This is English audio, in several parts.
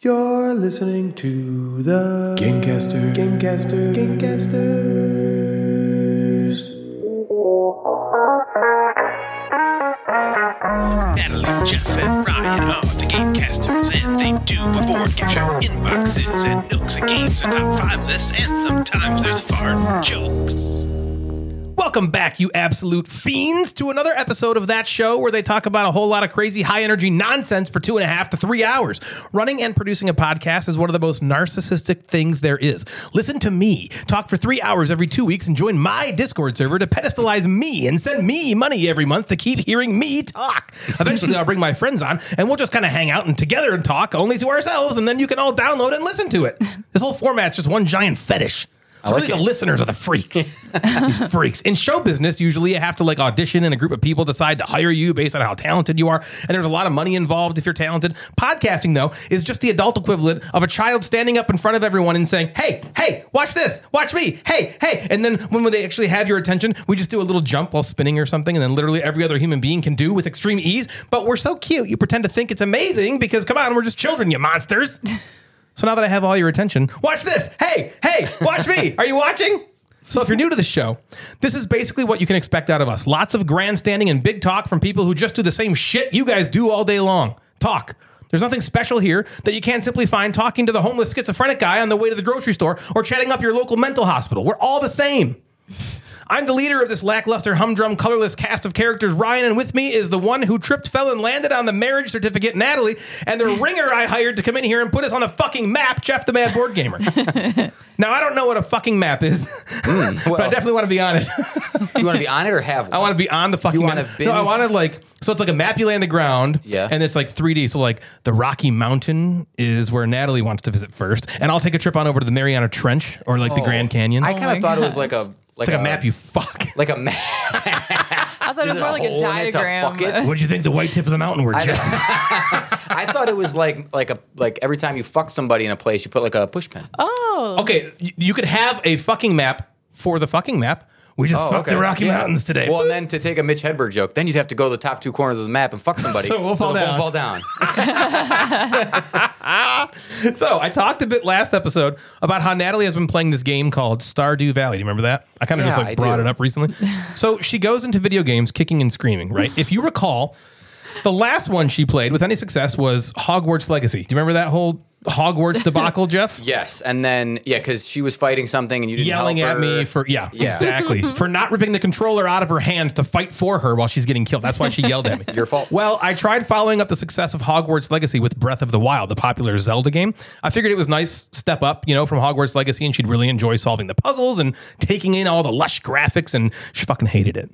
You're listening to the Gamecaster. Gamecaster. Gamecasters. Natalie, Jeff, and Ryan are the Gamecasters, and they do a board game show, inboxes, and nooks and games, and top five lists, and sometimes there's fart jokes. Welcome back, you absolute fiends, to another episode of that show where they talk about a whole lot of crazy high energy nonsense for two and a half to three hours. Running and producing a podcast is one of the most narcissistic things there is. Listen to me talk for three hours every two weeks and join my Discord server to pedestalize me and send me money every month to keep hearing me talk. Eventually, I'll bring my friends on and we'll just kind of hang out and together and talk only to ourselves, and then you can all download and listen to it. This whole format's just one giant fetish. It's like really the it. listeners are the freaks. These freaks. In show business, usually you have to like audition and a group of people decide to hire you based on how talented you are. And there's a lot of money involved if you're talented. Podcasting, though, is just the adult equivalent of a child standing up in front of everyone and saying, hey, hey, watch this, watch me, hey, hey. And then when they actually have your attention, we just do a little jump while spinning or something. And then literally every other human being can do with extreme ease. But we're so cute, you pretend to think it's amazing because come on, we're just children, you monsters. So now that I have all your attention, watch this. Hey, hey, watch me. Are you watching? So if you're new to the show, this is basically what you can expect out of us. Lots of grandstanding and big talk from people who just do the same shit you guys do all day long. Talk. There's nothing special here that you can't simply find talking to the homeless schizophrenic guy on the way to the grocery store or chatting up your local mental hospital. We're all the same. I'm the leader of this lackluster, humdrum, colorless cast of characters, Ryan, and with me is the one who tripped, fell, and landed on the marriage certificate, Natalie, and the ringer I hired to come in here and put us on the fucking map, Jeff the Mad Board Gamer. now, I don't know what a fucking map is, but I Hmm. well- definitely want to be on it. You want to be on it or have one? I want to be on the fucking. You wanna map. No, I binge- want to like. So it's like a map you lay on the ground. Yeah. And it's like 3D. So like the Rocky Mountain is where Natalie wants to visit first, and I'll take a trip on over to the Mariana Trench or like the Grand Canyon. Oh, I kind of my thought it was like a like, Oh it's like a map you fuck. like a map. I thought it was There's more a like a hole in it to diagram. fuck it. what do you think the white tip of the mountain were, Jeff? I thought it was like like a like every time you fuck somebody in a place, you put like a pushpin. Oh, Okay, y- you could have a fucking map for the fucking map. We just fucked the Rocky Mountains today. Oh, Well, and then to take a Mitch Hedberg joke, then you'd have to go to the top two corners of the map and fuck somebody. So we'll fall they down. won't fall down. so I talked a bit last episode about how Natalie has been playing this game called Stardew Valley. Do you remember that? I kind of Yeah, just I like brought do. it up recently. so she goes into video games kicking and screaming, right? if you recall, the last one she played with any success was Hogwarts Legacy. Do you remember that whole Hogwarts debacle, Jeff? yes, and then yeah, because she was fighting something and you didn't yelling help at me her. for yeah, Yeah. exactly for not ripping the controller out of her hands to fight for her while she's getting killed. That's why she yelled at me. Your fault. Well, I tried following up the success of Hogwarts Legacy with Breath of the Wild, the popular Zelda game. I figured it was nice step up, you know, from Hogwarts Legacy, and she'd really enjoy solving the puzzles and taking in all the lush graphics, and she fucking hated it.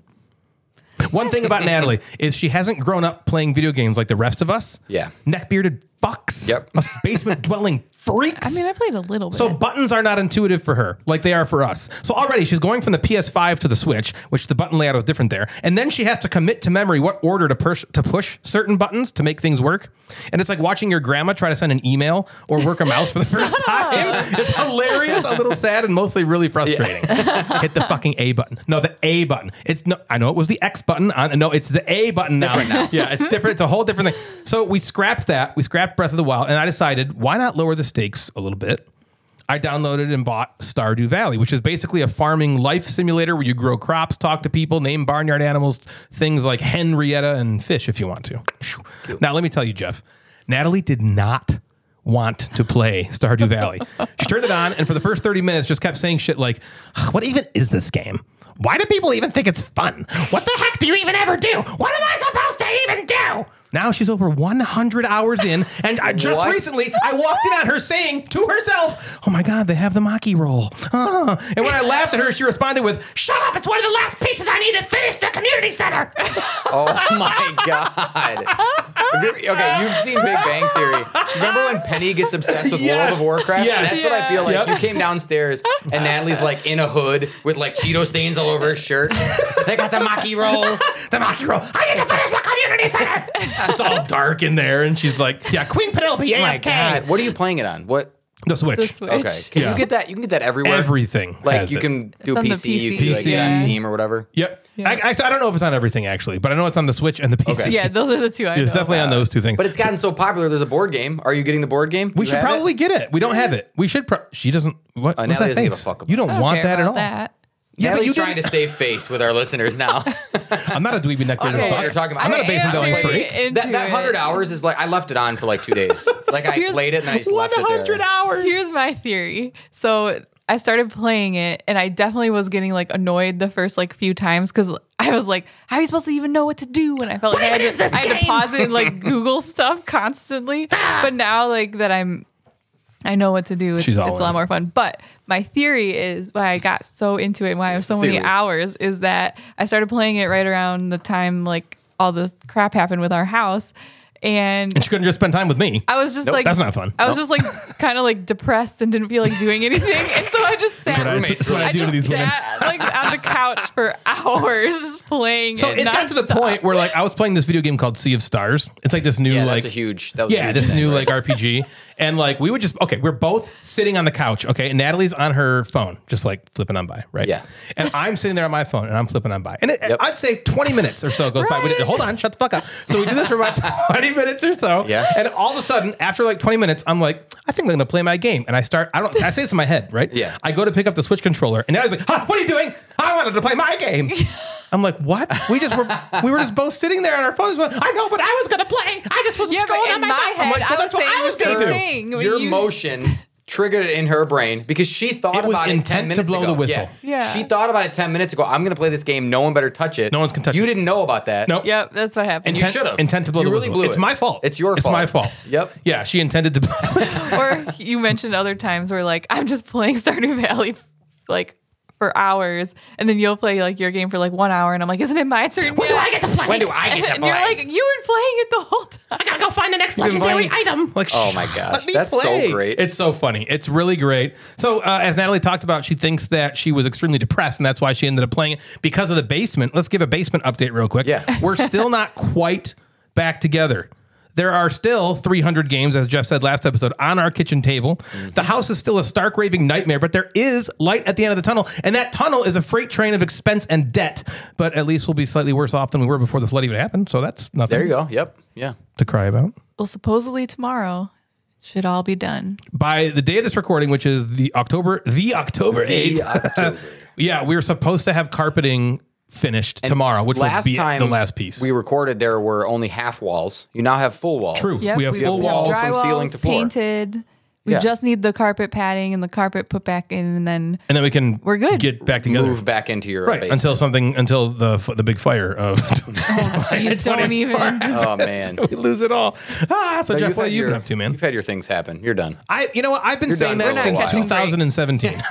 One thing about Natalie is she hasn't grown up playing video games like the rest of us. Yeah. Neckbearded fucks. Yep. Us basement dwelling freaks. I mean, I played a little bit. So buttons are not intuitive for her like they are for us. So already she's going from the PS5 to the Switch, which the button layout is different there. And then she has to commit to memory what order to push to push certain buttons to make things work. And it's like watching your grandma try to send an email or work a mouse for the first time. It's hilarious, a little sad, and mostly really frustrating. Hit the fucking A button. No, the A button. It's no I know it was the X button on no, it's the A button now. Yeah, it's different. It's a whole different thing. So we scrapped that. We scrapped Breath of the Wild, and I decided why not lower the stakes a little bit? I downloaded and bought Stardew Valley, which is basically a farming life simulator where you grow crops, talk to people, name barnyard animals, things like Henrietta and fish if you want to. Now, let me tell you, Jeff, Natalie did not want to play Stardew Valley. she turned it on and for the first 30 minutes just kept saying shit like, What even is this game? Why do people even think it's fun? What the heck do you even ever do? What am I supposed to even do? Now she's over 100 hours in, and I just What? recently I walked in on her saying to herself, "Oh my God, they have the Maki roll." Ah. And when I laughed at her, she responded with, "Shut up! It's one of the last pieces I need to finish the community center." Oh my god! If you're- Okay, you've seen Big Bang Theory. Remember when Penny gets obsessed with World Yes. of Warcraft? Yes. That's what I feel like. Yep. You came downstairs and Natalie's like in a hood with like Cheeto stains all over her shirt. they got the Maki roll. the Maki roll. I need to finish the community center. it's all dark in there, and she's like, "Yeah, Queen Penelope, My AFK." God, what are you playing it on? What? The Switch. The Switch. Okay. Can Yeah. you get that? You can get that everywhere. Everything. Like has you it. can do It's on the PC, You can PC, like, get yeah. on Steam or whatever. Yep. Yeah. I, I, I don't know if it's on everything actually, but I know it's on the Switch and the PC. Okay. Yeah, those are the two I It's know. definitely on those two things. But it's gotten so popular. There's a board game. Are you getting the board game? we You should have it? probably get it. We don't have it. We should. Pro- she doesn't. What? Uh, what's Natalie that doesn't thing? give a fuck about You don't I don't want care that at about all. That. Yeah, but Natalie's you trying to didn't- save face with our listeners now. I'm not a dweeby neck. I don't know what you're talking about. I'm not I a basement am dwelling very freak. into that that it. hundred hours is like I left it on for like two days. Like I Here's- played it and I just left it there. hours. Here's my theory. So I started playing it, and I definitely was getting like annoyed the first like few times because I was like, "How are you supposed to even know what to do?" And I felt like I had, to, I had to pause it and like Google stuff constantly. But now, like that, I'm I know what to do. It's, She's all it's a lot in. more fun. But my theory is why I got so into it, and why I have so many Theory. hours, is that I started playing it right around the time like all the crap happened with our house. And And she couldn't just spend time with me. I was just Nope, like, that's not fun. I was just like, kind of like depressed and didn't feel like doing anything, and so I just sat. That's what I, roommates, that's what I I do to just these women. sat like on the couch for hours, just playing. So it it got to the nonstop. point where like I was playing this video game called Sea of Stars. It's like this new Yeah, like that's a huge. That was a yeah, huge this thing, new right? like RPG, and like we would just okay, we're both sitting on the couch, okay, and Natalie's on her phone, just like flipping on by, right? Yeah. and I'm sitting there on my phone, and I'm flipping on by, and it, Yep. I'd say 20 minutes or so goes by. We didn't, Right. hold on, shut the fuck up. So we do this for about 20 minutes or so, Yeah. and all of a sudden, after like 20 minutes, I'm like, I think I'm gonna play my game, and I start, I don't, I say it's in my head, right? Yeah. I go to pick up the Switch controller, and Natalie's like, huh, what are you doing? I wanted to play my game. I'm like, what? We just were, we were just both sitting there on our phones. going, I know, but I was gonna play. I just was Yeah, but scrolling in on my, my phone. I'm head, like, well, I that's was what I saying was the gonna same do. thing. when Your you- motion triggered it in her brain because she thought It was about it intent ten to minutes blow ago. the whistle. Yeah. She thought about it ten minutes ago. I'm gonna play this game. No one better touch it. No one's gonna touch you it. You didn't know about that. Nope. Yep, that's what happened. And you Intent- should have. Intent to blow You the really whistle. blew It's it. my fault. It's your It's fault. my fault. Yep. Yeah, she intended to blow the whistle. or you mentioned other times where like I'm just playing Stardew Valley, like. For hours, and then you'll play like your game for like one hour, and I'm like, "Isn't it my turn?" When do I get to play? When do I get to and you're play? like, "You were playing it the whole time." I gotta go find the next legendary item. Like, Oh my "Shh, gosh, let me that's so play." great. It's so funny. It's really great. So, uh, as Natalie talked about, she thinks that she was extremely depressed, and that's why she ended up playing it because of the basement. Let's give a basement update real quick. Yeah. we're still not quite back together. There are still 300 games, as Jeff said last episode, on our kitchen table. Mm-hmm. The house is still a stark raving nightmare, but there is light at the end of the tunnel, and that tunnel is a freight train of expense and debt. But at least we'll be slightly worse off than we were before the flood even happened. So that's nothing There you go. Yep. Yeah. to cry about. Well, supposedly tomorrow should all be done. by the day of this recording, which is the October, the October The eighth. October. Yeah, we were supposed to have carpeting finished tomorrow, which would last be time the last piece. we recorded, there were only half walls. You now have full walls. True. Yep, We have we- full we have walls from drywalls, ceiling to floor. painted. We Yeah. just need the carpet padding and the carpet put back in, and then and then we can We're good. get back together. Move back into your Right basement. until something until the f- the big fire of you don't even. Oh man. we lose it all. Ah, so, Jeff, what have you your, been up to, man? You've had your things happen. You're done. I you know what I've been You're saying done that for a since while. 2017.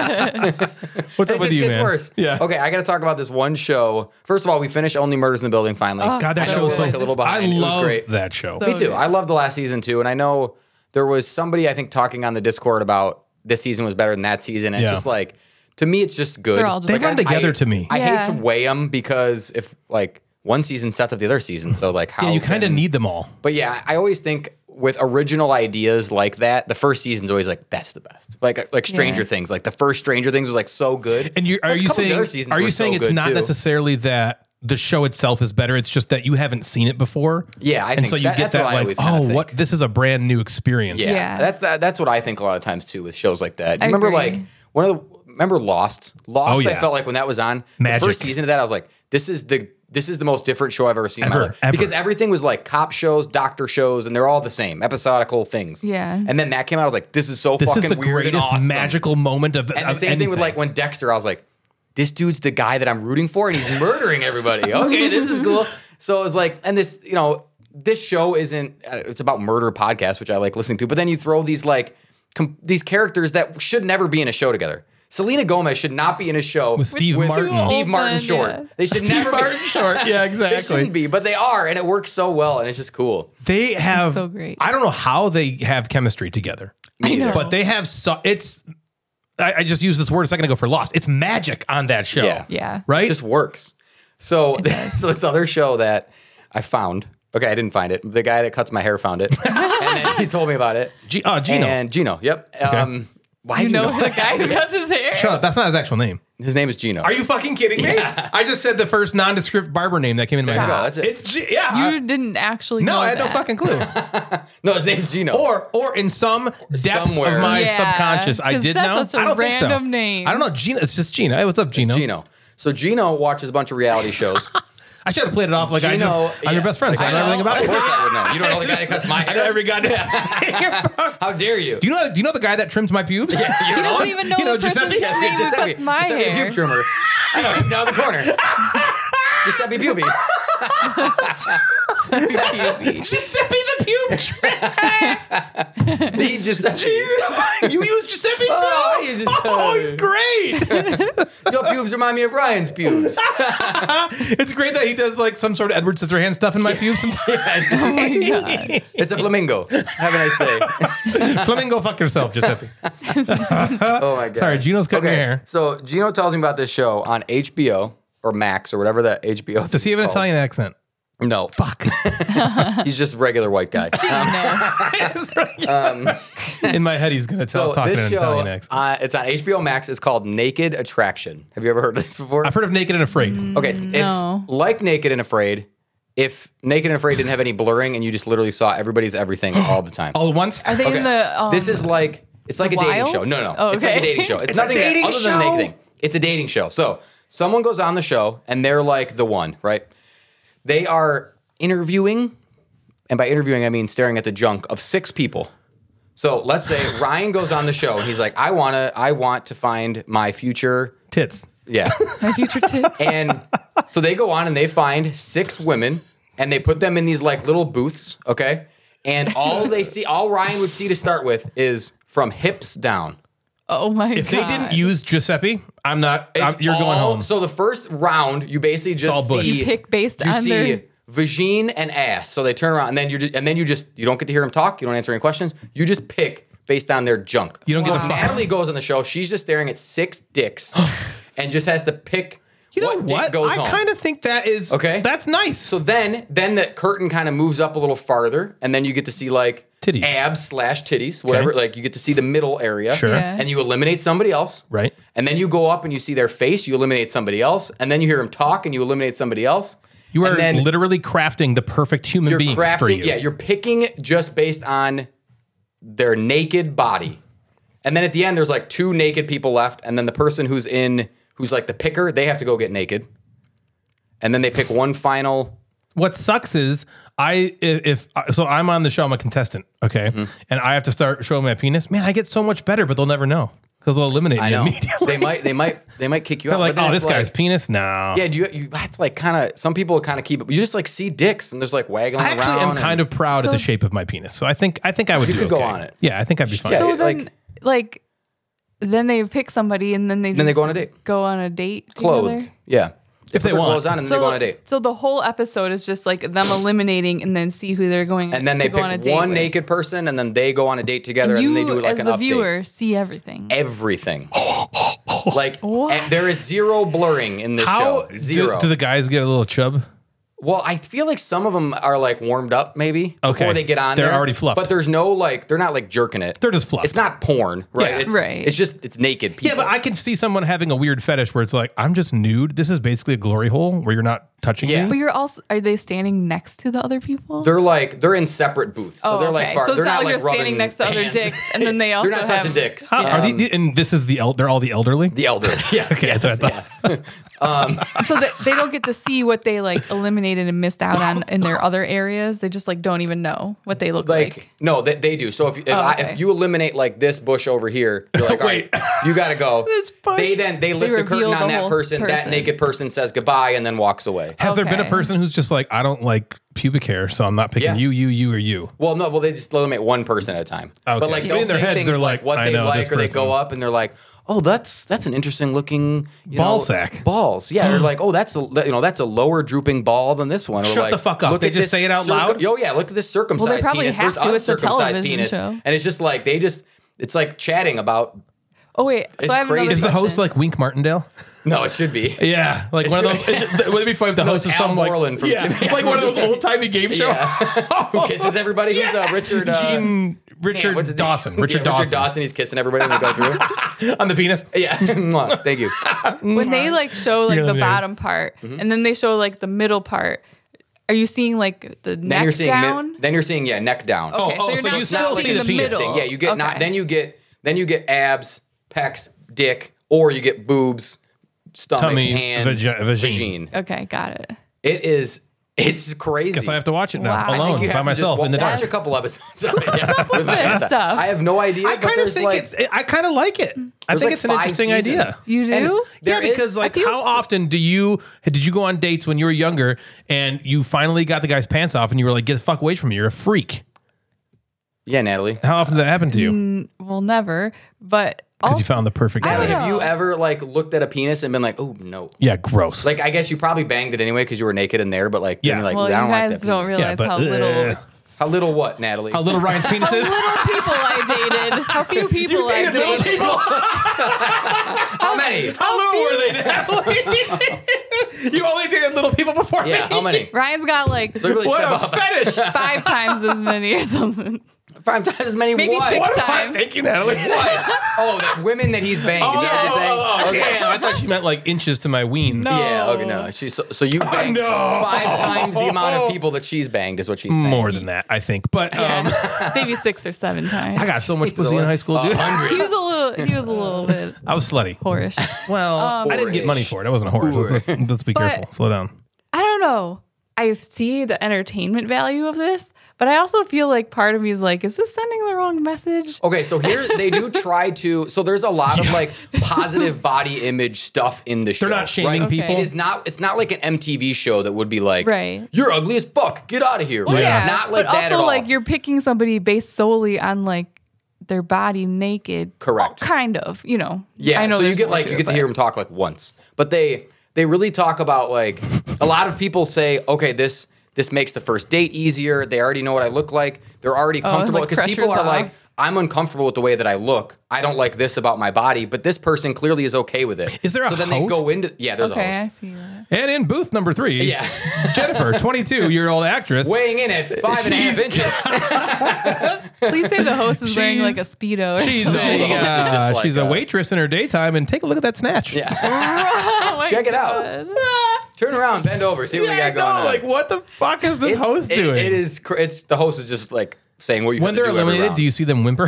What's up It with just you, gets man? worse. Yeah. Okay, I got to talk about this one show. First of all, we finished Only Murders in the Building finally. Oh, God, that I know show we're, was so like a little behind. I It was love great. that show. So- Me too. I loved the last season too, and I know there was somebody I think talking on the Discord about this season was better than that season. And Yeah. It's just like to me, it's just good. They're all just- They Like, run I- together I- to me. I Yeah. hate to weigh them because if like one season sets up the other season, so like how yeah, you kind of can- need them all. But yeah, I always think with original ideas like that, the first season's always like that's the best. Like uh, like Stranger Yeah. Things, like the first Stranger Things was like so good. And you But are a you couple of the other saying seasons are were you so saying it's good, not too. necessarily that the show itself is better? It's just that you haven't seen it before. Yeah, I and think so you that- get that's what I that like, always kinda oh, think. what this is a brand new experience. Yeah, Yeah. that's that, that's what I think a lot of times too with shows like that. I remember, agree. like one of the remember Lost. Lost, Oh, yeah. I felt like when that was on Magic. the first season of that, I was like, this is the this is the most different show I've ever seen in Ever, my life ever. because everything was like cop shows, doctor shows, and they're all the same episodical things. Yeah. and then that came out. I was like, this is so This fucking is the weird and greatest awesome. magical moment of, And the of same thing with anything. like when Dexter, I was like, this dude's the guy that I'm rooting for, and he's murdering everybody. Okay, this is cool. So it was like, and this, you know, this show isn't. uh, It's about murder podcast, which I like listening to. But then you throw these like com- these characters that should never be in a show together. Selena Gomez should not be in a show With Steve Martin. two Steve old Martin men, Short. yeah. They should never Martin be. Short. Yeah, They shouldn't exactly. be, but they are, and it works so well, and it's just cool. They have so great. I don't know how they have chemistry together. I know. But they have so it's I, I just used this word a second ago for lost. It's magic on that show. Yeah. yeah. Right? It just works. So, so this other show that I found. Okay, I didn't find it. The guy that cuts my hair found it. And and then he told me about it. G- uh, Gino. And Gino, yep. Um, why You do know you the guy who cuts his hair. Shut up. That's not his actual name. His name is Gino. Are you fucking kidding me? I just said the first nondescript barber name that came into my There you head. go. That's it. It's G- yeah. I- You didn't actually. no, know I had no that. fucking clue. no, his name's Gino. Or or in some depth Somewhere. of my Yeah, subconscious, I 'cause did that's know. such a I don't think so. random name. I don't know. Gina. It's just Gina. Hey, what's up, Gino? It's Gino. So Gino watches a bunch of reality shows. I should have played it off like I Gino, just. I'm your yeah, best friend. So I like, know everything about Of it. course I would know. You don't know the guy that cuts my I know hair. every goddamn. do How dare you? you know? Do you know the guy that trims my pubes? He doesn't even know You know, the person's Giuseppe- name Yeah, who Giuseppe, cuts my Giuseppe hair. Pube Trimmer. I know, him down the corner. Giuseppe Pube. Giuseppe the pube trim. The Giuseppe. you use Giuseppe too? Oh, I use Giuseppe. Oh, he's great. Your pubes remind me of Ryan's pubes. Oh, it's great that he does like some sort of Edward Scissorhand stuff in my pubes sometimes. it's a flamingo. Have a nice day. Flamingo, fuck yourself, Giuseppe. Oh my god. Sorry, Gino's cutting your hair. So Gino tells me about this show on HBO or Max or whatever that HBO. Does he have an thing's called. Italian accent? No, Fuck. he's just a regular white guy. in my head, he's gonna tell So talking in this an show, Italian accent. uh, it's on HBO Max. It's called Naked Attraction. Have you ever heard of this before? I've heard of Naked and Afraid. Okay, it's, Mm, No. it's like Naked and Afraid. If Naked and Afraid didn't have any blurring and you just literally saw everybody's everything all the time. All at once. Are they Okay. in the? Um, this is like it's like a The dating Wild? show. No, no, Oh, it's like a okay. dating show. It's, a nothing that- dating other than show? naked thing. It's a dating show. So someone goes on the show and they're like the one, right? They are interviewing, and by interviewing I mean staring at the junk of six people. So let's say Ryan goes on the show and he's like, I wanna, I want to find my future. Tits. Yeah. my future tits. And so they go on and they find six women and they put them in these like little booths, okay? And all they see, all Ryan would see to start with is from hips down. Oh my god! If they didn't use Giuseppe, I'm not. I'm, It's Um, you're going all- home. So the first round, you basically all just bush. see You pick based you on see their- vagine and ass. So they turn around and then you just and then you just you don't get to hear them talk. You don't answer any questions. You just pick based on their junk. You don't get So to fuck. Natalie goes on the show. She's just staring at six dicks and just has to pick. you know what, what? dick goes I home. kind of think that is Okay. That's nice. So then, then the curtain kind of moves up a little farther, and then you get to see like Titties. abs slash titties, whatever. Okay. Like you get to see the middle area, Sure. Yeah. And you eliminate somebody else, Right. And then you go up and you see their face, you eliminate somebody else, and then you hear them talk, and you eliminate somebody else. you are and then literally crafting the perfect human you're being crafting, for you. yeah, you're picking just based on their naked body, and then at the end, there's like two naked people left, and then the person who's in, who's like the picker, they have to go get naked, and then they pick one final. what sucks is I if, if so I'm on the show I'm a contestant okay Mm-hmm. and I have to start showing my penis man I get so much better but they'll never know because they'll eliminate I me know. immediately They might. They might. They might kick you they're out. like but then oh it's this guy's penis no Yeah, do you, you that's like kind of some people kind of keep it. You just like see dicks and there's like waggling I around. actually am and- kind of proud of the shape of my penis so I think I think I would You do could go okay. on it. yeah I think I'd be fine Yeah, so it, then, like- like, then they pick somebody, and then they just Then they go on a date. Go on a date. clothed. together? Yeah. If they put their want. clothes on and then they go on a date. So the whole episode is just like them eliminating and then see who they're going And then they to go on a pick date one with. naked person and then they go on a date together You, and then they do like as an the update. viewer, see everything. Everything. like What? and there is zero blurring in this how show. Zero. do, do the guys get a little chub well, I feel like some of them are like warmed up maybe Okay. before they get on They're there. already fluffed. But there's no like they're not like jerking it. they're just fluff it's not porn, right? Yeah. It's, Right. It's just it's naked people. yeah but I can see someone having a weird fetish where it's like I'm just nude this is basically a glory hole where you're not touching Yeah. me But you're also are they standing next to the other people? They're like they're in separate booths, so Oh, they're like okay. far. So it's they're not not, like like, they're standing rubbing next to other hands. dicks, and then they also they're not have- touching dicks. How- are Um, the- and this is the el- they're all the elderly the elder? Yes, yes, that's what I thought. yeah. so that they don't get to see what they like eliminated and missed out on in their other areas. They just like don't even know what they look Like, like. no, they, they do. So if if, I, okay. if you eliminate like this bush over here, you're like, all right, you gotta go. This bush. They then they lift the curtain reveal on the that whole person, That person. naked person says goodbye and then walks away. Has there been a Okay. person who's just like, I don't like pubic hair, so I'm not picking Yeah. you, you, you, or you? Well, no, well they just eliminate one person at a time. Okay. But like In they'll their say heads, things they're like like, what I they know like, this or they person. go up and they're like, oh, that's that's an interesting looking you Ball know, sack. balls. Yeah, they're like, oh, that's a you know that's a lower drooping ball than this one. Or Shut like, the fuck up. "Look They at just this say it out loud? Oh yeah, look at this circumcised probably penis. have versus to. It's a uncircumcised television penis, show. and it's just like they just it's like chatting about Oh wait, It's so I have crazy. another Is the host question. like Wink Martindale? No, it should be. Yeah, like one of those. it- Would it be funny if the host it's of Al some like, Borland from yeah, Jimmy like one of those old timey game show? Who kisses everybody? Who's uh, Richard? Uh, Gene Hmm, Richard what's his name? Dawson. Yeah, Richard Dawson. Richard Dawson. He's kissing everybody when we go through. on the penis. yeah. Mwah. Thank you. when they like show like You're the eliminated. bottom part Mm-hmm. and then they show like the middle part. Are you seeing like the Then neck you're seeing. mi- down? then you're seeing. Yeah, neck down. Oh, oh, you're so not you just still like see in the the penis. middle. Yeah, you get not. Okay. Then you get. Then you get abs, pecs, dick, or you get boobs, stomach, Tummy, hand, vagi- vagine. vagine. Okay, got it. It is. It's crazy. Guess I have to watch it now Wow. I think alone You by have to just myself wa- in the dark. Watch a couple episodes. of it, yeah, with my this eyes. stuff? I have no idea. I but kind of there's, think like- it's. I kind of like it. I there's, think like, it's an five interesting seasons. idea. You do? And Yeah, there is- because like, I feel how s- often do you did you go on dates when you were younger and you finally got the guy's pants off and you were like, "Get the fuck away from me! You're a freak." yeah, Natalie. How often did that happen to Mm. you? Well, never. But Because also, you found the perfect I guy. don't know. Have you ever like looked at a penis and been like, oh no? Yeah, gross. Like I guess you probably banged it anyway because you were naked in there, but like, then Yeah. you're like, well, I don't you like guys that penis." don't realize but, how little ugh. How little what, Natalie? how little Ryan's penis is. little people I dated. How few people I dated. How many? How little were they, Natalie? you only dated little people before Yeah, me. how many? Ryan's got like So really step What a up. fetish! five times as many or something. Five times as many. Maybe what? six What? times. Thank you, Natalie. Oh, the women that he's banged. Oh, is that what you're oh, oh, saying? Okay. damn! I thought she meant like inches to my ween. No. Yeah. Okay. No. no. She's so, so you banged Oh, no. Oh. five times the amount of people that she's banged is what she's saying. More than that, I think. But um, Maybe six or seven times. I got so much Jeez, pussy in Lord. high school, dude. A hundred. he was a little. He was a little bit I was slutty. whorish. Well, Oh, I didn't get money Whorish. for it. I wasn't a whore. so Let's, let's- let's be But- careful. Slow down. I don't know. I see the entertainment value of this, but I also feel like part of me is like, is this sending the wrong message? Okay, so here they do try to. So there's a lot of like positive body image stuff in the show. They're not shaming right? Okay. people. It It's not. It's not like an MTV show that would be like, Right. "You're ugly as fuck. Get out of here." Right? It's Oh, not like but that also at all. like you're picking somebody based solely on like their body naked. Correct. Well, kind of, you know. yeah. I know so you there's get more like you it, get to but- hear them talk like once, but they they really talk about like a lot of people say, "Okay, this this makes the first date easier. They already know what I look like. They're already Oh, like, comfortable because people pressures are like." off. I'm uncomfortable with the way that I look. I don't like this about my body, but this person clearly is okay with it. Is there a so then they go host? into yeah. There's a Okay, host. I see that. And in booth number three, Yeah. Jennifer, 22 year old actress. Weighing in at five and a half inches. Please say the host is wearing like a She's- speedo. Or She's something. No, this a, is uh, just like she's a a- waitress in her daytime, and take a look at that snatch. Yeah. Oh my Check it out. God. Turn around, bend over, see what Yeah, we got going no, on. like what the fuck is this It's- host it- doing? It is. cr- It's the host is just like saying what you. when have to they're do every eliminated, round. do you see them whimper?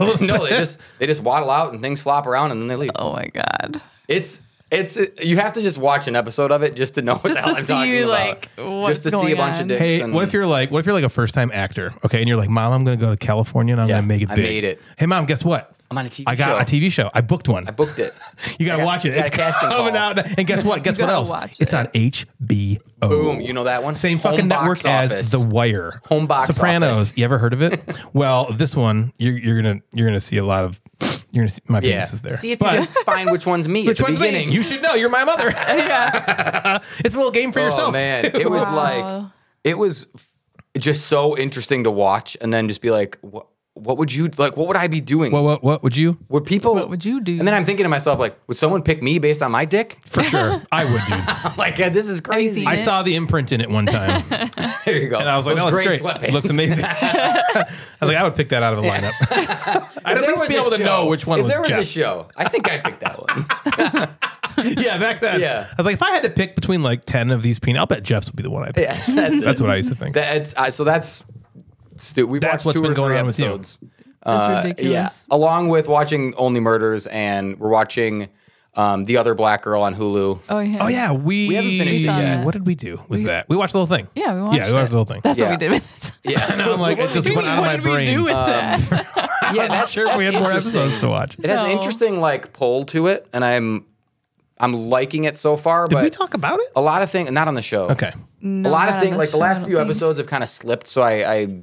No, they just they just waddle out and things flop around and then they leave. Oh my god. It's it's you have to just watch an episode of it just to know what the Just hell to I'm see, talking like, about. what's just to see going a bunch on. of dicks. Hey, and, what if you're like, what if you're like a first time actor? Okay, and you're like, Mom, I'm gonna go to California and I'm Yeah, gonna make it I big. made it. Hey, Mom, guess what? I'm on a TV I got show. a TV show. I booked one. I booked it. you gotta I got- watch it. I got a it's casting coming call. out. And guess what? Guess what gotta else? watch It's it. on HBO. Boom, you know that one. Same Home fucking box network office. as The Wire. Home box Sopranos. office. You ever heard of it? well, this one you're, you're gonna you're gonna see a lot of you're gonna see my Yeah. penis is there. See if you can find which one's me at Which the one's me? beginning. You should know. You're my mother. it's a little game for Oh yourself. man, too. it was Wow. like it was f- just so interesting to watch, and then just be like, what? What would you like? What would I be doing? What, what what would you? would people? What would you do? And then I'm thinking to myself, like, would someone pick me based on my dick? For sure, I would. Dude. I'm like, yeah, this is you crazy. seen I saw the imprint in it one time, and there you go. And I was like, Those "Oh, gray that's great. sweatpants. Looks amazing." I was like, "I would pick that out of a lineup. I'd If at there least was be a able to show- know which one If was there was a Jeff. show, I think I'd pick that one. yeah, back then. Yeah. I was like, if I had to pick between like ten of these peanuts, I'll bet Jeff's would be the one I pick. Yeah, that's, That's what I used to think. that's I, so that's. Stu, we've That's watched what's two been or going three on with you. episodes. That's Uh, ridiculous. Yeah, along with watching Only Murders, and we're watching um, the other Black Girl on Hulu. Oh yeah. Oh yeah, we, We haven't finished it yet. What did we do with that? We watched the whole thing. Yeah, we watched yeah, we watched the whole thing. That's Yeah. what we did with it. Yeah, And I'm like, it just went out of what my did brain. we do with Uh, that? yeah, I'm that's sure we had more episodes to watch. It has an No. interesting like poll to it, and I'm I'm liking it so far. Did but Oh. we talk about it? a lot of things, not on the show. Okay. a lot not of on things. the Like the show, I last don't few think. episodes have kind of slipped, so I, I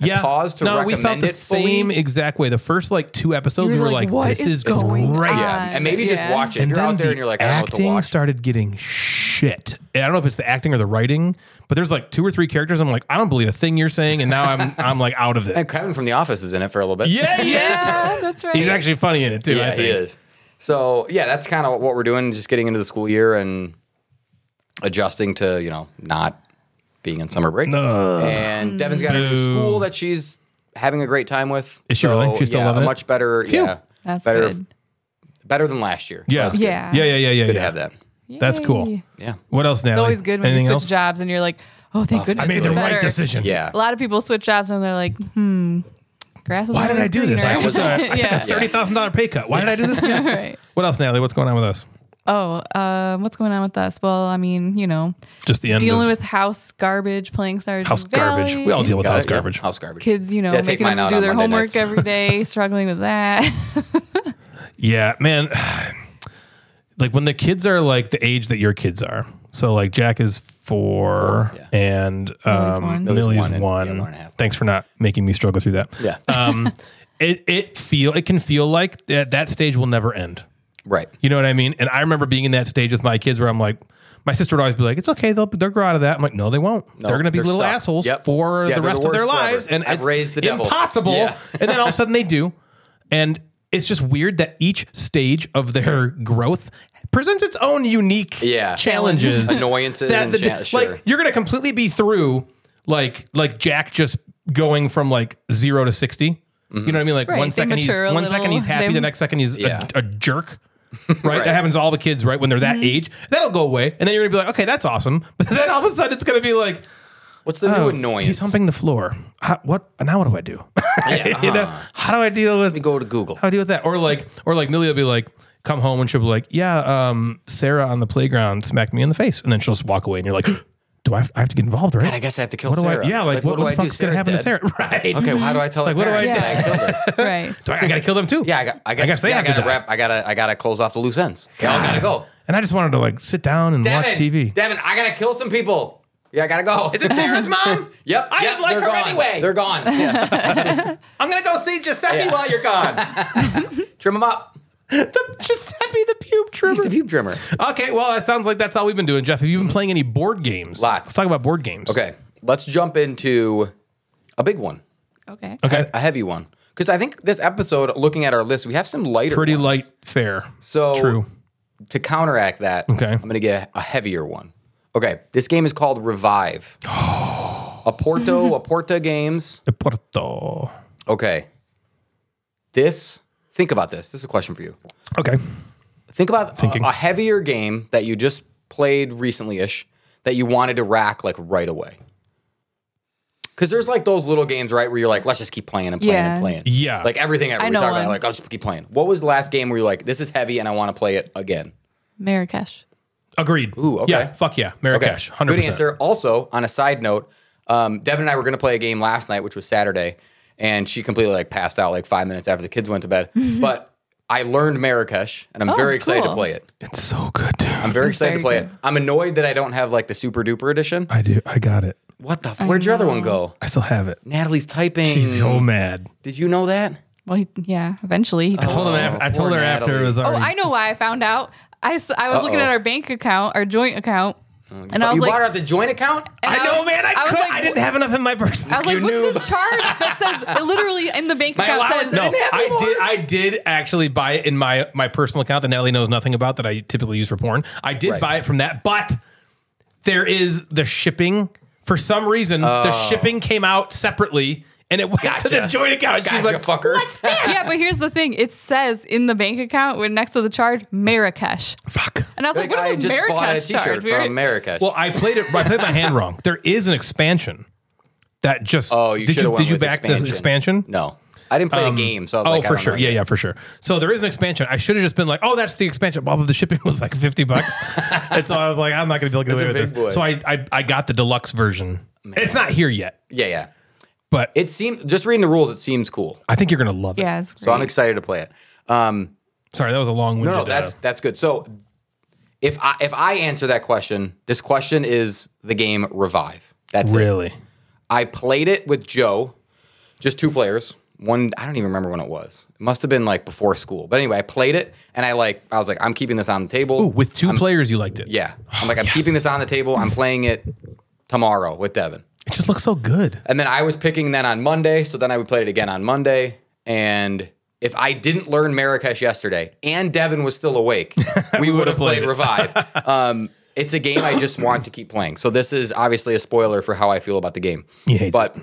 yeah. paused to no, we felt recommend the it fully. same exact way. The first like two episodes, You we were were like, like, "What "This is is going great." on? Yeah, and maybe just Yeah. watch it. And you're then out there the and you're like, I don't know what to acting watch. started getting shit. And I don't know if it's the acting or the writing, but there's like two or three characters. I'm like, I don't believe a thing you're saying, and now I'm I'm like out of it. and Kevin from The Office is in it for a little bit. Yeah, he is. Yeah, that's right. He's actually funny in it too. I yeah, think. he is. So yeah, that's kind of what we're doing. Just getting into the school year and adjusting to you know not being in summer break. And Devin's got a new Boo. school that she's having a great time with. Is she really? She's still yeah, loving a it? much better. Yeah, That's better, good. better than last year. Yeah. that's Yeah. Yeah, yeah, yeah, yeah. good yeah. to have that. That's cool. Yay. Yeah, What else, Natalie? It's always good when Anything you switch else? jobs and you're like, oh, thank goodness. I made it's the better. right decision. yeah. A lot of people switch jobs and they're like, hmm, grass is Why did I always do this? I greener. took a, I took a Yeah. thirty thousand dollar pay cut. Why did I do this? right. What else, Natalie? What's going on with us? Oh, uh, what's going on with us? Well, I mean, you know, Just the end. dealing of with house garbage, playing Stardew house garbage. Valley. We all deal with Got house it, yeah. garbage. House garbage. Kids, you know, Yeah, take making mine them out do on their Monday homework nights. every day, struggling with that. Yeah, man. Like when the kids are like the age that your kids are. So like Jack is four, yeah. and um, one. Millie's, Millie's one one. and- yeah, one and a half. Thanks for not making me struggle through that. Yeah, Um, it it feel it can feel like that that stage will never end. right. You know what I mean? And I remember being in that stage with my kids where I'm like, my sister would always be like, "It's okay, they'll they'll grow out of that." I'm like, "No, they won't. they're going to be they're little stuck. assholes Yep. for Yeah, the they're rest the of their worst forever. lives, and I've it's raised the devil. impossible." Yeah. and then all of a sudden they do, and it's just weird that each stage of their growth presents its own unique Yeah. challenges, Annoyances and cha- like sure. you're going to completely be through like like Jack just going from like zero to 60 You know what I mean? Like Right, one they second he's mature a one second little. he's happy, They- the next second he's Yeah. a, a jerk. Right? that happens to all the kids. Right when they're Mm-hmm. that age, that'll go away, and then you're gonna be like, okay, that's awesome. But then all of a sudden, it's gonna be like, What's the oh, new annoyance? he's humping the floor. How, what now? What do I do? you know, how do I deal with Go to Google. how do you deal with that? Or like, or like Millie will be like, come home and she'll be like, yeah, um, Sarah on the playground smacked me in the face, and then she'll just walk away, and you're like, do I have, I have to get involved? Right? I guess I have to kill what do Sarah. I? Yeah, like, Like, what, what what do the I do? fuck's gonna happen Sarah's to Sarah? Right? Okay, well, how do I tell Like, her what do I parents do? that I killed her? right. Do I, I gotta kill them too? Yeah, I got, I got, I guess they yeah, have I to gotta die. wrap. I gotta, I gotta close off the loose ends. They all gotta go. And I just wanted to like sit down and Devin, watch TV. Devin, I gotta kill some people. Yeah, I gotta go. Is it Sarah's mom? yep. I yep, like her gone. anyway. They're gone. Yeah. I'm gonna go see Giuseppe Yeah. while you're gone. Trim them up. the, Giuseppe the pube trimmer. He's the pube trimmer. Okay, well that sounds like that's all we've been doing, Jeff. Have you been playing any board games? Lots. Let's talk about board games. Okay, let's jump into a big one, Okay. Okay. a heavy one, because I think this episode, looking at our list, we have some lighter, Pretty ones. light fare. So True. to counteract that, Okay. I'm going to get a heavier one. Okay, this game is called Revive. Aporto, Aporta Games. De Porto. Okay. This, think about this. This is a question for you. Okay. Think about a, a heavier game that you just played recently ish that you wanted to rack like right away. Because there's like those little games, right, where you're like, let's just keep playing and playing Yeah. and playing. Yeah. Like everything ever. I we know talk about, one. like, I'll just keep playing. What was the last game where you're like, this is heavy and I want to play it again? Marrakesh. Agreed. Ooh, okay. Yeah, fuck yeah. Marrakesh. 100%. Good answer. Also, on a side note, um, Devin and I were going to play a game last night, which was Saturday, and she completely like passed out like five minutes after the kids went to bed. Mm-hmm. but I learned Marrakesh, and I'm Oh, very excited to cool. play it. It's so good. dude. I'm very That's excited very to play good. it. I'm annoyed that I don't have like the super duper edition. I do. I got it. What the? F- where'd your other one go? I still have it. Natalie's typing. She's so mad. Did you know that? Well, he, yeah, eventually. He I told him. Oh, af- I poor told her after Natalie. it was Oh, already. I know why I found out. I, s- I was looking Uh-oh. Oh, at our bank account, our joint account, and I was you like, bought her out the joint account. and I know, was- man. I, was could, like, I didn't have enough in my purse. I was You like, what's noob. this charge that says it literally in the bank account says? no, I did. I did actually buy it in my my personal account that Natalie knows nothing about that I typically use for porn. I did Right. buy it from that, but there is the shipping. For some reason, the shipping came out separately, and it went to the Gotcha. joint account. Gotcha, She's like, fucker. Yeah, but here's the thing: it says in the bank account when next to the charge Marrakesh, "Fuck." and I was like, Like, what I is this just bought a Marrakesh T-shirt charge? We were- from Marrakesh. Well, I played it. I played my hand wrong. There is an expansion that just. oh, you did should you have did you back this expansion? No, I didn't play the game, so I was oh, like, I for don't sure. know Yeah, yet. yeah, for sure. So there is an expansion. I should have just been like, oh, that's the expansion. Although the shipping was like 50 bucks. and so I was like, I'm not going to be looking That's away a with big this. boy. So I, I I got the deluxe version. It's not here yet, yeah, yeah. but It seems just reading the rules, it seems cool. I think you're going to love it. yeah, it's So I'm great. excited to play it. Um, Sorry, that was a uh, long no, winded. no, that's that's good. So if I if I answer that question, this question is the game Revive. That's it. really. I played it with Joe. just two players. One, I don't even remember when it was. It must have been like before school. But anyway, I played it and I like, I was like, I'm keeping this on the table. Ooh, with 2 players, you liked it. yeah. I'm like, I'm Yes. keeping this on the table. I'm playing it tomorrow with Devin. It just looks so good. And then I was picking then on Monday. So then I would play it again on Monday. And if I didn't learn Marrakesh yesterday and Devin was still awake, we would have played, played it. Revive. um, it's a game I just want to keep playing. So this is obviously a spoiler for how I feel about the game. He hates but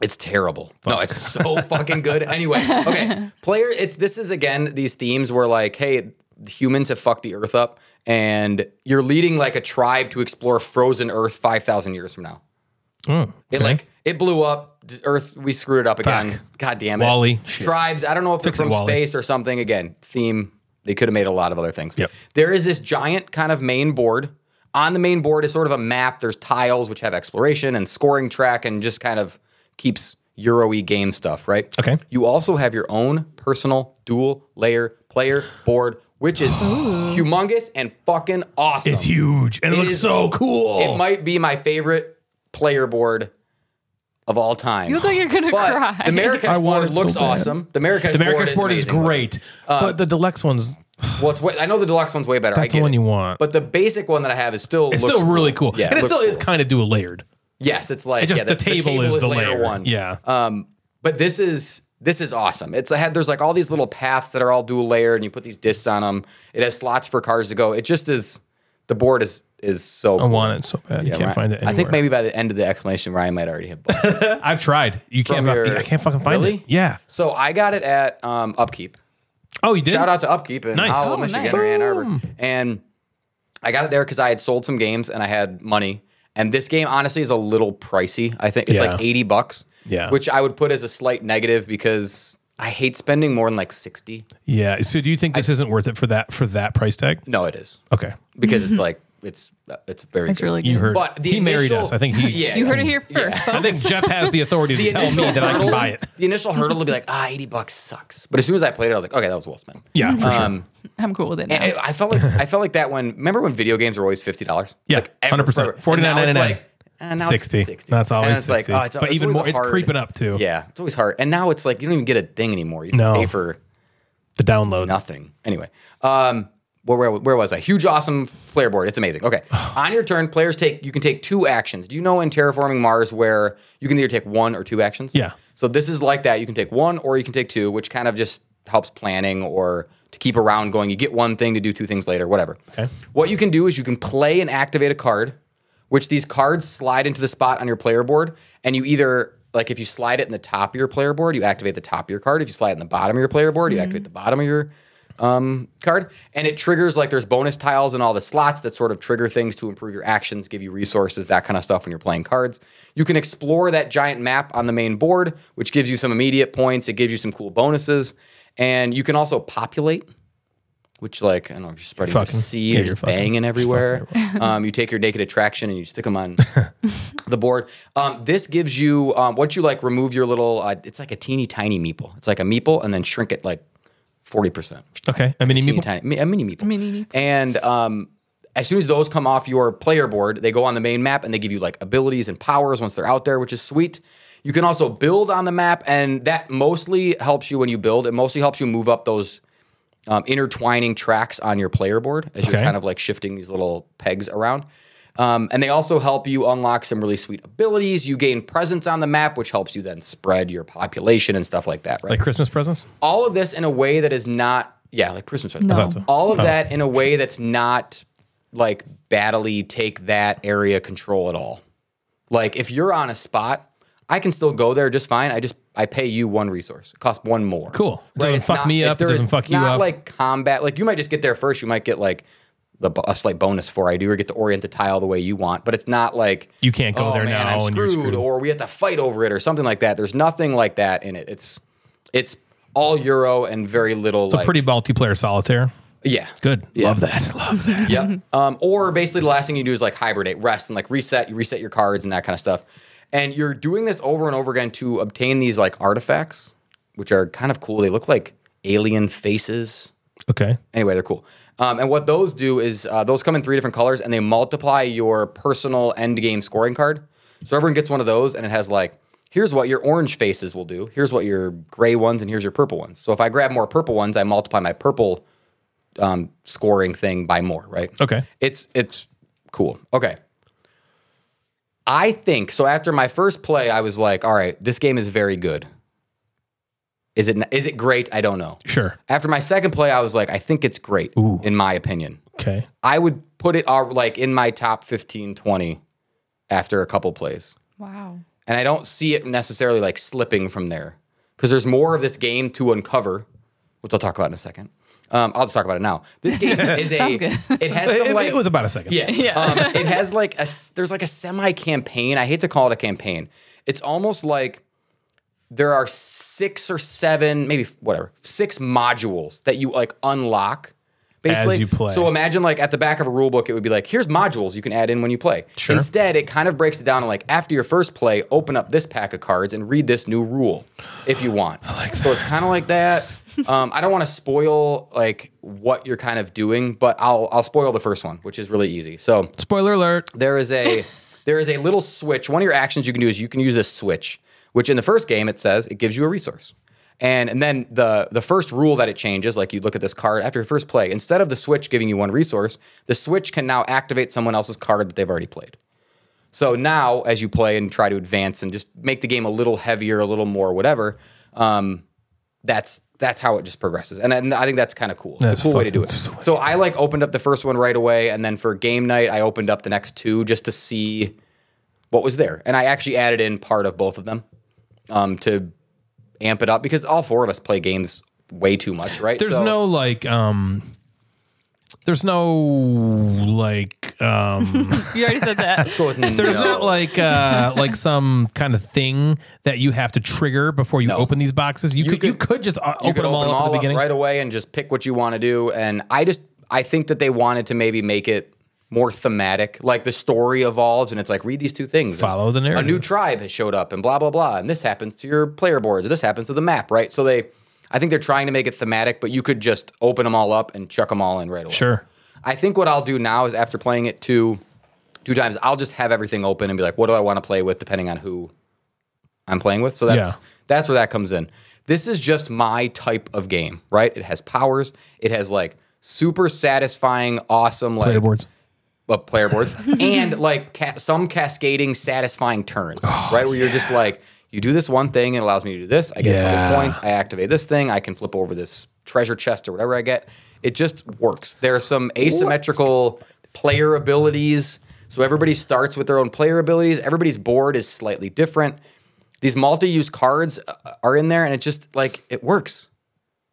it's terrible. No, it's so fucking good. Anyway, okay. Player, it's this is again these themes where like, hey, humans have fucked the earth up and you're leading like a tribe to explore frozen earth 5,000 years from now. It Oh, Okay. like it blew up. Earth, we screwed it up again. Fuck. God damn it. Wally, shit. Tribes. I don't know if Fix it, they're from Wally. space or something. Again, theme. They could have made a lot of other things. Yep. There is this giant kind of main board. On the main board is sort of a map. There's tiles which have exploration and scoring track and just kind of keeps Euro-y game stuff, right? Okay. You also have your own personal dual layer player board, which is humongous and fucking awesome. It's huge and it, It looks is- so cool. It might be my favorite player board of all time. You look like you're gonna but cry. The Marrakesh I want board it so looks bad. awesome. The Marrakesh, the Marrakesh board is, amazing Uh, looking. great, but the deluxe one's Well, it's way, I know the deluxe one's way better. I That's get the one it. you want. But the basic one that I have is still it's looks still really cool. Yeah, and it looks still is cool. kind of dual layered. Yes, it's like It just yeah, the, table, is, the layer, one. Yeah. Um, but this is this is awesome. It's I had there's like all these little paths that are all dual layered, and you put these discs on them. It has slots for cars to go. It just is. The board is is so. I want it so bad. you can't find it anywhere. I think maybe by the end of the explanation, Ryan might already have bought. it. I've tried. You can't. From your- I can't fucking find Really? it. Yeah. So I got it at um, Upkeep. Oh, you did. Shout out to Upkeep in Nice. Hollow, Oh, nice. Michigan, or Ann Arbor. And I got it there because I had sold some games and I had money. And this game honestly is a little pricey. I think it's Yeah. like 80 bucks. Yeah. Which I would put as a slight negative because I hate spending more than like 60. Yeah. So, do you think this isn't worth it for that for that price tag? No, it is. Okay. Because it's like it's uh, it's very It's good. really good. You heard. Mm, But the he married initial- us. I think he. Yeah. You heard it here first. I folks. think Jeff has the authority to tell me that I can hurdle- buy it. The initial hurdle will be like, ah, 80 bucks sucks. But as soon as I played it, I was like, okay, that was well spent. Um, Yeah, for sure. I'm cool with it. And Now. it- I felt like I felt like that when remember when video games were always fifty dollars. Yeah, like ever- 100%. forever. And 49.99. now it's like and now sixty. It's 60. That's And always it's like, sixty. oh, it's- but it's even always more, it's hard. creeping up too. Yeah, it's always hard. And now it's like you don't even get a thing anymore. You just No. pay for The download. nothing. Anyway, um, where, where where was I? Huge, awesome player board. It's amazing. Okay, on your turn, players take you can take two actions. Do you know in terraforming Mars where you can either take one or two actions? Yeah. So this is like that. You can take one or you can take two, which kind of just helps planning or to keep around going. You get one thing to do two things later, whatever. Okay. What you can do is you can play and activate a card, which these cards slide into the spot on your player board, and you either like if you slide it in the top of your player board, you activate the top of your card. If you slide it in the bottom of your player board, you Mm-hmm. activate the bottom of your um, card, and it triggers like there's bonus tiles and all the slots that sort of trigger things to improve your actions, give you resources, that kind of stuff when you're playing cards. You can explore that giant map on the main board, which gives you some immediate points. It gives you some cool bonuses, and you can also populate, which like I don't know if you're spreading your Fucking- seed, yeah, you're you're just fucking- banging everywhere. um, you take your naked attraction and you stick them on the board. Um, this gives you um, once you like remove your little, uh, it's like a teeny tiny meeple. It's like a meeple, and then shrink it like forty percent Okay. A mini teeny meeple. tiny, mi- a mini meeple. Mini meeple. And um, as soon as those come off your player board, they go on the main map and they give you like abilities and powers once they're out there, which is sweet. You can also build on the map, and that mostly helps you when you build. It mostly helps you move up those um, intertwining tracks on your player board as Okay. you're kind of like shifting these little pegs around. Um, and they also help you unlock some really sweet abilities. You gain presence on the map, which helps you then spread your population and stuff like that. Right? Like Christmas presents. all of this in a way that is not yeah like Christmas present. No. I thought so. all of that in a way that's not like battly take that area control at all like if you're on a spot I can still go there just fine I just I pay you one resource it costs one more Cool. It doesn't It's fuck me if up, it there is- doesn't fuck it's you not up. like combat like you might just get there first you might get like the, bo- a slight bonus for I do or get to orient the tile the way you want but it's not like You can't go oh, there man, now. I'm and you're screwed, screwed. or we have to fight over it, or something like that. There's nothing like that in it. It's it's all Euro and very little. Oh, so like, pretty multiplayer solitaire. yeah, Good. Yeah. Love that. Love that. yep. Um, or basically, the last thing you do is like hibernate, rest, and like reset. You reset your cards and that kind of stuff. And you're doing this over and over again to obtain these like artifacts, which are kind of cool. They look like alien faces. Okay. Anyway, they're cool. Um, and what those do is uh, those come in three different colors, and they multiply your personal end game scoring card. So everyone gets one of those, and it has like here's what your orange faces will do. Here's what your gray ones, and here's your purple ones. So if I grab more purple ones, I multiply my purple um, scoring thing by more, right? Okay. It's it's cool. Okay. I think so. After my first play, I was like, "All right, this game is very good." Is it is it great? I don't know. Sure. After my second play, I was like, "I think it's great," in my opinion. Okay. I would put it uh, like in my top 15, 20 after a couple plays. Wow. And I don't see it necessarily like slipping from there because there's more of this game to uncover, which I'll talk about in a second. Um, I'll just talk about it now. This game is a. Sounds good. It has It, some it like. was about a second. Yeah. Um, it has like a s- there's like a semi campaign. I hate to call it a campaign. It's almost like there are six or seven, maybe f- whatever, six modules that you like unlock. Basically, you play. so imagine like at the back of a rule book, it would be like, here's modules you can add in when you play. Sure. Instead, it kind of breaks it down to like after your first play, open up this pack of cards and read this new rule if you want. so it's kind of like that. Um, I don't want to spoil like what you're kind of doing, but I'll I'll spoil the first one, which is really easy. So Spoiler alert. there is a there is a little switch. One of your actions you can do is you can use a switch, which in the first game it says it gives you a resource. And and then the the first rule that it changes, like you look at this card after your first play, instead of the switch giving you one resource, the switch can now activate someone else's card that they've already played. So now, as you play and try to advance and just make the game a little heavier, a little more, whatever, um, that's that's how it just progresses, and, and I think that's kind of cool. It's That's a cool way to do it. fucking sweet. So I like opened up the first one right away, and then for game night, I opened up the next two just to see what was there, and I actually added in part of both of them um, to amp it up because all four of us play games way too much, right? There's So- no like um there's no like um You already said that. Let's go with there's no. not like uh like some kind of thing that you have to trigger before you open these boxes. You, could, you could- could just uh, you open could them all up at the beginning. right away and just pick what you want to do. And I just I think that they wanted to maybe make it more thematic. Like the story evolves and it's like read these two things. Follow the A new narrative. tribe has showed up and blah blah blah. And this happens to your player boards. Or this happens to the map, right? So they I think they're trying to make it thematic, but you could just open them all up and chuck them all in right away. Sure. I think what I'll do now is after playing it two two times, I'll just have everything open and be like, what do I want to play with depending on who I'm playing with. So that's Yeah. that's where that comes in. This is just my type of game, right? It has powers. It has like super satisfying, awesome like Player boards. uh, player boards and like ca- some cascading, satisfying turns, right? Where you're just like, you do this one thing, it allows me to do this. I get a Yeah. couple points. I activate this thing. I can flip over this treasure chest or whatever I get. It just works. There are some asymmetrical player abilities. So everybody starts with their own player abilities. Everybody's board is slightly different. These multi-use cards uh, are in there, and it just like it works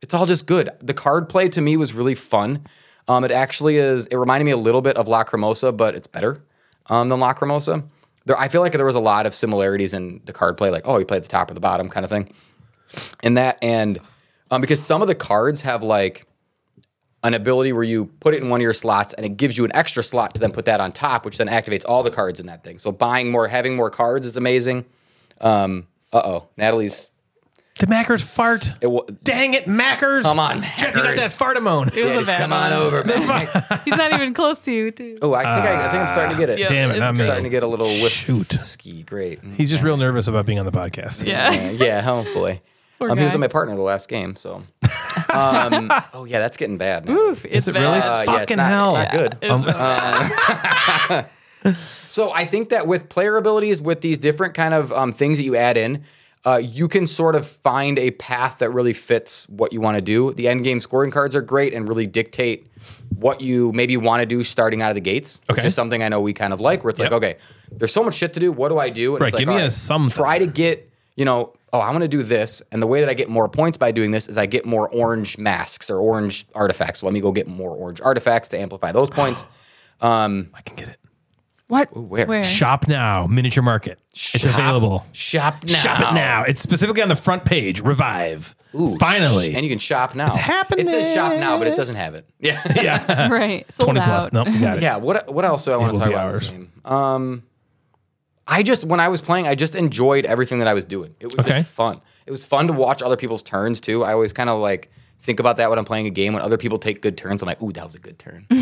it's all just good. The card play to me was really fun. Um, it actually is. It reminded me a little bit of Lacrimosa, but it's better um, than Lacrimosa. There, I feel like there was a lot of similarities in the card play, like oh, you play at the top or the bottom kind of thing. In that, and um, because some of the cards have like an ability where you put it in one of your slots and it gives you an extra slot to then put that on top, which then activates all the cards in that thing. So buying more, having more cards is amazing. Um, uh oh, Natalie's. The Mackers fart. It wa- Dang it, Mackers. Come on, Jeff, you got that Mackers. fartamone. It was a Just bad come on one. over, man. He's not even close to you, too. Oh, I think I, I think I'm starting to get it. Yeah. Damn it, It's not me. Starting to get a little whiff. Shoot. Ski, great. Mm, He's just real nervous about being on the podcast. Yeah. Yeah, oh boy. Poor Um, he was guy. my partner the last game, so. Um, oh yeah, that's getting bad. now. Oof, it's Is it really? Um, bad. Uh, yeah, it's Fucking not- it's hell. not good. It's bad. So I think that with player abilities, with these different kind of um, things that you add in, uh, you can sort of find a path that really fits what you want to do. The end game scoring cards are great and really dictate what you maybe want to do starting out of the gates, Okay. which is something I know we kind of like. Where it's Yep. like, okay, there's so much shit to do. What do I do? And Right, it's like, give me all a something. Try to get you know. Oh, I want to do this, and the way that I get more points by doing this is I get more orange masks or orange artifacts. So let me go get more orange artifacts to amplify those points. I can get it. what? where? Shop now, miniature market. It's Shop- available. Shop now. Shop it now. It's specifically on the front page. Revive. Ooh, Finally. sh- And you can shop now. It's happening. It says shop now, but it doesn't have it. Yeah. Yeah. Right. Sold 20 plus. out. Nope, we got it. yeah. What what else do I want will to talk be about in this ours. game? Um I just when I was playing, I just enjoyed everything that I was doing. It was Okay. just fun. It was fun to watch other people's turns too. I always kind of like think about that when I'm playing a game. When other people take good turns, I'm like, ooh, that was a good turn. In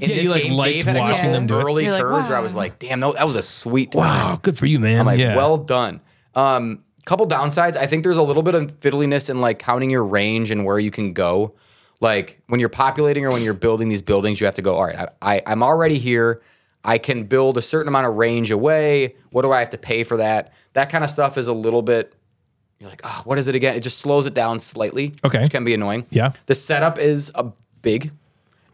yeah, you, like, liked watching them do it. early You're like, turns where I was wow. like, damn, no, that was a sweet turn. Wow. Good for you, man. I'm like, yeah. well done. Um, couple downsides. I think there's a little bit of fiddliness in like counting your range and where you can go. Like when you're populating or when you're building these buildings, you have to go. All right, I, I I'm already here. I can build a certain amount of range away. What do I have to pay for that? That kind of stuff is a little bit. You're like, oh, what is it again? It just slows it down slightly. Okay. which can be annoying. Yeah. the setup is a big.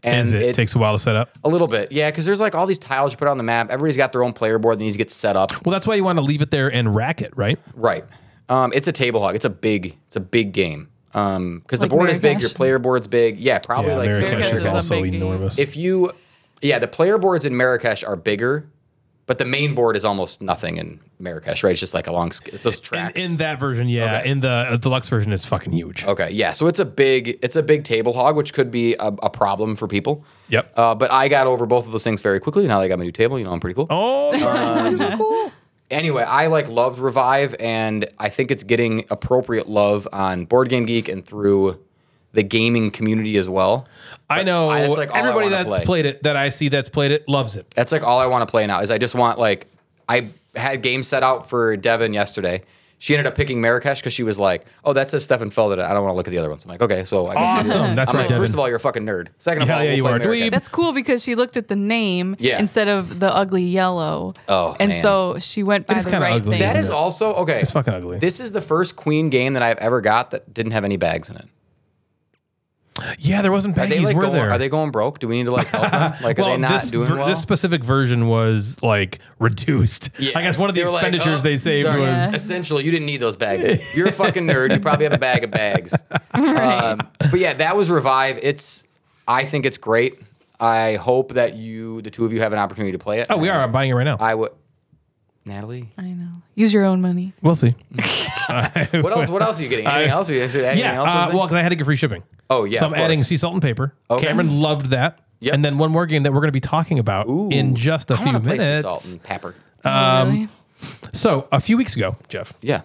And As it, takes a while to set up. a little bit, yeah, because there's like all these tiles you put on the map. Everybody's got their own player board that needs to get set up. Well, that's why you want to leave it there and rack it, right? Right. Um, it's a table hog. It's a big. It's a big game. Because the Like board is Marrakesh? big. Your player board's big. Yeah, probably like Marrakesh Marrakesh is or also- something. big game. If you, yeah, the player boards in Marrakesh are bigger, but the main board is almost nothing in Marrakesh. Right? It's just like a long. sk- It's those in, tracks. in that version, yeah. Okay. In the uh, deluxe version, it's fucking huge. Okay, yeah. So it's a big, it's a big table hog, which could be a, a problem for people. Yep. Uh, but I got over both of those things very quickly. Now that I got my new table. You know, I'm pretty cool. Oh, anyway, I like loved Revive, and I think it's getting appropriate love on Board Game Geek and through the gaming community as well. I know. I- that's, like, all I everybody wanna that's play. played it, that I see that's played it, loves it. That's like all I want to play now. Is I just want like I had games set out for Devin yesterday. She ended up picking Marrakesh because she was like, "Oh, that says Stefan Felder. I don't want to look at the other ones." I'm like, "Okay, so I guess you do." Awesome. That's I'm right, like, Devin. first of all, you're a fucking nerd. Second of Yeah, all, yeah, we'll you play are a Marrakesh. dweeb. That's cool because she looked at the name Yeah. instead of the ugly yellow. Oh, and man. so she went by is the kinda right ugly, thing. That isn't is it? also okay. It's fucking ugly. This is the first Queen game that I've ever got that didn't have any bags in it. yeah, there wasn't Are they baggies, like were going? there? Are they going broke? Do we need to like help them? Like, are they not this, doing ver- well? this specific version was like reduced. Yeah. I guess one of the They were like, expenditures "Oh, they saved sorry. was. Yeah. essentially you didn't need those bags. You're a fucking nerd. You probably have a bag of bags. Um, but yeah, that was revive. It's I think it's great. I hope that you, the two of you, have an opportunity to play it. Oh, we are. I'm buying it right now. I would. Natalie, I know. Use your own money. we'll see. what else? What else are you getting? Anything else? Are you actually adding Yeah. anything else? Uh, to the well, thing? because I had to get free shipping. Oh, yeah, So of I'm adding course. sea, salt, and paper. Okay. Cameron loved that. Yep. And then one more game that we're going to be talking about in just a I few want to play sea minutes. salt and pepper. Um, So a few weeks ago, Jeff, Yeah.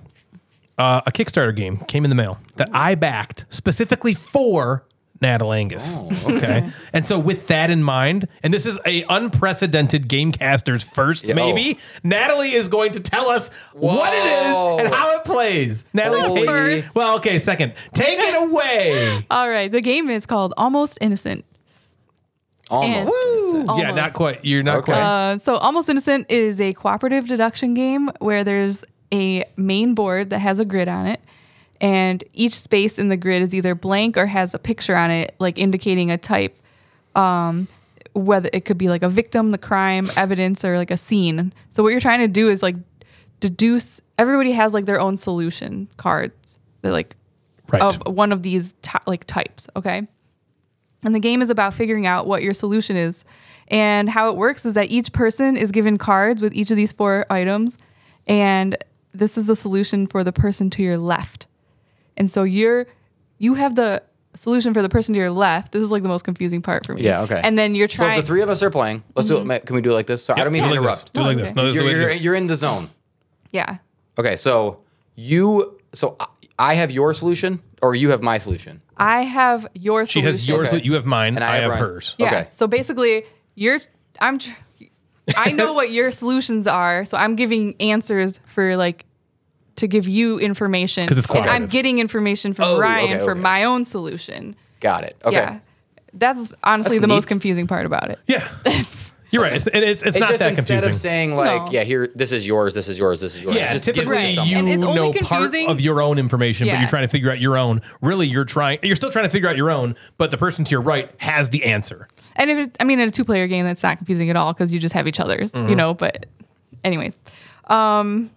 uh, a Kickstarter game came in the mail that I backed specifically for Natalie Angus. Oh, okay. And so with that in mind, and this is a unprecedented Gamecaster's first, Yeah, oh. maybe, Natalie is going to tell us what Whoa. it is and how it plays. Natalie, Holy- take First. well, okay, second, take it away. All right. The game is called Almost Innocent. And- Almost. Woo! Yeah, Almost. not quite. You're not Okay. quite. Uh, so Almost Innocent is a cooperative deduction game where there's a main board that has a grid on it. And each space in the grid is either blank or has a picture on it, like indicating a type. Um, whether it could be like a victim, the crime, evidence, or like a scene. So what you're trying to do is like deduce. Everybody has like their own solution cards. They're like right. of one of these ty- like types, okay? And the game is about figuring out what your solution is. And how it works is that each person is given cards with each of these four items and this is the solution for the person to your left. And so you're you have the solution for the person to your left. This is like the most confusing part for me. Yeah, okay. And then you're So if trying the three of us are playing, let's Mm-hmm. do it. Can we do it like this? Sorry, I don't mean do to it like interrupt. Oh, This. Do it like No, this. No, okay. this is the You're, way to you're, do it. you're in the zone. Yeah. Okay, so you, so I- I have your solution, or you have my solution. I have your She solution. has yours. Okay. You have mine. And I I, have have, Ryan's. hers. Yeah. Okay. So basically, you're I'm tr- I know what your solutions are, so I'm giving answers for like to give you information 'Cause it's and I'm cooperative. getting information from Oh, Ryan okay, for okay. my own solution. Got it. Okay. Yeah. That's honestly That's the most neat. confusing part about it. Yeah. You're right. It's, and it's, it's It not just that instead confusing. of saying like, No. yeah, here, this is yours, this is yours, this is yours. Yeah, just typically give it to Right. someone. And you it's only know confusing- part of your own information, but Yeah. you're trying to figure out your own. Really, you're trying. You're still trying to figure out your own, but the person to your right has the answer. And if it's, I mean, in a two player game, that's not confusing at all because you just have each other's, Mm-hmm. you know. But, anyways, um,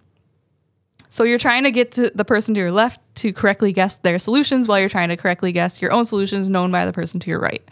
so you're trying to get to the person to your left to correctly guess their solutions while you're trying to correctly guess your own solutions known by the person to your right.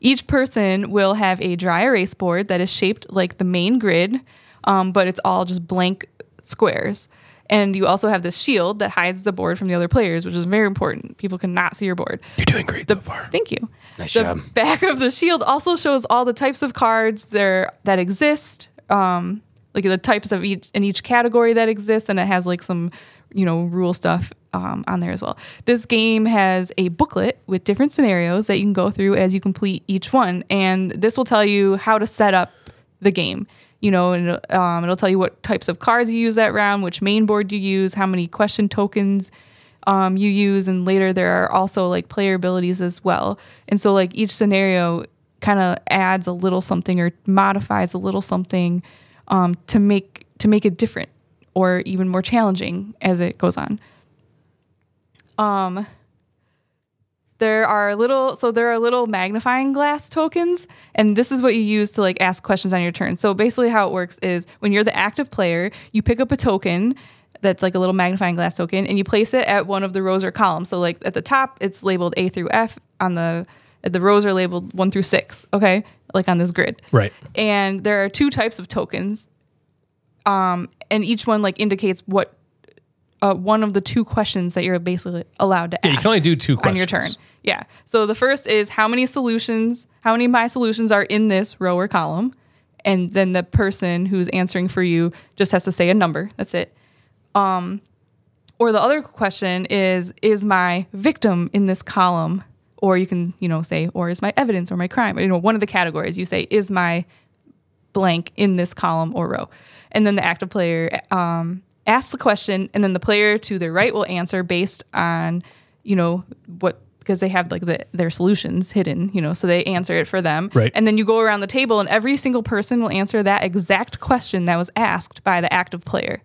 Each person will have a dry erase board that is shaped like the main grid, um, but it's all just blank squares. And you also have this shield that hides the board from the other players, which is very important. People cannot see your board. You're doing great so far. Thank you. Nice the job. back of the shield also shows all the types of cards there that exist, um, like the types of each in each category that exists, and it has like some, you know, rule stuff um, on there as well. This game has a booklet with different scenarios that you can go through as you complete each one, and this will tell you how to set up the game. you know, and um, it'll tell you what types of cards you use that round, which main board you use, how many question tokens um, you use, and later there are also like player abilities as well. And so like each scenario kind of adds a little something or modifies a little something um, to make to make it different or even more challenging as it goes on. there are little so there are little magnifying glass tokens and this is what you use to like ask questions on your turn so basically how it works is when you're the active player you pick up a token that's like a little magnifying glass token and you place it at one of the rows or columns so like at the top it's labeled a through f on the the rows are labeled one through six okay like on this grid Right. and there are two types of tokens um, and each one like indicates what uh, one of the two questions that you're basically allowed to Yeah, ask you can only do two on questions your turn. Yeah. So the first is how many solutions, how many of my solutions are in this row or column, and then the person who's answering for you just has to say a number. That's it. Um, or the other question is is my victim in this column, or you can you know say or is my evidence or my crime, you know one of the categories. You say is my blank in this column or row. And then the active player um, asks the question, and then the player to their right will answer based on, you know, what because they have like the, their solutions hidden, you know, so they answer it for them. Right. And then you go around the table, and every single person will answer that exact question that was asked by the active player.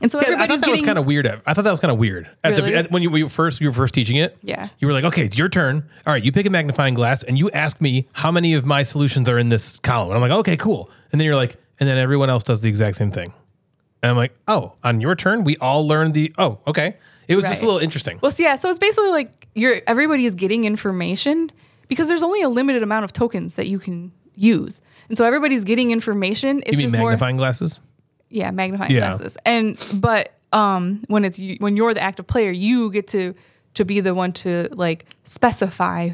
And so Yeah, I everybody's thought that was getting kind of weird. at- I thought that was kind of weird at Really? the at, when you, when you first you were first teaching it. Yeah. you were like, okay, it's your turn. All right, you pick a magnifying glass and you ask me how many of my solutions are in this column. And I'm like, okay, cool. And then you're like, and then everyone else does the exact same thing. And I'm like, oh, on your turn, we all learned the. Oh, okay. It was just a Right. little interesting. Well, so yeah, so it's basically like you're everybody is getting information because there's only a limited amount of tokens that you can use, and so everybody's getting information. It's you mean just more, magnifying glasses? yeah, magnifying Yeah. glasses. And but um, when it's you, when you're the active player, you get to to be the one to like specify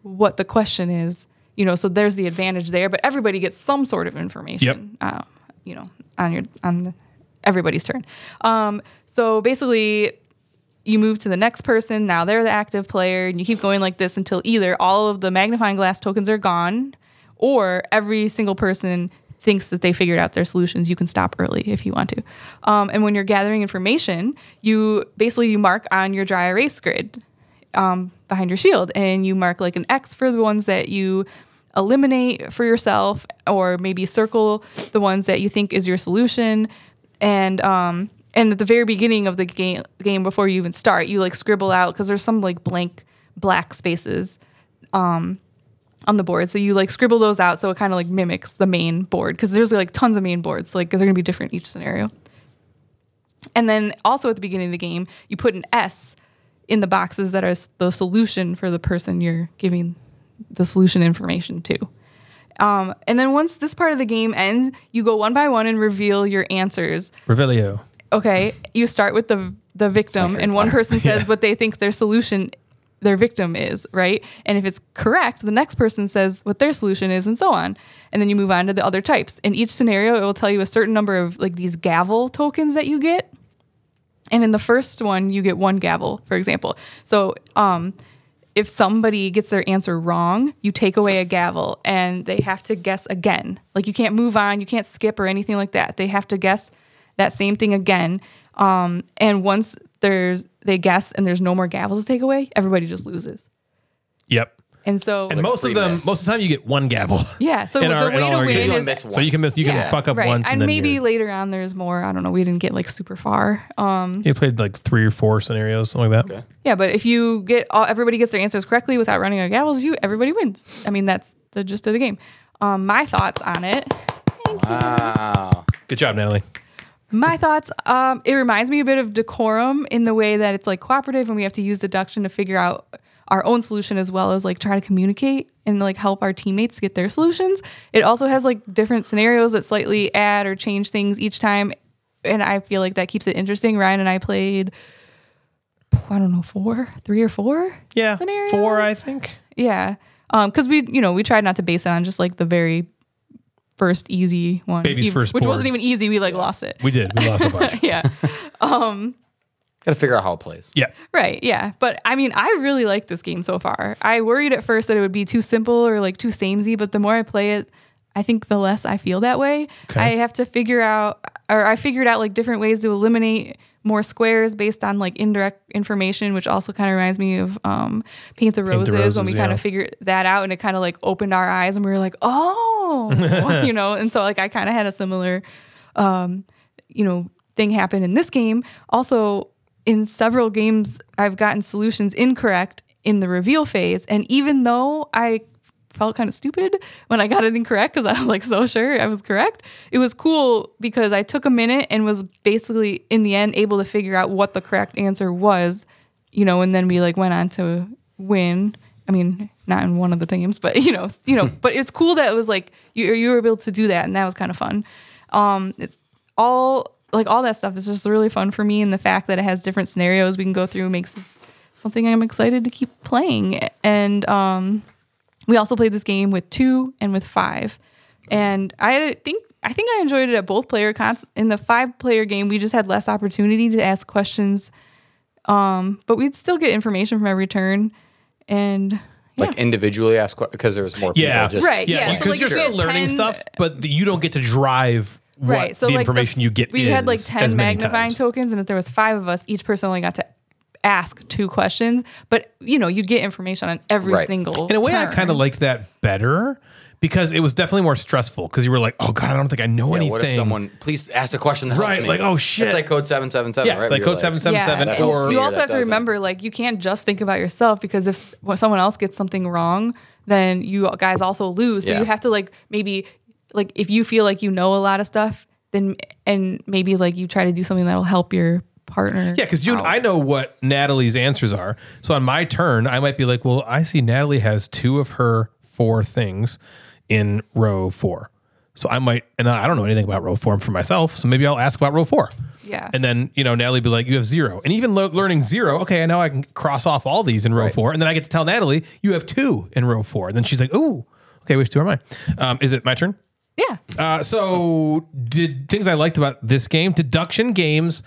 what the question is. You know, so there's the advantage there, but everybody gets some sort of information. Uh, you know, on your on the, everybody's turn. Um, so basically, you move to the next person. Now they're the active player, and you keep going like this until either all of the magnifying glass tokens are gone, or every single person thinks that they figured out their solutions. You can stop early if you want to. Um, and when you're gathering information, you basically you mark on your dry erase grid um, behind your shield, and you mark like an X for the ones that you eliminate for yourself, or maybe circle the ones that you think is your solution. And um, and at the very beginning of the game, game before you even start, you like scribble out because there's some like blank black spaces um, on the board. So you like scribble those out so it kind of like mimics the main board because there's like tons of main boards. So, like they they're gonna be different each scenario. And then also at the beginning of the game, you put an S in the boxes that are s- the solution for the person you're giving the solution information to. Um, and then once this part of the game ends, you go one by one and reveal your answers Revelio. okay, you start with the the victim, and one person says what they think their solution, their victim is, right? And if it's correct, the next person says what their solution is, and so on. And then you move on to the other types. In each scenario, it will tell you a certain number of like these gavel tokens that you get. And in the first one, you get one gavel, for example. So, um, if somebody gets their answer wrong, you take away a gavel and they have to guess again. Like you can't move on, you can't skip or anything like that. They have to guess that same thing again. Um, and once there's they guess and there's no more gavels to take away, everybody just loses. Yep. And so And most free of them, miss. most of the time, you get one gavel. yeah, so in the our- in way all to our win games. is You miss So you can miss, you can yeah, fuck up right. once, and, and then maybe you're- later on there's more. I don't know. We didn't get like super far. Um, you played like three or four scenarios, something like that. yeah, but if you get all, everybody gets their answers correctly without running out of gavels, you everybody wins. I mean that's the gist of the game. Um, my thoughts on it. Wow. Good job, Natalie. My thoughts. Um, it reminds me a bit of decorum in the way that it's like cooperative, and we have to use deduction to figure out our own solution as well as like try to communicate and like help our teammates get their solutions. It also has like different scenarios that slightly add or change things each time, and I feel like that keeps it interesting. Ryan and I played, I don't know, four, three or four. Yeah, four, I Scenarios? think. Yeah, because we, you know, we tried not to base it on just like the very first easy one, Baby's even- first which board. wasn't even easy. We like lost it. We did. We lost a bunch. yeah. Got to figure out how it plays. Yeah. Right. Yeah. But I mean, I really like this game so far. I worried at first that it would be too simple or like too samey, but the more I play it, I think the less I feel that way. I have to figure out, or I figured out like different ways to eliminate more squares based on like indirect information, which also kind of reminds me of um, Paint the Roses, when we Roses, yeah. kind of figured that out and it kind of like opened our eyes and we were like, oh, you know, and so like I kind of had a similar you know thing happened in this game also in several games i've gotten solutions incorrect in the reveal phase and even though i felt kind of stupid when i got it incorrect because i was like so sure i was correct it was cool because i took a minute and was basically in the end able to figure out what the correct answer was you know and then we like went on to win i mean not in one of the games but you know you know but it's cool that it was like you, you were able to do that and that was kind of fun um it- all like all that stuff is just really fun for me and the fact that it has different scenarios we can go through makes it something i'm excited to keep playing and um we also played this game with two and with five and i think i think i enjoyed it at both player cons in the five player game we just had less opportunity to ask questions um but we'd still get information from every turn and yeah. Like individually ask because there was more people. Yeah. Just Right, Yeah, playing. yeah, because so, like, you're you still get learning 10 stuff, but the, you don't get to drive what the like, information you get. We had like is ten as many magnifying times. tokens, and if there was five of us, each person only got to ask two questions. But you know, you'd get information on every Right. single. In a way, I turn. kind of liked that better because it was definitely more stressful because you were like, oh god, I don't think I know Yeah, anything. what if someone please ask a question that helps Right, me? like, oh, shit. It's like code seven seven seven. yeah, it's like code seven seven Yeah, seven and that helps or me. you also that have to doesn't. remember, like, you can't just think about yourself because if s- when someone else gets something wrong, then you guys also lose. So Yeah. you have to like maybe like if you feel like you know a lot of stuff, then and maybe like you try to do something that'll help your partner. Yeah, because dude, I know what Natalie's answers are. So on my turn, I might be like, well, I see Natalie has two of her four things in row four. So I might, and I don't know anything about row four for myself. So maybe I'll ask about row four. Yeah. And then, you know, Natalie be like, you have zero. And even lo- learning zero, okay, now I can cross off all these in row four. And then I get to tell Natalie, you have two in row four. And then she's like, ooh, okay, which two are mine? Um, is it my turn? yeah. Uh, so did things I liked about this game. Deduction games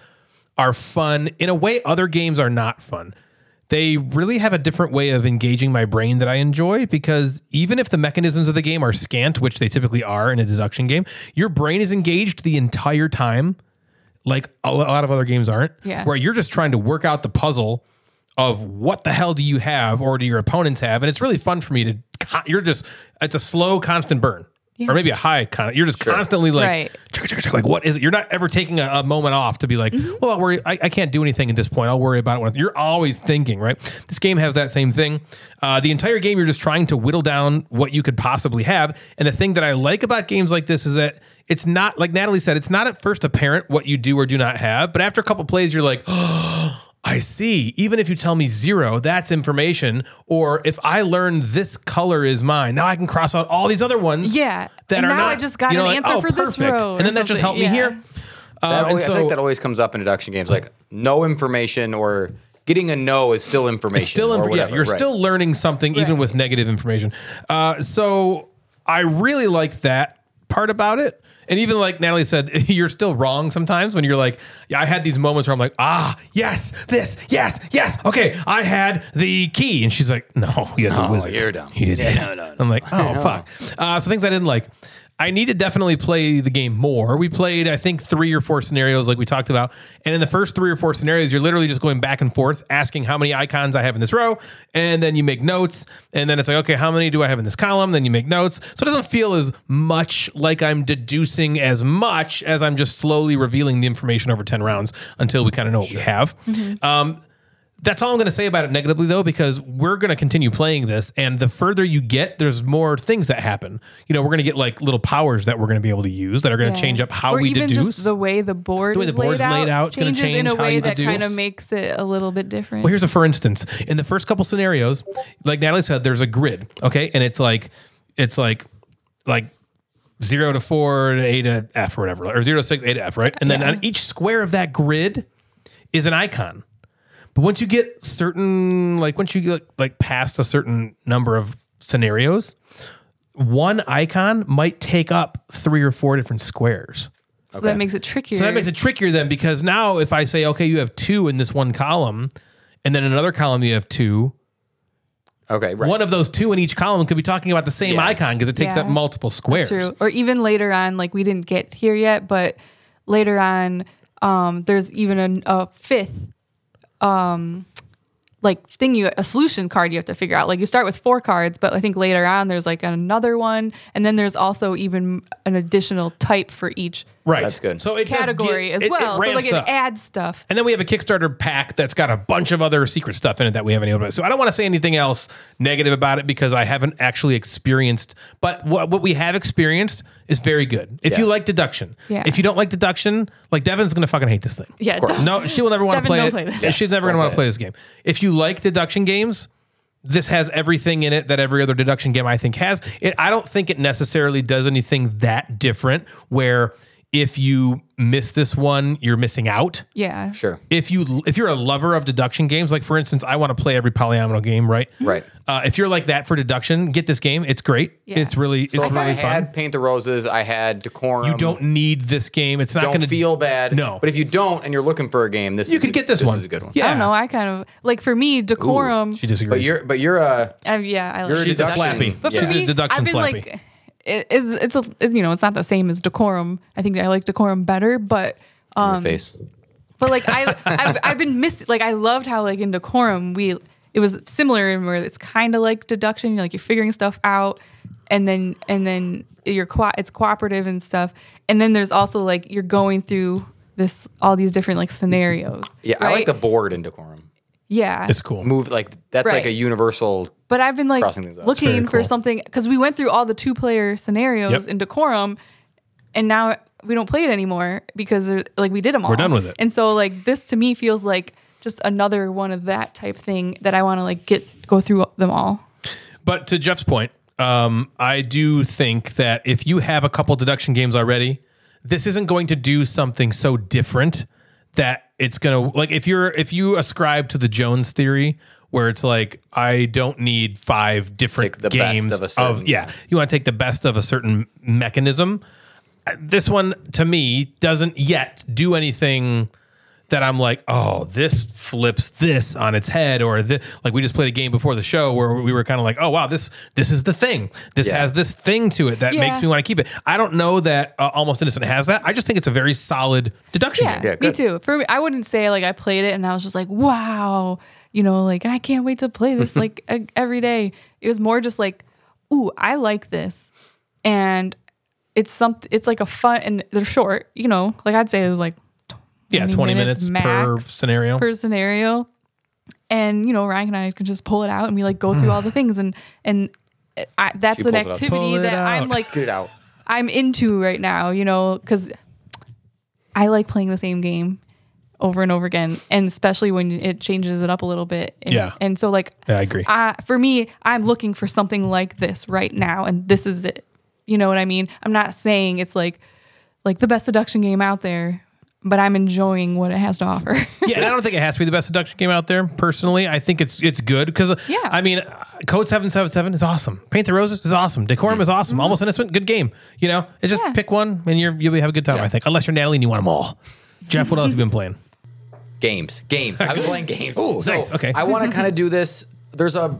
are fun in a way other games are not fun. They really have a different way of engaging my brain that I enjoy because even if the mechanisms of the game are scant, which they typically are in a deduction game, your brain is engaged the entire time, like a lo- a lot of other games aren't. Yeah. Where you're just trying to work out the puzzle of what the hell do you have or do your opponents have, and it's really fun for me to. co- You're just it's a slow, constant burn. Or maybe a high kind you're just constantly like, Right. chugga, chugga, chugga, like what is it? You're not ever taking a, a moment off to be like, well, I'll worry, I, I can't do anything at this point. I'll worry about it. When I-" you're always thinking, right? This game has that same thing. Uh, the entire game, you're just trying to whittle down what you could possibly have. And the thing that I like about games like this is that it's not like Natalie said, it's not at first apparent what you do or do not have. But after a couple plays, you're like, I see. Even if you tell me zero, that's information. Or if I learn this color is mine, now I can cross out all these other ones. Yeah. That And are now not, I just got you know, an like, answer oh, for this perfect. row or And then that just helped something. Yeah. me here. Um, That and always, I so- think that always comes up in deduction games. Like no information or getting a no is still information. still or inf- yeah, whatever, you're right. still learning something even Right. with negative information. Uh, so I really liked that part about it. And even like Natalie said, you're still wrong sometimes when you're like, yeah, I had these moments where I'm like, ah, yes, this, yes, yes, okay, I had the key, and she's like, no, you had the No, wizard. Oh, you're dumb. You did this. I'm like, oh fuck. Uh, so things I didn't like. I need to definitely play the game more. We played, I think, three or four scenarios, like we talked about. And in the first three or four scenarios, you're literally just going back and forth, asking how many icons I have in this row, and then you make notes. And then it's like, okay, how many do I have in this column? Then you make notes. So it doesn't feel as much like I'm deducing as much as I'm just slowly revealing the information over ten rounds until we kind of know what we have. Um, that's all I'm going to say about it negatively, though, because we're going to continue playing this. And the further you get, there's more things that happen. You know, we're going to get like little powers that we're going to be able to use that are going to Yeah. change up how or we even deduce. Just the way the board The way is the board's laid, laid out out is gonna changes in a change how way you that kind of deduce. makes it a little bit different. Well, here's a for instance. In the first couple scenarios, like Natalie said, there's a grid, okay, and it's like it's like like zero to four to A to F or whatever, or zero to six A to F, right? And then on each square of that grid is an icon. But once you get certain, like once you get like past a certain number of scenarios, one icon might take up three or four different squares. so that makes it trickier. So that makes it trickier then because now if I say, okay, you have two in this one column, and then another column you have two, Okay, right. One of those two in each column could be talking about the same Yeah. icon because it takes Yeah. up multiple squares. True. Or even later on, like we didn't get here yet, but later on, um, there's even a, a fifth, um, like thing you a solution card you have to figure out. Like you start with four cards, but I think later on there's like another one, and then there's also even an additional type for each Right. That's good. So it does category get- as it- it well. so like ramps it up. adds stuff. And then we have a Kickstarter pack that's got a bunch of other secret stuff in it that we haven't about. So I don't want to say anything else negative about it because I haven't actually experienced. But what, what we have experienced is very good. If Yeah. you like deduction, Yeah. if you don't like deduction, like Devin's gonna fucking hate this thing. Yeah, course. No, she will never want to Devin, play don't it. play this. And She's never gonna Don't want to play play it. this game. If you like deduction games. This has everything in it that every other deduction game I think has. It, I don't think it necessarily does anything that different. Where if you miss this one, you're missing out Yeah. sure. if you if you're a lover of deduction games, like for instance, I want to play every polyomino game, right? Right. Uh, if you're like that for deduction, get this game. It's great. Yeah. It's really So it's if I really had fun. Paint the Roses, I had Decorum. You don't need this game. It's not don't going to feel bad. No. But if you don't and you're looking for a game, this You is could a- get this, one. is a good one. Yeah. I don't know. I kind of like for me decorum. She disagrees. But you're but you're uh uh, yeah, I like You're a She's a Deduction. slappy. But Yeah. for She's me, a deduction I've been slappy. like, it is it's a it, you know it's not the same as decorum. I think I like decorum better, but your um, face. but like I I've, I've been missed. Like I loved how like in decorum we it was similar in where it's kind of like deduction. You're like you're figuring stuff out, and then and then you're co- it's cooperative and stuff. And then there's also like you're going through this all these different like scenarios. Yeah, I like right? the board in Decorum. yeah. it's cool. Move like that's like Right. a universal But I've been like Crossing things out. Very looking cool. for something because we went through all the two player scenarios Yep. in Decorum, and now we don't play it anymore because there- like we did them all. We're done with it. And so like this to me feels like just another one of that type thing that I want to like get go through them all. But to Jeff's point, um, I do think that if you have a couple deduction games already, this isn't going to do something so different that it's gonna like if you're if you ascribe to the Jones theory where it's like I don't need five different Take the best games of a certain- yeah you want to take the best of a certain mechanism. Uh, This one to me doesn't yet do anything that I'm like, oh, this flips this on its head, or thi- like we just played a game before the show where we were kind of like, oh wow, this this is the thing. This Yeah. has this thing to it that Yeah. makes me want to keep it. I don't know that uh, Almost Innocent has that. I just think it's a very solid deduction. Yeah, game. me good. too. For me, I wouldn't say like I played it and I was just like wow, you know, like I can't wait to play this like e- every day. It was more just like, ooh, I like this, and it's something. It's like a fun and they're short, you know. Like I'd say it was like yeah, twenty minutes, per max scenario. per scenario, and you know Ryan and I can just pull it out and we like go through all the things and and uh, I, that's She pulls an it out. Pull activity it that out. I'm like get it out. I'm into right now, you know, because I like playing the same game over and over again, and especially when it changes it up a little bit. And, Yeah. And so, like, Yeah, I agree. I, for me, I'm looking for something like this right now, and this is it. You know what I mean? I'm not saying it's like like the best deduction game out there, but I'm enjoying what it has to offer. yeah, and I don't think it has to be the best deduction game out there. Personally, I think it's it's good because Yeah. I mean, uh, Code Seven Seven Seven is awesome. Paint the Roses is awesome. Decorum is awesome. Almost Innocent, good game. You know, it's just Yeah. pick one and you're you'll have a good time. I think unless you're Natalie and you want them all. Jeff, what else have you been playing? Games. Games. I've been playing games. Ooh, nice. Okay. I want to kind of do this. There's a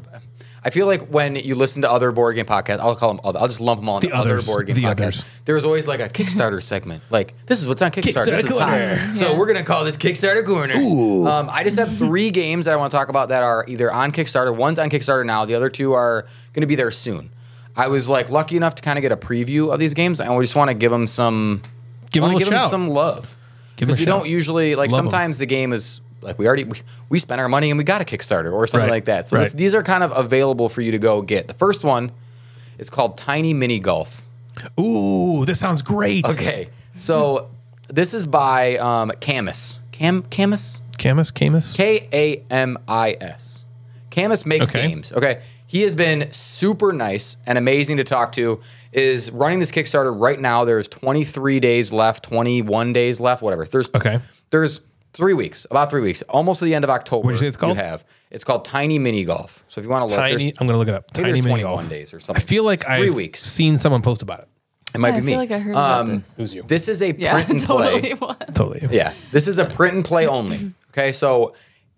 I feel like when you listen to other board game podcasts, I'll call them other. I'll just lump them all into The other others. board game The podcasts. others. There's always like a Kickstarter segment. Like this is what's on Kickstarter. Kickstarter this is hot. corner. So we're gonna call this Kickstarter corner. Um, I just have three games that I want to talk about that are either on Kickstarter. One's on Kickstarter now. The other two are gonna be there soon. I was like lucky enough to kind of get a preview of these games, and we just want to give them some Give 'em wanna a give 'em shout. some love. Give 'em a Because we shout. don't usually like Love 'em. sometimes the game is like we already we, we spent our money and we got a Kickstarter or something Right. like that. So Right. this- these are kind of available for you to go get. The first one is called Tiny Mini Golf. Ooh, this sounds great. Okay, so this is by um, Camus. Cam Camus. Camus, Camus. K A M I S. Camus makes Okay. games. Okay. He has been super nice and amazing to talk to. Is running this Kickstarter right now. There's 23 days left, 21 days left, whatever. There's Okay. There's three weeks, about three weeks, almost to the end of October. What'd you say it's called? have it's called Tiny Mini Golf. So if you want to look, there's- Tiny. I'm gonna look it up. I think Tiny there's mini 21 golf. days or I something. feel like It's three I've weeks. seen someone post about it. It might I be feel me. Um, like I heard about this. Who's you? This is a print and play. totally. was. Totally. Mm-hmm. Yeah. This is a print and play only. Okay. So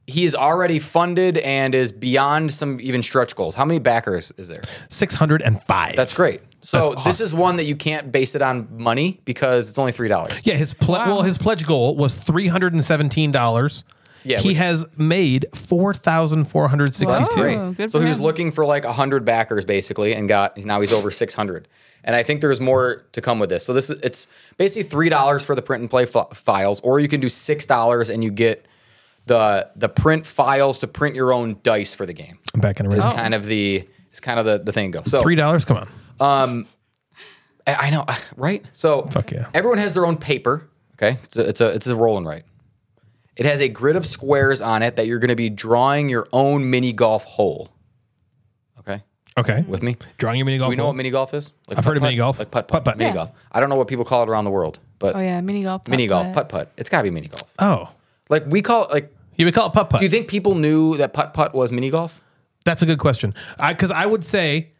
he is already funded and is beyond some even stretch goals. How many backers is there? Six hundred and five. That's great. So That's this is one that you can't base it on money because it's only three dollars. Yeah, his ple- well, his pledge goal was three hundred and seventeen dollars. Yeah, he which- has made four thousand four hundred That's sixty-two. great. Oh, good so for he was him. looking for like 100 backers basically and got now he's over 600. And I think there's more to come with this. So this is it's basically $3 for the print and play f- files or you can do $6 and you get the the print files to print your own dice for the game. I'm back in a Is race. kind of the is kind of the, the thing goes. So Oh. Three dollars. Come on. I I know, right? So Fuck yeah. everyone has their own paper. Okay, it's a it's a, it's a rolling right. It has a grid of squares on it that you're going to be drawing your own mini golf hole. Okay, Okay. with me. Drawing your mini golf. Do we know hole. what mini golf is? Like I've heard of putt-putt? mini golf. Like putt putt, Putt-putt. mini Yeah. golf. I don't know what people call it around the world, but Oh yeah, mini golf. mini golf, putt putt. It's got to be mini golf. oh, Like we call it. Like, you would call it putt putt. do you think people knew that putt putt was mini golf? That's a good question. Because I, would say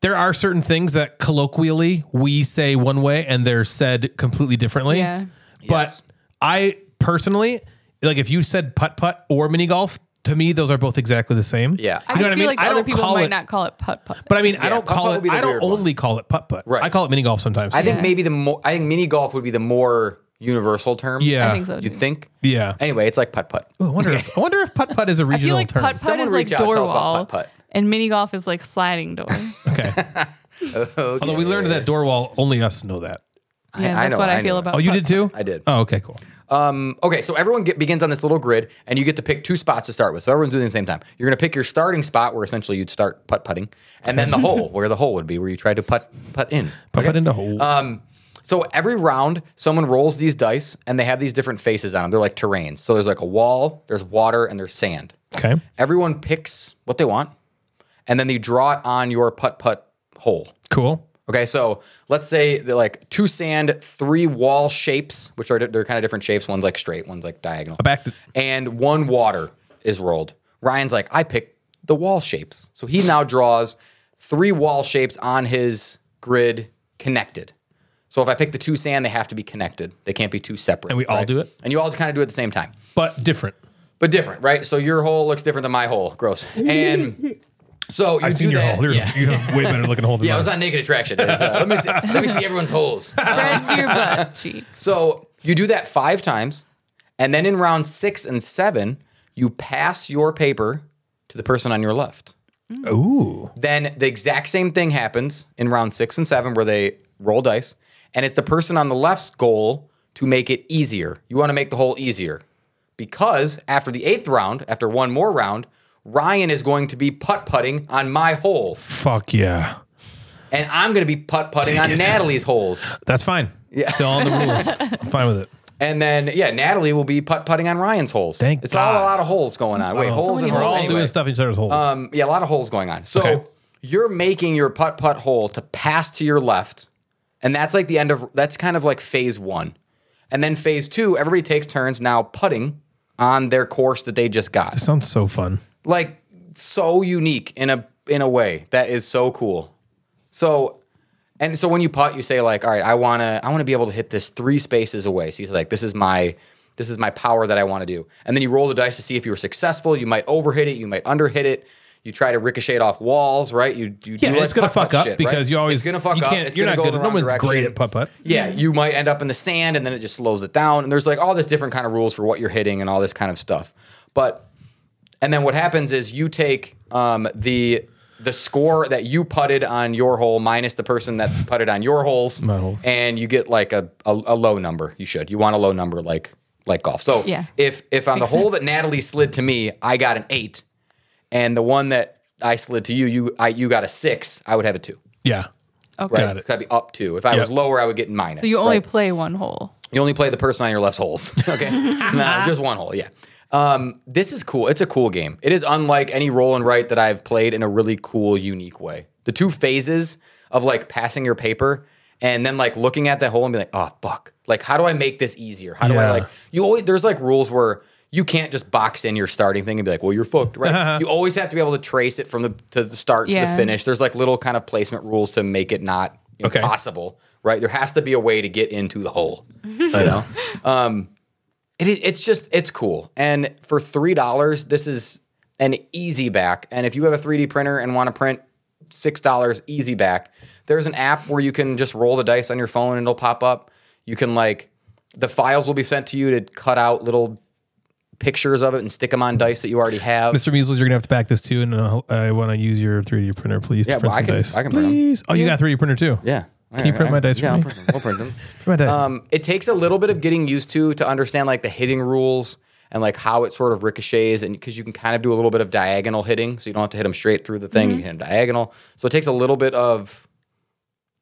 there are certain things that colloquially we say one way and they're said completely differently. Yeah. But Yes. I personally, like if you said putt putt or mini golf, to me, those are both exactly the same. Yeah. I You know just what I feel mean? like I other don't people call might it- not call it putt putt. But I mean, I Yeah, don't putt-putt call would it. be the I don't weird one. only call it putt putt. Right. I call it mini golf sometimes. I think Yeah. maybe the more. I think mini golf would be the more universal term. Yeah. I think so. You Too. think? Yeah. Anyway, it's like putt putt. Ooh, I wonder. If, I wonder if putt putt is a I feel regional like term. putt putt Someone is like reach out, tell door us about wall, putt-putt. and mini golf is like sliding door. Okay. Although we learned that door wall, only us know that. Yeah, I that's know, what I, I feel know. about. Oh, you did putt-putt. too. I did. Oh, okay, cool. Um, okay, so everyone get, begins on this little grid, and you get to pick two spots to start with. So everyone's doing it at the same time. You're going to pick your starting spot, where essentially you'd start putt putting, and then the hole, where the hole would be, where you try to putt putt in. Putt putt into hole. Um, so every round, someone rolls these dice, and they have these different faces on them. They're like terrains. So there's like a wall, there's water, and there's sand. okay. Everyone picks what they want, and then you draw it on your putt putt hole. Cool. Okay, so let's say they're like two sand, three wall shapes, which are di- they're kind of different shapes. One's like straight, one's like diagonal. back to- and one water is rolled. Ryan's like, I picked the wall shapes, so he now draws three wall shapes on his grid connected. So if I pick the two sand, they have to be connected. They can't be two separate. And we all do it? and you all kind of do it at the same time But different. but different, right? So your hole looks different than my hole. Gross. And so you I've do seen your that. hole. You're, yeah. you have a way better looking hole than yeah, I mine. was on Naked Attraction. It's, uh, let me see. Let me see everyone's holes. Spread your butt cheek. So you do that five times, and then in round six and seven, you pass your paper to the person on your left. Ooh. Then the exact same thing happens in round six and seven where they roll dice, and it's the person on the left's goal to make it easier. You want to make the hole easier because after the eighth round, after one more round, Ryan is going to be putt putting on my hole, Fuck yeah. and I'm going to be putt putting on Natalie's holes. That's fine. Yeah. Still on the rules. I'm fine with it. And then, yeah, Natalie will be putt putting on Ryan's holes. Thank it's all a God. lot of holes going on. Wait, holes and many We're all holes. Anyway. doing stuff in each other's holes. Um, yeah, a lot of holes going on. So Okay. you're making your putt putt hole to pass to your left, and that's like the end of that's kind of like phase one, and then phase two, everybody takes turns now putting on their course that they just got. Sounds so fun. Like so unique in a in a way that is so cool. So. And so when you putt, you say like, "All right, I wanna, I wanna be able to hit this three spaces away." So you say like, "This is my, this is my power that I want to do." And then you roll the dice to see if you were successful. You might overhit it, you might underhit it. You try to ricochet it off walls, right? You, you Yeah, do and like it's gonna putt-putt fuck up shit, right? because you always it's gonna fuck you up. can't- It's you're gonna not go good. the No wrong one's direction. great at putt putt. Yeah, you might end up in the sand and then it just slows it down. And there's like all this different kind of rules for what you're hitting and all this kind of stuff. But and then what happens is you take um, the the score that you putted on your hole minus the person that putted on your holes, My holes. and you get like a, a, a low number. You should. You want a low number like like golf. So Yeah. if if on Makes the hole sense. that Natalie slid to me, I got an eight, and the one that I slid to you, you I you got a six. I would have a two. Yeah. Okay. Right, Got it. That'd be up two. If I was lower, I would get minus. So you only right? play one hole. You only play the person on your left holes. Okay. no, just one hole. Yeah. Um, this is cool. It's a cool game. It is unlike any roll and write that I've played in a really cool, unique way. The two phases of like passing your paper and then like looking at that hole and be like, oh fuck. Like, how do I make this easier? How do I Yeah. like you always there's like rules where you can't just box in your starting thing and be like, well, you're fucked, right? you always have to be able to trace it from the to the start to the Yeah. finish. There's like little kind of placement rules to make it not Okay. impossible, right? There has to be a way to get into the hole. you know? Um, It, is- it's just it's cool. And for three dollars, this is an easy back. And if you have a 3D printer and want to print six dollars easy back, there's an app where you can just roll the dice on your phone and it'll pop up. You can like the files will be sent to you to cut out little pictures of it and stick them on dice that you already have. Mr. Measles, you're gonna have to back this too, and uh, I want to use your 3D printer, please. Yeah, to print well, I some can- dice. I can print 'em. please. Oh, you got a 3D printer too. Yeah. Can you print my dice for me? yeah, I'll print them. I'll print them. Print my dice. Um, it takes a little bit of getting used to to understand like the hitting rules and like how it sort of ricochets, and because you can kind of do a little bit of diagonal hitting, so you don't have to hit them straight through the Mm-hmm. thing. You can hit 'em diagonal, so it takes a little bit of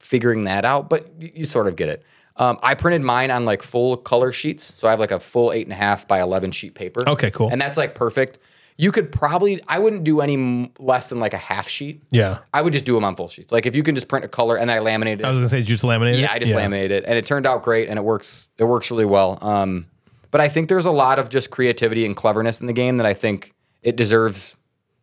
figuring that out, but you, you sort of get it. Um, I printed mine on like full color sheets, so I have like a full eight and a half by eleven sheet paper. Okay, cool. And that's like perfect. You could probably I wouldn't do any m- less than like a half sheet. yeah, I would just do them on full sheets. Like if you can just print a color and I laminate it. I was gonna say did you just laminate. Yeah, I just laminated it, and it turned out great, and it works. It works really well. Um, but I think there's a lot of just creativity and cleverness in the game that I think it deserves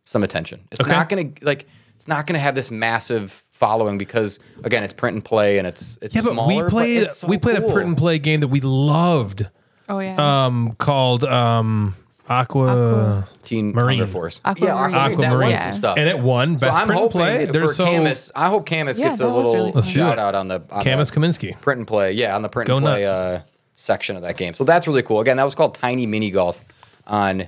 some attention. It's not gonna like it's not gonna have this massive following because again, it's print and play, and it's it's Yeah, but smaller. we played it's so we played cool. a print and play game that we loved, Oh yeah. um, called um, Aqua, Teen Marine. Hunger Force. Aquamarine. yeah, Aquamarine. That Aquamarine. won some stuff. and it won so best I'm print and hoping play. for They're so Camus. I hope Camus Yeah, gets a that was little really fun. Let's do shout it. out on the on Camus the, Kaminsky. print and play. Yeah, on the print Go and play nuts. uh, section of that game. So that's really cool. Again, that was called Tiny Mini Golf on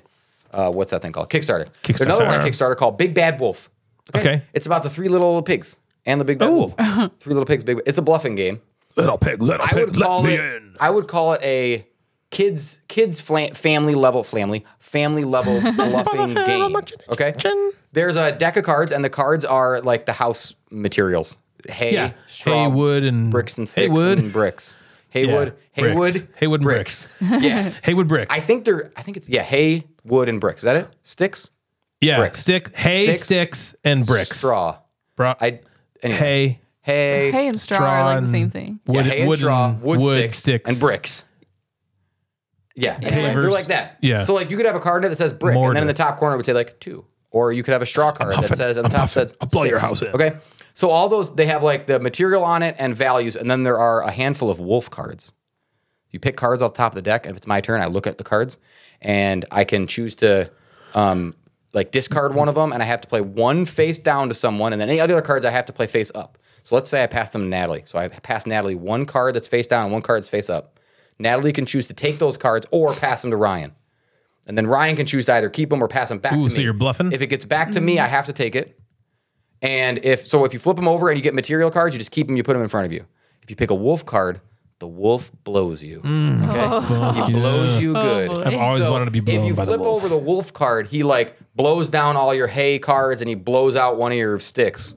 uh, what's that thing called? Kickstarter. There's another one on Kickstarter. Kickstarter called Big Bad Wolf. Okay. It's about the three little pigs and the big bad wolf. three little pigs, big. It's a bluffing game. Little pig, little I would call it. I would call it a kids kids flan, family level family family level bluffing game. Okay. There's a deck of cards, and the cards are like the house materials: hay, Yeah, straw, hay, wood, and- bricks and hay, sticks wood. and bricks. Haywood, Yeah, bricks. haywood, Hay, wood, and bricks. yeah, Haywood bricks. I think they're. I think it's yeah, hay, wood, and bricks. Is that it? Sticks, yeah, bricks. stick hay Sticks. sticks, and bricks. straw. Bro- I anyway. hay, hay, hay and straw, straw are like and the same thing. wood, yeah, hay and wooden- straw, wood, sticks, sticks, and bricks. Yeah, anyway, they're Pavers. like that. Yeah. So like you could have a card that says brick, and Mortar. then in the top corner it would say like two, or you could have a straw card that says on the top says I'll blow your six. house in. Okay. So all those they have like the material on it and values, and then there are a handful of wolf cards. You pick cards off the top of the deck. If it's my turn, I look at the cards, and I can choose to. Um, like discard one of them, and I have to play one face down to someone, and then any other cards I have to play face up. So let's say I pass them to Natalie. So I pass Natalie one card that's face down and one card that's face up. Natalie can choose to take those cards or pass them to Ryan. And then Ryan can choose to either keep them or pass them back Ooh, to so me. you're bluffing? If it gets back to me, I have to take it. And if so, if you flip them over and you get material cards, you just keep them, you put them in front of you. If you pick a wolf card, the wolf blows you. Oh. Okay, Uh-huh. he blows you good. boy. Mm. I've always So wanted to be blown if you by flip the wolf. over the wolf card, he like blows down all your hay cards and he blows out one of your sticks.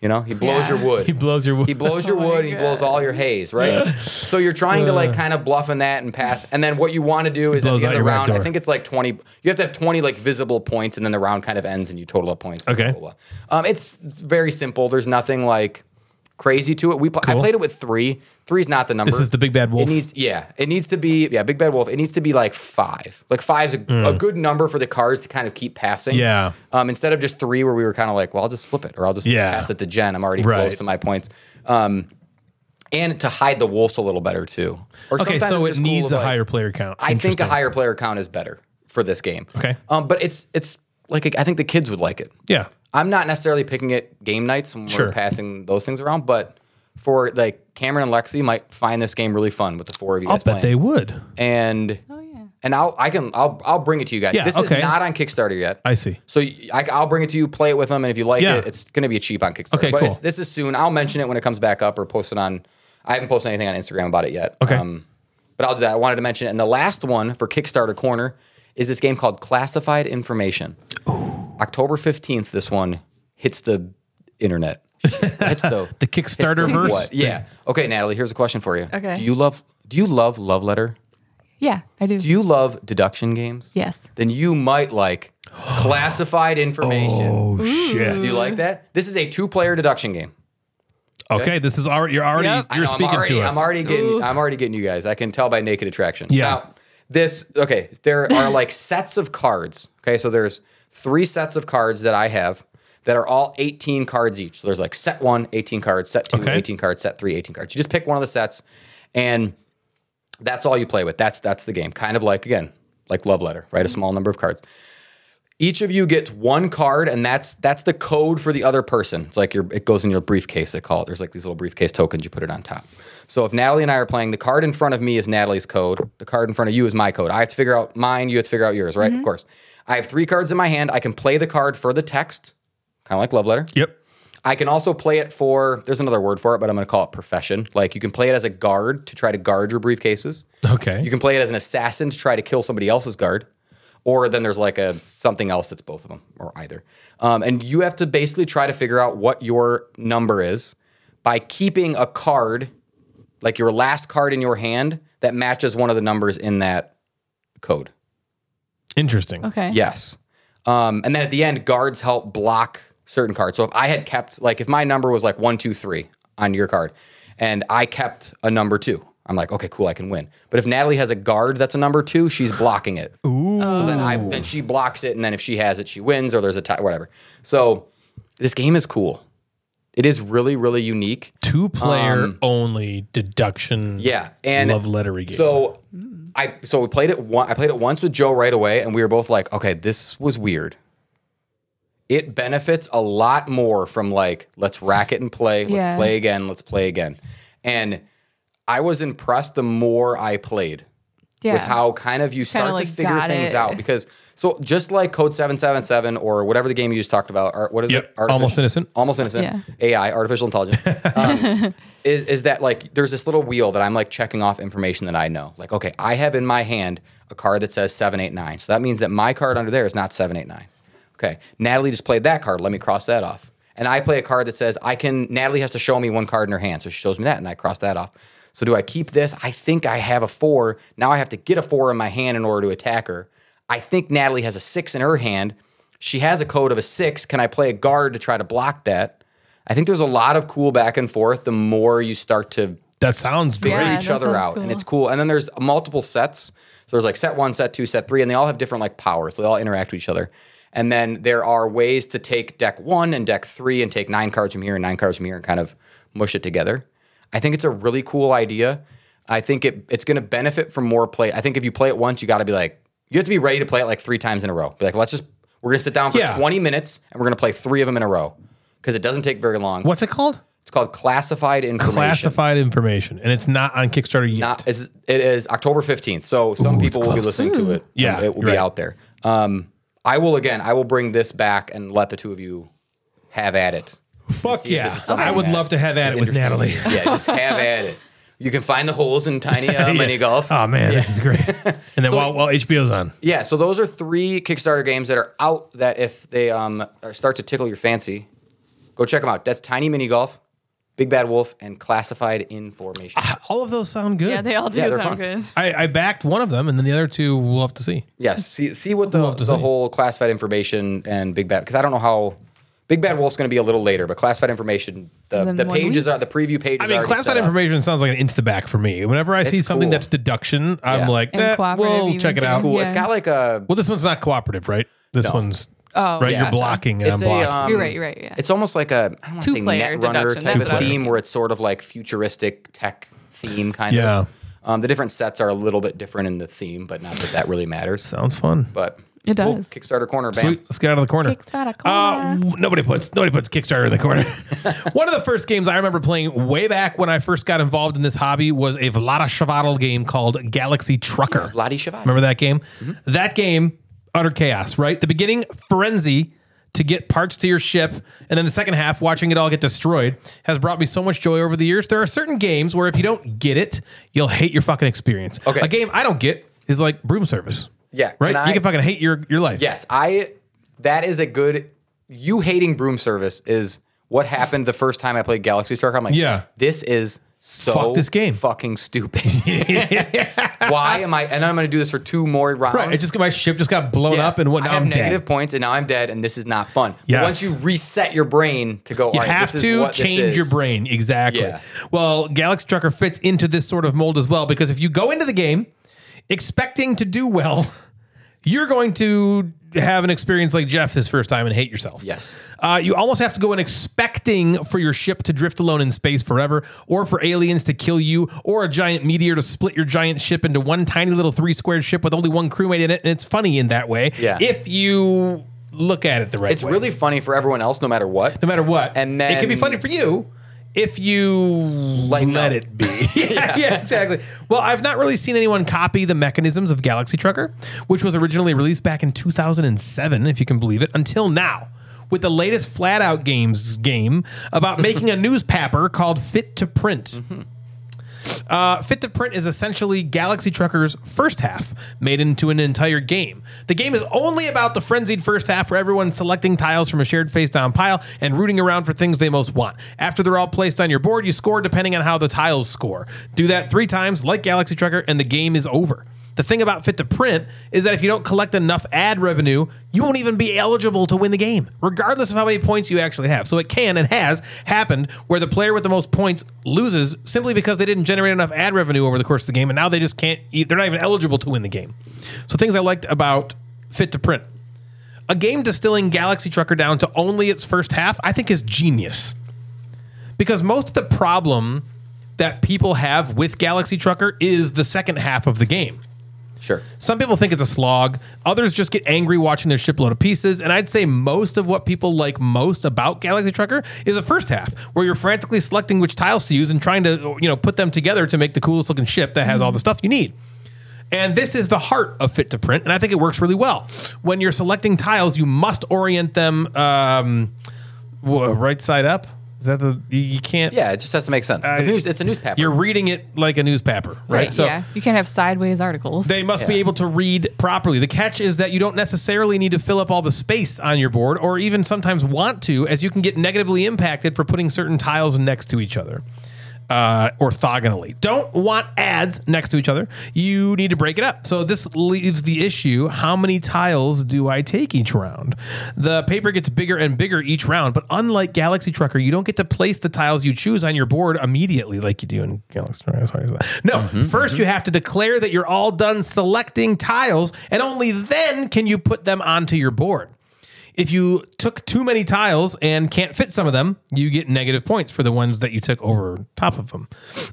You know, he blows Yeah. your wood. he blows your wood. He blows your wood and he blows all your haze, right? so you're trying to like kind of bluff in that and pass. And then what you want to do is at the Uh. blows end of out the your back round, I door. think it's like 20. You have to have 20 like visible points and then the round kind of ends and you total up points. and Okay. Blah, blah, blah. Um, it's very simple. There's nothing like crazy to it. We pl- I Cool. played it with three. Three's not the number. This is the big bad wolf. It needs, yeah, it needs to be, yeah, Big Bad Wolf. It needs to be like five. Like five's a, a good number for the cards to kind of keep passing. Hmm. Yeah. Um, instead of just three, where we were kind of like, well, I'll just flip it, or I'll just Yeah. pass it to Jen. I'm already Right. close to my points. Um, and to hide the wolves a little better too. Or okay, sometimes so it's it cool needs a to, like- higher player count. I think a Interesting. higher player count is better for this game. Okay. Um, but it's it's like I think the kids would like it. Yeah. I'm not necessarily picking it game nights when we're Sure. passing those things around, but for like Cameron and Lexi might find this game really fun with the four of you I'll guys bet they playing. would. and Oh yeah. and I'll I can I'll I'll bring it to you guys. Yeah, this okay. is not on Kickstarter yet. I see. So y- I, will bring it to you, play it with them, and if you like Yeah. it, it's going to be a cheap on Kickstarter. Okay, but cool. it's, this is soon. I'll mention it when it comes back up or post it on. I haven't posted anything on Instagram about it yet. Um, Okay. but I'll do that. I wanted to mention it. And the last one for Kickstarter Corner is this game called Classified Information. October 15th, this one hits the internet. hits the, The Kickstarter verse. what? Yeah. Okay, Natalie, here's a question for you. Okay. Do you love do you love love letter? Yeah, I do. Do you love deduction games? yes. Then you might like classified information. Oh shit. Do you like that? This is a two-player deduction game. Okay, this is already you're already Yep. I you're I know, speaking I'm already, to us. I'm already getting. I'm already getting you guys. I can tell by naked attraction. Yeah. this okay. There are like sets of cards. Okay, so there's three sets of cards that I have that are all 18 cards each. So there's like set one, 18 cards. Set two, Okay. 18 cards. Set three, 18 cards. You just pick one of the sets, and That's all you play with. That's that's the game. Kind of like again, like love letter, right? A small number of cards. Each of you gets one card, and that's that's the code for the other person. It's like your it goes in your briefcase. They call it. There's like these little briefcase tokens. You put it on top. So if Natalie and I are playing, the card in front of me is Natalie's code. The card in front of you is my code. I have to figure out mine. You have to figure out yours, right? Of course. I have three cards in my hand. I can play the card for the text, kind of like love letter. Yep. I can also play it for, there's another word for it, but I'm going to call it profession. Like you can play it as a guard to try to guard your briefcases. Okay. You can play it as an assassin to try to kill somebody else's guard. Or then there's like a something else that's both of them or either. Um, and you have to basically try to figure out what your number is by keeping a card, like your last card in your hand, that matches one of the numbers in that code. Interesting. Okay. Yes. Um, and then at the end, guards help block certain cards. So if I had kept, like, if my number was like one, two, three on your card, and I kept a number two, I'm like, okay, cool, I can win. But if Natalie has a guard that's a number two, she's blocking it. Ooh. So then, I, then she blocks it, and then if she has it, she wins, or there's a tie, whatever. So this game is cool. It is really, really unique. Two player only deduction. Um, Yeah, and love lettery game. So I so we played it. One, I played it once with Joe right away, and we were both like, "Okay, this was weird." It benefits a lot more from like, let's rack it and play. Let's Yeah. play again. Let's play again. And I was impressed the more I played Yeah. with how kind of you start like, to figure got things it. out because so just like Code Seven Seven Seven or whatever the game you just talked about, or what is Yep. it? Artificial- Almost Innocent. almost innocent Yeah. AI, artificial intelligence, um, is, is that like there's this little wheel that I'm like checking off information that I know. Like, okay, I have in my hand a card that says 789. So that means that my card under there is not 789. Okay, Natalie just played that card. Let me cross that off. And I play a card that says I can, Natalie has to show me one card in her hand. So she shows me that and I cross that off. So do I keep this? I think I have a four. Now I have to get a four in my hand in order to attack her. I think Natalie has a six in her hand. She has a code of a six. Can I play a guard to try to block that? I think there's a lot of cool back and forth the more you start to that sounds great. figure Yeah, each that other sounds out. And cool. it's cool. And then there's multiple sets. So there's like set one, set two, set three, and they all have different like powers. They all interact with each other. And then there are ways to take deck one and deck three and take nine cards from here and nine cards from here and kind of mush it together. I think it's a really cool idea. I think it it's gonna benefit from more play. I think if you play it once, you gotta be like, you have to be ready to play it like three times in a row. Be like, let's just we're gonna sit down for Yeah. 20 minutes and we're gonna play three of them in a row. Because it doesn't take very long. What's it called? It's called classified information. Classified information, and it's not on Kickstarter yet. Not is it is October fifteenth. So some people will be listening to it. Yeah, Um, it will be you're right. out there. Um, I will again. I will bring this back and let the two of you have at it. Fuck See if yeah. this is something I would that love to have at is it with Natalie. interesting. yeah, just have at it. You can find the holes in tiny uh, mini golf. Um, Oh man, this is great. And then while, while HBO's on, Yeah, so those are three Kickstarter games that are out. That if they um are- start to tickle your fancy, go check them out. That's Tiny Mini Golf, Big Bad Wolf, and Classified Information. all of those sound good. Yeah, they all do Yeah, they're sound fun. good. I, I backed one of them, and then the other two we'll have to see. Yes. See, see what the, the whole classified information and Big Bad, because I don't know how Big Bad Wolf's going to be a little later, but classified information, the, Then the one pages week? are, the preview pages I mean, are. classified information sounds like an insta back for me. Whenever I see It's something cool. that's deduction, I'm Yeah. like, And eh, cooperative we'll even check it too. out. Cool. It's Yeah. got like a. Well, this one's not cooperative, right? This one's oh, right. yeah. You're blocking, and It's I'm a, blocking. um, You're right, you're right, yeah. It's almost like a I don't want to say Two-player Netrunner deduction, type that's of what I was theme thinking. where it's sort of like futuristic tech theme kind Yeah. of. Um, the different sets are a little bit different in the theme, but not that that really matters. sounds fun. But It cool. does. Kickstarter corner, bam. Sweet. Let's get out of the corner. Kickstarter Uh, corner. w- nobody puts nobody puts Kickstarter in the corner. One of the first games I remember playing way back when I first got involved in this hobby was a Vlada Shvatl game called Galaxy Trucker. Lottie Shavai. Remember that game? Mm-hmm. That game, utter chaos, right? The beginning, frenzy to get parts to your ship, and then the second half, watching it all get destroyed, has brought me so much joy over the years. There are certain games where if you don't get it, you'll hate your fucking experience. Okay. A game I don't get is like Broom Service. Yeah, Right? can I- you can fucking hate your, your life. Yes, I. That is a good. You hating broom service is what happened the first time I played Galaxy Trucker. I'm like, Yeah. this is so Fuck this game. fucking stupid. Why am I? And I'm going to do this for two more rounds. Right. It just my ship just got blown Yeah. up and what I now have I'm negative dead. points, and now I'm dead, and this is not fun. But Yes. Once you reset your brain to go, You all right, have this is to what this change your is." brain. Exactly. Yeah. Well, Galaxy Trucker fits into this sort of mold as well because if you go into the game expecting to do well, you're going to have an experience like Jeff this first time and hate yourself. Yes. Uh, you almost have to go in expecting for your ship to drift alone in space forever, or for aliens to kill you, or a giant meteor to split your giant ship into one tiny little three squared ship with only one crewmate in it. And it's funny in that way. Yeah. If you look at it the right It's way. really funny for everyone else, no matter what. no matter what. And it can be then- funny for you if you let, Lighten up. it be. yeah, yeah, exactly. Well, I've not really seen anyone copy the mechanisms of Galaxy Trucker, which was originally released back in 2007, if you can believe it, until now. With the latest Flat Out Games game about making a newspaper called Fit to Print. Uh, Fit to Print is essentially Galaxy Trucker's first half made into an entire game. The game is only about the frenzied first half where everyone's selecting tiles from a shared face down pile and rooting around for things they most want. After they're all placed on your board, you score depending on how the tiles score. Do that three times, like Galaxy Trucker, and the game is over. The thing about Fit to Print is that if you don't collect enough ad revenue, you won't even be eligible to win the game, regardless of how many points you actually have. So it can and has happened where the player with the most points loses simply because they didn't generate enough ad revenue over the course of the game, and now they just can't, e- they're not even eligible to win the game. So things I liked about Fit to Print. A game distilling Galaxy Trucker down to only its first half, I think is genius because most of the problem that people have with Galaxy Trucker is the second half of the game. Sure. Some people think it's a slog. Others just get angry watching their shipload of pieces. And I'd say most of what people like most about Galaxy Trucker is the first half, where you're frantically selecting which tiles to use and trying to, you know, put them together to make the coolest looking ship that has all the stuff you need. And this is the heart of Fit to Print, and I think it works really well. When you're selecting tiles, you must orient them um, wha- right side up. Is that the you- you can't? Yeah, it just has to make sense. It's a, news, it's a newspaper. Uh, You're reading it like a newspaper, right? Right, So yeah, you can't have sideways articles. they must be Yeah. able to read properly. The catch is that you don't necessarily need to fill up all the space on your board or even sometimes want to, as you can get negatively impacted for putting certain tiles next to each other uh, orthogonally. Don't want ads next to each other. You need to break it up. So this leaves the issue how many tiles do I take each round? The paper gets bigger and bigger each round, but unlike Galaxy Trucker, you don't get to place the tiles you choose on your board immediately like you do in Galaxy Trucker. Sorry, sorry. No, 1st you have to declare that you're all done selecting tiles, and only then can you put them onto your board. If you took too many tiles and can't fit some of them, you get negative points for the ones that you took over top of them.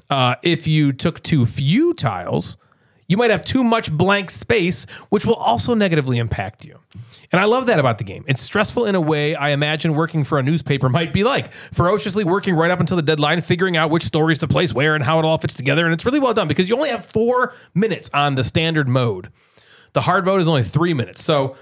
Uh, if you took too few tiles, you might have too much blank space, which will also negatively impact you. And I love that about the game. It's stressful in a way I imagine working for a newspaper might be like ferociously working right up until the deadline, figuring out which stories to place where and how it all fits together. And it's really well done because you only have four minutes on the standard mode. The hard mode is only three minutes. So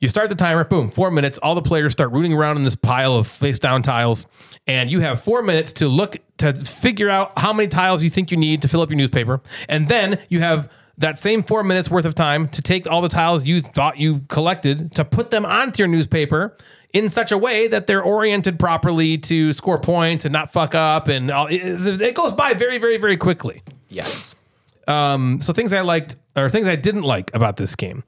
you start the timer, boom, four minutes. All the players start rooting around in this pile of face down tiles, and you have four minutes to look to figure out how many tiles you think you need to fill up your newspaper. And then you have that same four minutes worth of time to take all the tiles you thought you collected to put them onto your newspaper in such a way that they're oriented properly to score points and not fuck up. And all, it, it goes by very, very, very quickly yes. so things I liked or things I didn't like about this game.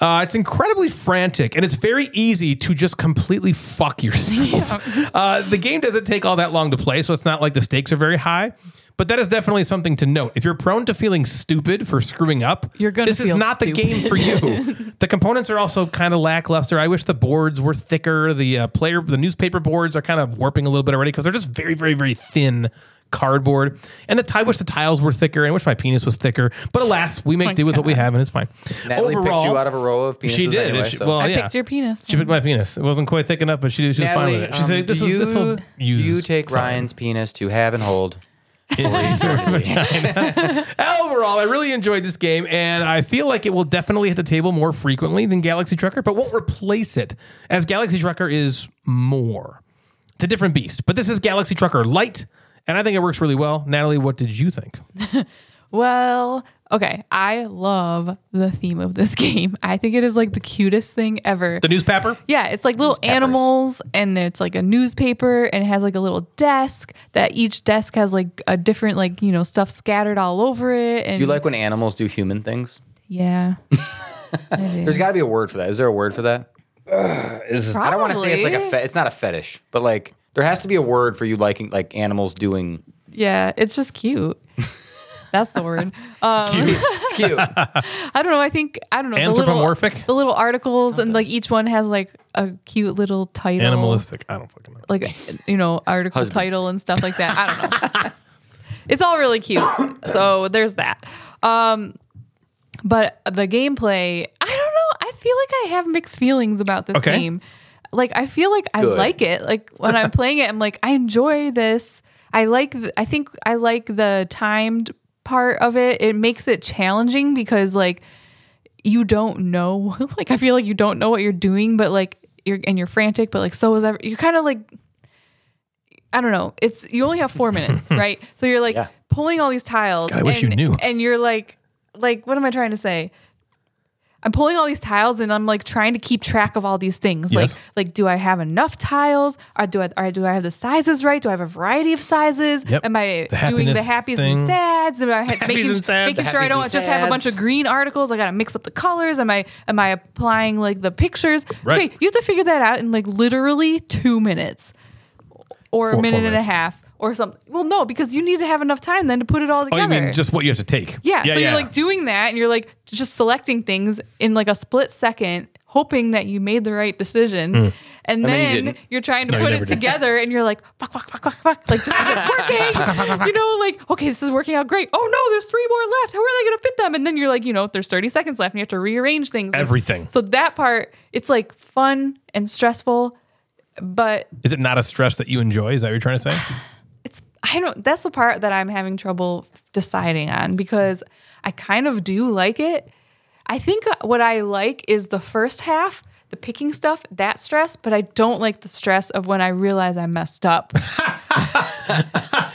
Uh, it's incredibly frantic and it's very easy to just completely fuck yourself. Uh, the game doesn't take all that long to play, so it's not like the stakes are very high. But that is definitely something to note. If you're prone to feeling stupid for screwing up, You're gonna this is feel not the game for you. the components are also kind of lackluster. I wish the boards were thicker. The uh, player, the newspaper boards are kind of warping a little bit already because they're just very, very, very thin cardboard. And the, I wish the tiles were thicker. and I wish my penis was thicker. But alas, we make do with what we have, and it's fine. Natalie picked you out of a row of penises She did. and anyway, she- so- Well, I yeah. picked your penis. She picked my penis. It wasn't quite thick enough, but she, she was fine with Natalie, it. She um, said, "This do is this will you, use you take Ryan's penis to have and hold. Overall, I really enjoyed this game, and I feel like it will definitely hit the table more frequently than Galaxy Trucker, but won't replace it, as Galaxy Trucker is more. It's a different beast, but this is Galaxy Trucker Light, and I think it works really well. Natalie, what did you think? Well, okay. I love the theme of this game. I think it is like the cutest thing ever. The newspaper? yeah, it's like little animals, and it's like a newspaper, and it has like a little desk that each desk has like a different, like, you know, stuff scattered all over it. And Do you like when animals do human things? Yeah. There's got to be a word for that. Is there a word for that? I don't want to say it's like a Probably. fe- it's not a fetish, but like there has to be a word for you liking like animals doing. Yeah, it's just cute. That's the word. Um, It's cute. I don't know. I think I don't know. the little- Anthropomorphic? The little, articles and like each one has like a cute little title. Animalistic. I don't fucking know. Like you know, article Husband. title and stuff like that. I don't know. it's all really cute. So there's that. Um, but the gameplay, I don't know. I feel like I have mixed feelings about this Okay. game. Like I feel like I Good. like it. Like when I'm playing it, I'm like I enjoy this. I like. th- I think I like the timed part of it. It makes it challenging because like you don't know. like I feel like you don't know what you're doing, but like you're and you're frantic. But like so is every. You're kind of like I don't know. It's you only have four minutes, right? So you're like Yeah. pulling all these tiles. I wish you and- knew. And you're like, like, what am I trying to say? I'm pulling all these tiles, and I'm like trying to keep track of all these things. Yes. Like, like, do I have enough tiles? Or do I, or do I have the sizes right? Do I have a variety of sizes? Yep. Am I The doing the happiness happies thing. and sads? Am I ha- making, and sads. making sure I Happies don't and just have a bunch of sads. green articles? I gotta mix up the colors. Am I am I applying like the pictures? Right. Okay, you have to figure that out in like literally two minutes or Four- a minute four and a minutes. half or something. Well, no, because you need to have enough time then to put it all Oh, together. you mean just what you have to take? yeah, so you're like doing that and you're like just selecting things in like a split second, hoping that you made the right decision. then And, you then, didn't. you are trying to Hmm. No, you put never it did. together and you're like, fuck, fuck, fuck, fuck, fuck. Like, this isn't working. you know, like, okay, this is working out great. Oh no, there's three more left. How are they going to fit them? And then you're like, you know, there's 30 seconds left and you have to rearrange things. everything. So that part, it's like fun and stressful, but Is it not a stress that you enjoy? Is that what you're trying to say? it's I don't that's the part that I'm having trouble deciding on because I kind of do like it. I think what I like is the first half, the picking stuff, that stress, but I don't like the stress of when I realize I messed up.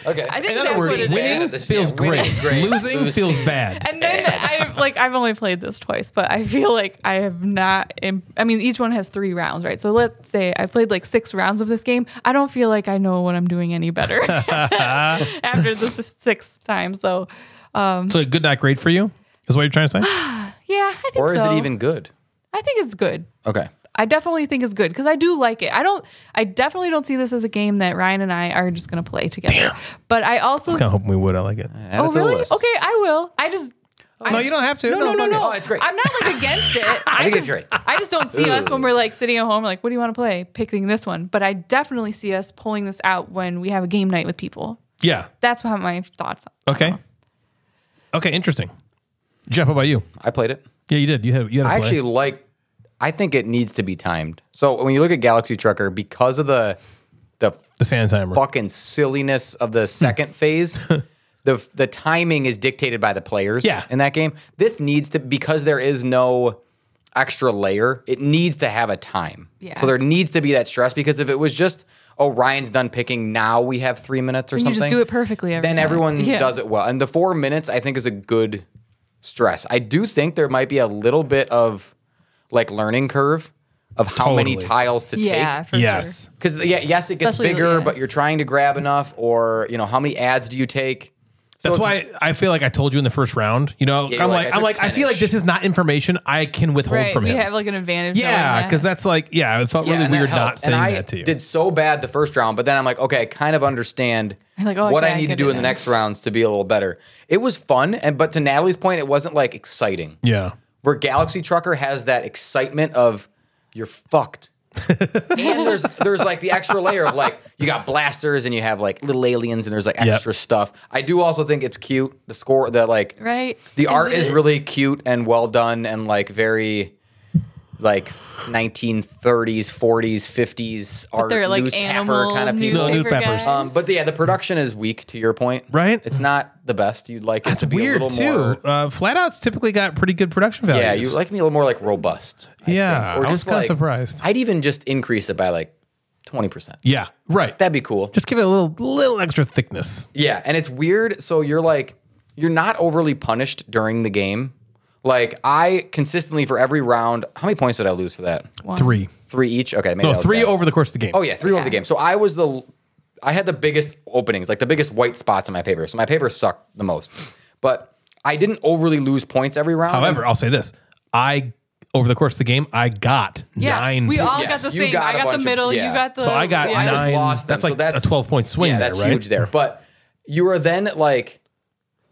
Okay. I think In other that's words, what it is. winning Yeah, feels winning great. is great. Losing Losing- feels bad. And then I like I've only played this twice, but I feel like I have not. im- I mean, each one has three rounds, right? So let's say I played like six rounds of this game. I don't feel like I know what I'm doing any better after the s- sixth time. So so good, not great for you. Is what you're trying to say? yeah, I think. Or is so. it even good? I think it's good. Okay. I definitely think it's good because I do like it. I don't. I definitely don't see this as a game that Ryan and I are just gonna play together. But I also. I'm hoping we would. I like it. Add it Oh to the really? list. Okay, I will. I just. No, you don't have to. No, no, no, no. Oh, it's great. I'm not like against it. I think it's great. I just don't see us when we're like sitting at home, like, what do you want to play? Picking this one. But I definitely see us pulling this out when we have a game night with people. Yeah. That's how my thoughts. Okay. Okay. Interesting. Jeff, how about you? I played it. Yeah, you did. You had. You had. A I play. actually like. I think it needs to be timed. So when you look at Galaxy Trucker, because of the the the sand timer. fucking silliness of the Hmm. second phase, the the timing is dictated by the players. Yeah. In that game, this needs to because there is no extra layer. It needs to have a time. Yeah. So there needs to be that stress because if it was just oh Ryan's done picking now we have three minutes or you just something do it perfectly every then time. everyone Yeah. does it well and the four minutes I think is a good stress. I do think there might be a little bit of like learning curve of how many Totally. tiles to Yeah, take. for Yes. Because yeah, yes, it gets Especially- bigger, yeah. but you're trying to grab enough, or you know, how many ads do you take? So That's it's- why I feel like I told you in the first round. You know, Yeah, you're I'm like, like, I I'm took like, I feel 10-ish. like this is not information I can withhold Right. from You him. have like an advantage. yeah, because that's like, yeah, it felt Yeah, really and that weird helped. not saying and I that to you. Did so bad the first round, but then I'm like, okay, I kind of understand You're like, oh, what okay, I I need to get do it in the now. next rounds to be a little better. It was fun, and but to Natalie's point, it wasn't like exciting. yeah, Where Galaxy Trucker has that excitement of you're fucked. and there's there's like the extra layer of like you got blasters and you have like little aliens and there's like extra stuff. I do also think it's cute. The score, the like Right. The art is really cute and well done and like very like 1930s, 40s, 50s art they're like newspaper animal kind of people. No, newspaper newspapers. guys. Um, but yeah, the production is weak to your point. Right? It's not the best. You'd like it it's to be a weird little too. more uh, flat outs typically got pretty good production values. Yeah, you like me a little more like robust. I Yeah, think. I was kinda like- surprised. I'd even just increase it by like 20%. yeah, right. That'd be cool. Just give it a little, little extra thickness. Yeah, and it's weird. So you're like, you're not overly punished during the game. Like I consistently for every round, how many points did I lose for that? Three, Three each. Okay, maybe no, that was Oh, three bad. over the course of the game. Oh yeah, three over the game. So I was the, I had the biggest openings, like the biggest white spots in my paper. So my paper sucked the most, but I didn't overly lose points every round. However, I'll say this: I over the course of the game, I got Yes, nine. we points. all Yes, got the you same. got a I got bunch the of- middle. yeah. You got the. so I got I just nine. lost them, that's like so that's- a twelve point swing. yeah, there, that's right? huge there. But you are then like,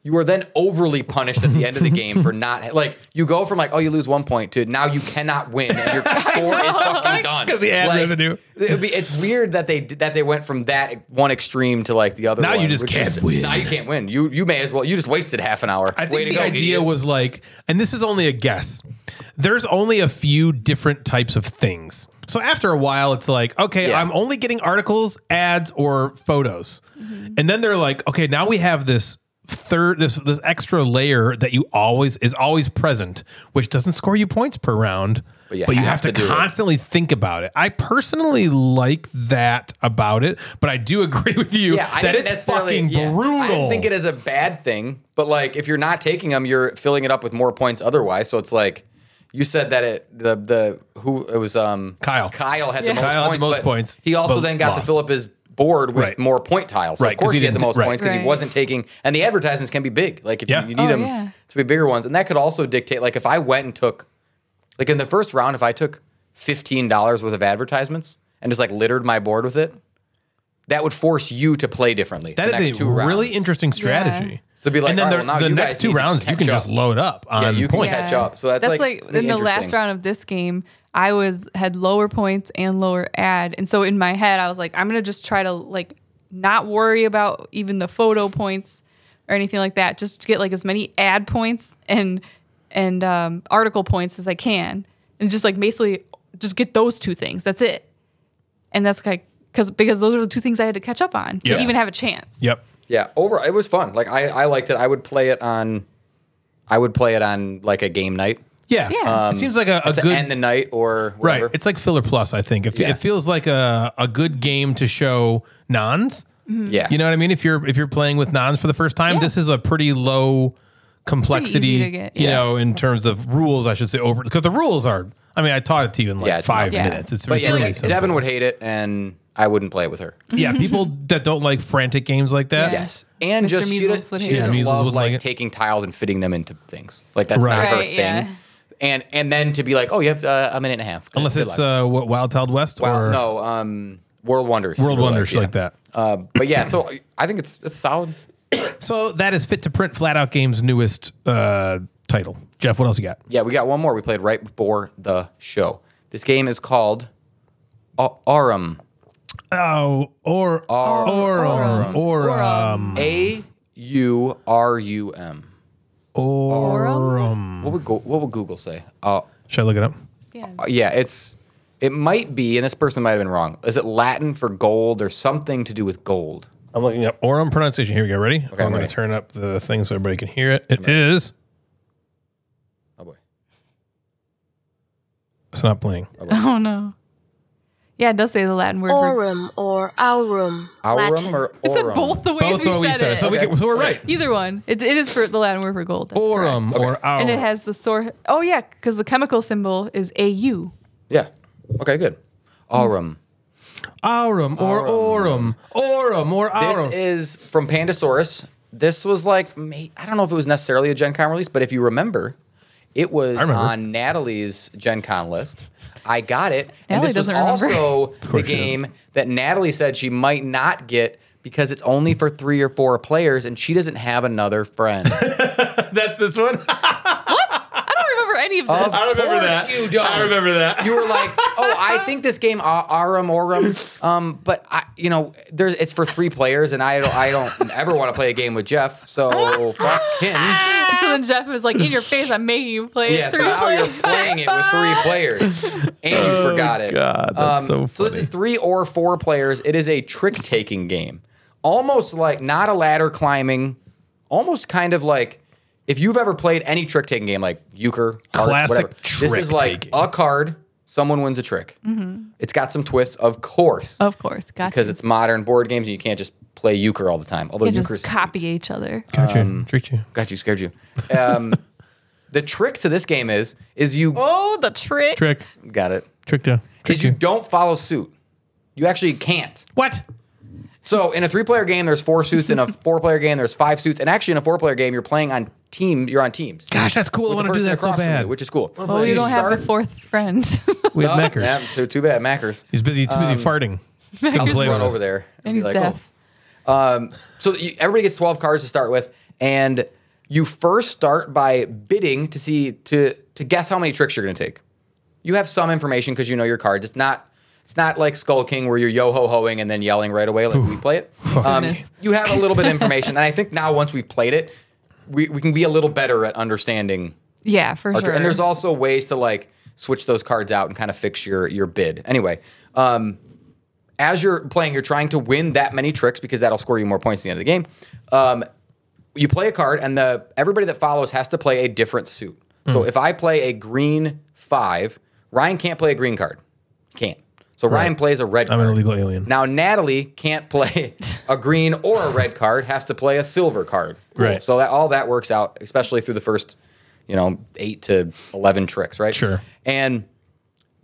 you are then overly punished at the end of the game for not like you go from like oh you lose one point to now you cannot win and your score is fucking done 'Cause the ad Like, revenue. it would be, it's weird that they did- that they went from that one extreme to like the other. Now you one, just which can't is- win. Now you can't win. You you may as well. You just wasted half an hour. I Way think to the go, idea idiot. was like, and this is only a guess. There's only a few different types of things. So after a while, it's like, okay, Yeah. I'm only getting articles, ads, or photos, Mm-hmm. and then they're like, okay, now we have this third, this this extra layer that you always is always present, which doesn't score you points per round, but you you have have, to, to do it. constantly think about it. I personally like that about it, but I do agree with you Yeah, I that didn't it's necessarily- fucking yeah. brutal. I didn't think it is a bad thing, but like if you're not taking them, you're filling it up with more points otherwise. So it's like you said that it the the who it was um Kyle. Kyle had Yeah. the most Kyle had the points. most but points, He also but then got lost. to fill up his board with Right. more point tiles. So Right, of 'cause course he he, had the didn't- most right. points because Right. he wasn't taking and the advertisements can be big. Like if Yeah. you, you need Oh, them yeah. to be bigger ones and that could also dictate like if I went and took like in the first round if I took $15 worth of advertisements and just like littered my board with it, that would force you to play differently. That the is next a two rounds. really interesting strategy. So be like, and then all right, the- well, now the you next guys two need to rounds, you catch can just up. load up on Yeah, you can points. catch up. So that's, like, like, in the interesting. last round of this game, I was had lower points and lower ad, and so in my head, I was like, I'm gonna just try to like not worry about even the photo points or anything like that. Just get like as many ad points and and um, article points as I can, and just like basically just get those two things. That's it, and that's like because because those are the two things I had to catch up on Yeah. to even have a chance. Yep. Yeah, over it was fun. Like I, I liked it. I would play it on I would play it on like a game night. Yeah. Yeah. it seems like a, a to good end the night or right. whatever. It's like filler plus. I think it, Yeah. it feels like a, a good game to show nons. yeah. You know what I mean? If you're if you're playing with nons for the first time, Mm-hmm. Yeah. this is a pretty low complexity. to get, You yeah. know, in terms of rules, I should say over because the rules are. I mean, I taught it to you in like Yeah, it's not- five Yeah. minutes. It's, But it's yeah, really like, simple. Devin would hate it and I wouldn't play it with her. yeah, people that don't like frantic games like that. Yeah. Yes. And Mr. just she, Measles does, would she hate it. doesn't Yeah, Measles love wouldn't like, like it. taking tiles and fitting them into things. Like that's Right. not her Right, thing. yeah. And and then to be like, oh, you have uh, a minute and a half. Unless Good it's luck. uh, what Wild Wild West Wow, or no, um, World Wonders. World Real Wonders life, yeah. like that. Uh, but yeah, so I think it's it's solid. So that is fit to print flat out games newest uh, title. Jeff, what else you got? Yeah, we got one more we played right before the show. This game is called O- Aurum. Oh, or or or or or um A U R U M. or What would go- what would Google say? Uh, should I look it up? Yeah. yeah, it's it might be, and this person might have been wrong. Is it Latin for gold or something to do with gold? I'm looking up Orum pronunciation. Here we go. Ready? I'm going to ready. turn up the thing so everybody can hear it. It is. Oh boy. It's not playing. Oh no. Yeah, it does say the Latin word. for- Aurum or aurum. Aurum Latin. or It said Aurum? both the ways Both we are we said said it. it. So we can, so we're right. Either one. It, it is for the Latin word for gold. that's correct. Orum or our. And it has the source. Oh yeah, because the chemical symbol is AU. Yeah. Okay, good. Aurum. Aurum or Orum. Orum or This Aurum. is from Pandasaurus. This was like, ma- I don't know if it was necessarily a Gen Con release, but if you remember, it was remember. on Natalie's Gen Con list. I got it. Natalie and this doesn't was remember. also the she game that Natalie said she might not get because it's only for three or four players and she doesn't have another friend. That's this one. I don't remember any of this. I remember that. You don't. I remember that. You were like, oh, I think this game uh, Arum Orum, um, but I, you know, there's it's for three players, and I don't, I don't ever want to play a game with Jeff, so fuck him. And so then Jeff was like, "In your face, I'm making you play Yeah, it so three now plays." you're playing it with three players, and you forgot it. Oh, Um, God, that's so So this funny. is three or four players. It is a trick taking game, almost like not a ladder climbing, almost kind of like. If you've ever played any trick taking game like euchre, hearts, Classic whatever, this is like trick-taking. a card, someone wins a trick. Mm-hmm. It's got some twists, of course, Of course, gotcha. because it's modern board games and you can't just play euchre all the time. Although you can euchre's just copy each other. Got you. Tricked you. got you scared you. Um, the trick to this game is is you Oh, the trick! Trick. got it. Tricked you. is Tricked you you. don't follow suit. You actually can't. What? So in a three-player game, there's four suits. In a four-player game, there's five suits. And actually, in a four-player game, you're playing on team. You're on teams. Gosh, that's cool. I With the want to do person that so across from you, bad. which is cool. Oh, you don't have the fourth friend. We have Mackers. Meckers. Yeah, so too bad, Mackers. He's busy. Too busy farting. Couldn't Meckers play is with Um, Run us. over there, and be he's like, oh. deaf. So you, everybody gets 12 cards to start with, and you first start by bidding to see to to guess how many tricks you're going to take. You have some information because you know your cards. It's not it's not like Skull King where you're yo ho hoing and then yelling right away like we play it. Um, Goodness. you have a little bit of information, and I think now once we've played it, we, we can be a little better at understanding Yeah, for or sure. tr- And there's also ways to like switch those cards out and kind of fix your your bid. Anyway, um, as you're playing, you're trying to win that many tricks because that'll score you more points at the end of the game. Um, you play a card, and the everybody that follows has to play a different suit. Hmm. So if I play a green five, Ryan can't play a green card. He Can't. So Ryan plays a red. I'm card. an illegal Mm-hmm. alien. Now Natalie can't play a green or a red card; has to play a silver card. Right. So that all that works out, especially through the first, you know, eight to eleven tricks, right? Sure. And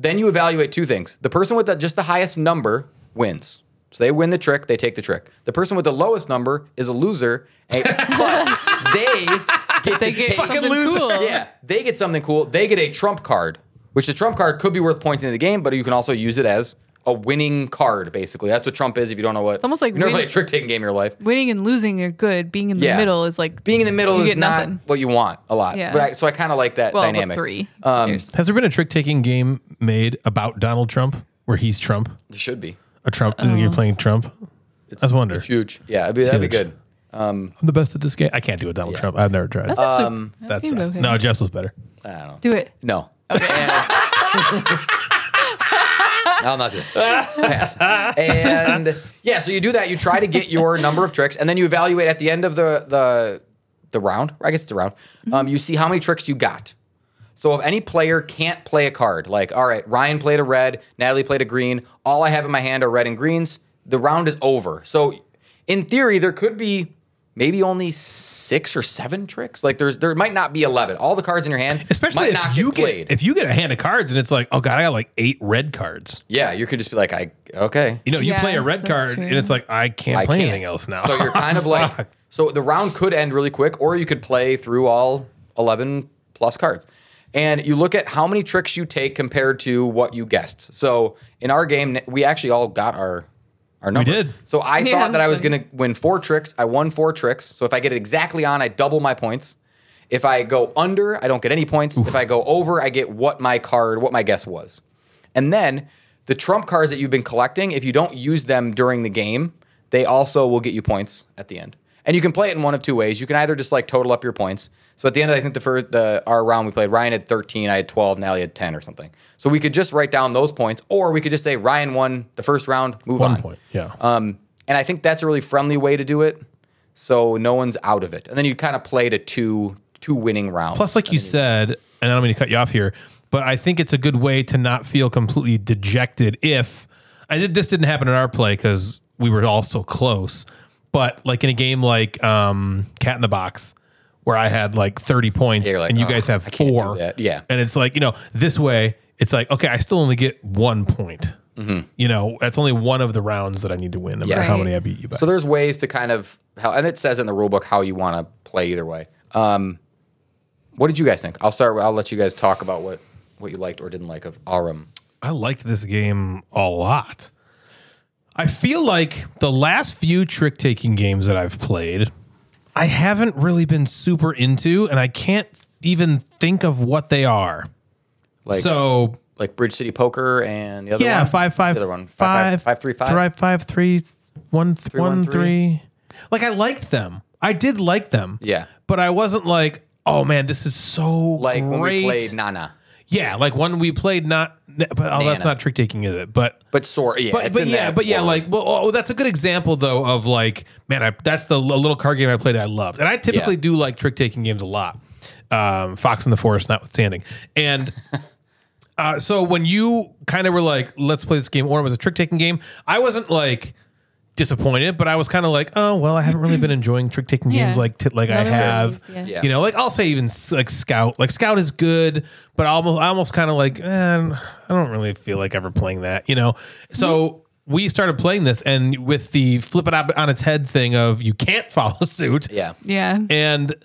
then you evaluate two things: the person with the, just the highest number wins. So they win the trick; they take the trick. The person with the lowest number is a loser, and, but they get they to get take something loser. cool. yeah, they get something cool. They get a trump card, which the trump card could be worth points in the game, but you can also use it as a winning card. Basically, that's what trump is. If you don't know what, it's almost like never win- played a trick taking game in your life. Winning and losing are good. Being in the Yeah. middle is like Being in the middle you is get not nothing. what you want a lot. Yeah. But I, so I kind of like that well, but dynamic. three. Um, There's- Has there been a trick taking game made about Donald Trump where he's Trump? There should be A Trump? uh, You're playing Trump? I was wondering. huge. Yeah, that'd be, that'd be huge. good. I'm the best at this game. I can't do it, Donald Trump. I've never tried. that's actually, um, that that's seemed okay. no. Jeff's was better. do it. No. And- I'll Oh, not do it. Pass. And yeah, so you do that. You try to get your number of tricks, and then you evaluate at the end of the the the round. I guess it's a round. Um, Mm-hmm. you see how many tricks you got. So if any player can't play a card, like all right, Ryan played a red, Natalie played a green. All I have in my hand are red and greens. The round is over. So in theory, there could be maybe only six or seven tricks. Like there's there might not be eleven. All the cards in your hand, Especially might if not you get played. get if you get a hand of cards and it's like, oh god, I got like eight red cards. Yeah, you could just be like, I okay. You know, you Yeah, play a red that's card true. and it's like I can't I play can't. anything else now. So you're kind of like, so the round could end really quick, or you could play through all eleven plus cards, and you look at how many tricks you take compared to what you guessed. So in our game, we actually all got our our number. did. So I Yeah, thought that I was that's funny. going to win four tricks. I won four tricks. So if I get it exactly on, I double my points. If I go under, I don't get any points. If I go over, I get what my card, what my guess was. And then the trump cards that you've been collecting, if you don't use them during the game, they also will get you points at the end. And you can play it in one of two ways. You can either just like total up your points. So at the end, I think the first the, our round we played, Ryan had 13, I had 12, Natalie had 10 or something. So we could just write down those points, or we could just say Ryan won the first round, move One on. point. Yeah. Um, and I think that's a really friendly way to do it. So no one's out of it. And then you kind of play to two two winning rounds. Plus, like you said, and I don't mean to cut you off here, but I think it's a good way to not feel completely dejected if I did, this didn't happen in our play because we were all so close. But like in a game like um, Cat in the Box, where I had like 30 points you're like, and you "Oh, guys have I can't do four. that." Yeah. And it's like, you know, this way, it's like, okay, I still only get one point. Mm-hmm. You know, that's only one of the rounds that I need to win, no matter how Right. many I beat you by. So there's ways to kind of how, and it says in the rulebook how you want to play either way. Um, what did you guys think? I'll start. with- I'll let you guys talk about what what you liked or didn't like of Arum. I liked this game a lot. I feel like the last few trick taking games that I've played, I haven't really been super into, and I can't even think of what they are. Like so, like Bridge City Poker and the other yeah, one. five, five, What's the other one. Five, five, five, five, three, five. five, five, three, one, th- one, one, three. three. Like, I liked them. I did like them. Yeah. But I wasn't like, oh man, this is so Like great. when we played Nana, yeah, like when we played not, but oh, that's Nana. not trick taking, is it? But but sort yeah, but, it's but in yeah, that but yeah, world. like well, oh, that's a good example though of like, man, I, that's the l- little card game I played that I loved, and I typically Yeah. do like trick taking games a lot. Um, Fox in the Forest notwithstanding, and uh, so when you kind of were like, let's play this game, or it was a trick taking game, I wasn't like disappointed, but I was kind of like, oh well, I haven't really been enjoying trick taking Yeah. games like t- like I None of have. these, yeah. Yeah. You know, like I'll say even s- like Scout, like Scout is good, but I almost I almost kind of like eh, I don't really feel like ever playing that. You know, so. Mm-hmm. We started playing this, and with the flip it up on its head thing of you can't follow suit, yeah, Yeah. and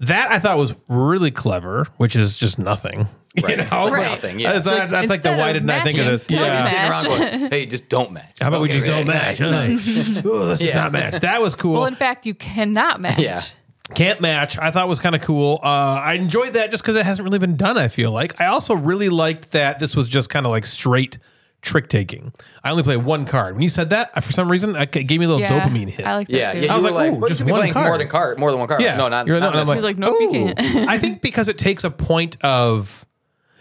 that I thought was really clever, which is just nothing. Right. You It's know? like Right. nothing, yeah. That's, that's, like the Instead why of didn't I think of this? matching, It's like Yeah. you're sitting around Match. going, hey, just don't match. How about we Okay, just don't right, match? nice. Ugh, let's just Yeah. not match. That was cool. Well, in fact, you cannot match. Yeah. Camp Match, I thought was kind of cool. Uh, I enjoyed that just because it hasn't really been done, I feel like. I also really liked that this was just kind of like straight trick taking. I only play one card. When you said that, I- for some reason, I- it gave me a little dopamine hit. I like that Yeah, too. yeah. I you was were like, ooh, but you just should be one playing card. more than card, more than one card. Yeah. no, not, You're- not and I'm this one. He's like, nope, you "Ooh." I think because it takes a point of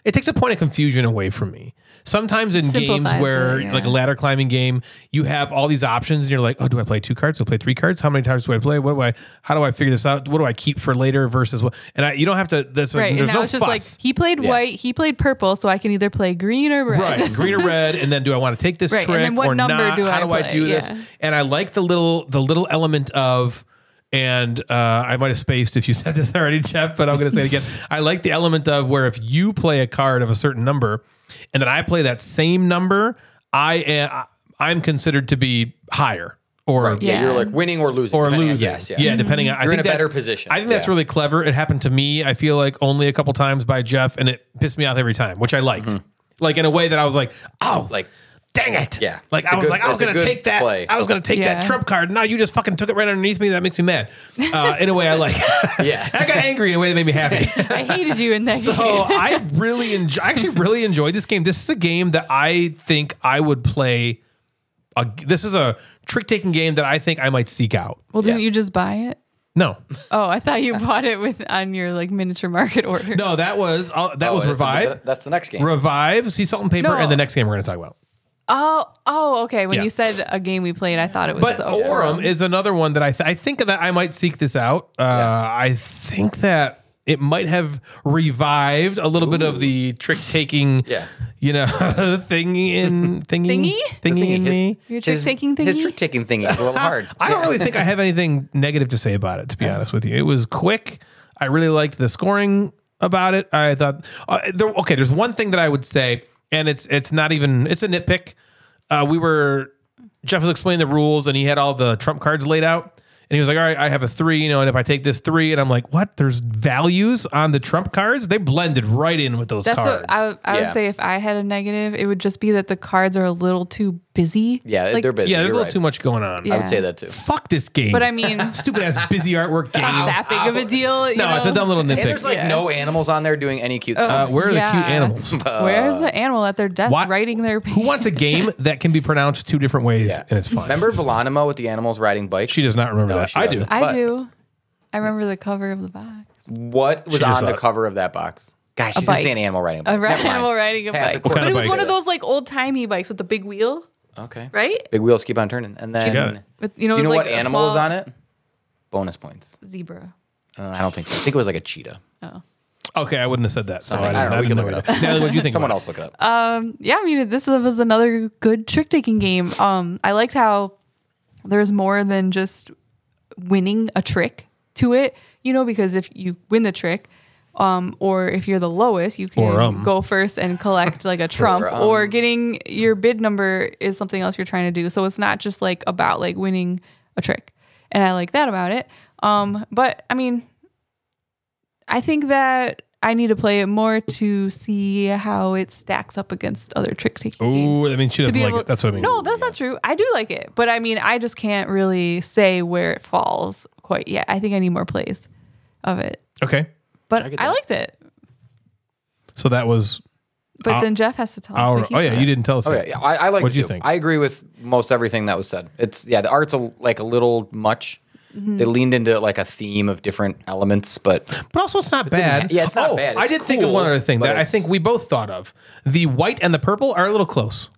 it takes a point of confusion away from me. Sometimes in Simplifies games where it, yeah. like a ladder climbing game, you have all these options and you're like, "Oh, do I play two cards? Do I play three cards? How many times do I play? What do I how do I figure this out? What do I keep for later versus what?" And I, you don't have to that's like, Right, and there's now no it's fuss. just like he played Yeah. white, he played purple, so I can either play green or red. Right, green or red, and then do I want to take this Right, and trick then what or number not? do How I do I play? do this? Yeah. And I like the little the little element of, and uh, I might have spaced if you said this already, Jeff, but I'm going to say it again. I like the element of where if you play a card of a certain number, and then I play that same number, I am I'm considered to be higher or Right, yeah. Yeah. you're like winning or losing. or depending on- losing. yes, yeah. depending on I You're think in a better that's- position. I think that's Yeah. really clever. It happened to me, I feel like only a couple times by Jeff, and it pissed me off every time, which I liked. Like in a way that I was like, oh, like Mm-hmm. Like, dang it. Yeah. Like It's I a was good- like, I was that's a gonna good take that play. I was gonna take that Yeah. trump card. Now you just fucking took it right underneath me. That makes me mad. Uh, in a way I like Yeah. I got angry in a way that made me happy. I hated you in that So game. I really enjoy. I actually really enjoyed this game. This is a game that I think I would play. A, this is a trick taking game that I think I might seek out. Well, didn't Yeah. you just buy it? No, Oh, I thought you bought it with on your like miniature market order. no, that was uh, that Oh, was that's the- revive, that's the next game. revive, sea salt and paper, No. and the next game we're going to talk about. Oh, oh, okay. When Yeah. you said a game we played, I thought it was. But the Orem is another one that I th- I think that I might seek this out. Uh, I think that it might have revived a little bit of the trick taking, Yeah. you know, thingy in thingy Thingy? The thingy in his- me. Your his- trick-taking His thingy? trick-taking thingy is a little hard. I don't really think I have anything negative to say about it, to be honest with you. It was quick. I really liked the scoring about it. I thought, uh, there, okay, there's one thing that I would say, and it's it's not even it's a nitpick. Uh, we were Jeff was explaining the rules, and he had all the trump cards laid out, and he was like, "All right, I have a three, you know, and if I take this three, and I'm like, what? There's values on the trump cards. They blended right in with those That's cards. what I, would- I would Yeah. say. If I had a negative, it would just be that the cards are a little too busy. Yeah, Like- they're busy. yeah, there's a you're little right. too much going on. I Yeah. would say that too. Fuck this game. But I mean, is stupid ass busy artwork game. that big of a deal? you no, it's a know? dumb little nitpick. And there's like Yeah. no animals on there doing any cute. Uh, where are the cute Yeah. animals? Where's the animal at their desk Why- writing their? Who wants a game that can be pronounced two different ways Yeah. and it's fun? Remember Villanimo with the animals riding bikes? She does not remember No, that. she I do. doesn't. I But- do. I remember the cover of the box. What was She just on the thought- cover of that box? Gosh, she's bike. saying animal riding. A bike. A red Never mind. animal riding a Pass, bike. of course. but it kind of was bike? one of those like old timey bikes with the big wheel, Okay. right? Big wheels keep on turning, and got it. then With you know, you it know was like what a animal was small on it? Bonus points. Zebra. Uh, I don't think so. I think it was like a cheetah. Okay, I wouldn't have said that. So Something. I don't know. Oh, I We can didn't look it that. up. Natalie, what do you think? Someone about else look it up. yeah, I mean, this was another good trick taking game. Um, I liked how there's more than just winning a trick to it, you know, because if you win the trick, um, or if you're the lowest, you can Or, um. go first and collect like a trump, or, um. getting your bid number is something else you're trying to do. So it's not just like about like winning a trick, and I like that about it. Um, but I mean, I think that I need to play it more to see how it stacks up against other trick taking games. Ooh, I mean, she To doesn't be like able- it. That's what I mean. No, that's not true. I do like it, but I mean, I just can't really say where it falls quite yet. I think I need more plays of it, Okay, but get I, that. liked it. so that was But Uh, then Jeff has to tell us. our. we Oh can't. yeah, you didn't tell us. Oh that. yeah, yeah, I, I like. What'd it you too. think? I agree with most everything that was said. It's yeah, the art's a, like a little much. Mm-hmm. They leaned into like a theme of different elements, but But also, it's not bad. yeah, it's not oh, bad. I It's did think of cool, one other thing but that I it's- think we both thought of. The white and the purple are a little close.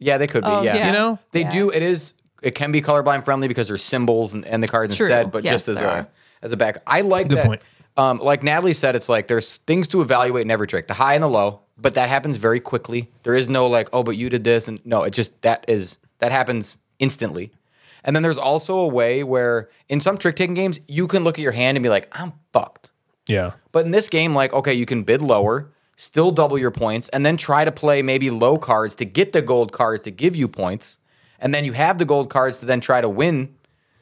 yeah, they could be. Oh, yeah. yeah. You know, they do. It is. It can be colorblind friendly because there's symbols and, and the cards True. instead. But Yes, just as there a are. as a back, I like Good that. point. Um, like Natalie said, it's like there's things to evaluate in every trick, the high and the low. But that happens very quickly. There is no like, oh, but you did this, and no, it just that is that happens instantly. And then there's also a way where in some trick taking games you can look at your hand and be like, I'm fucked. yeah. But in this game, like, okay, you can bid lower, still double your points, and then try to play maybe low cards to get the gold cards to give you points. And then you have the gold cards to then try to win.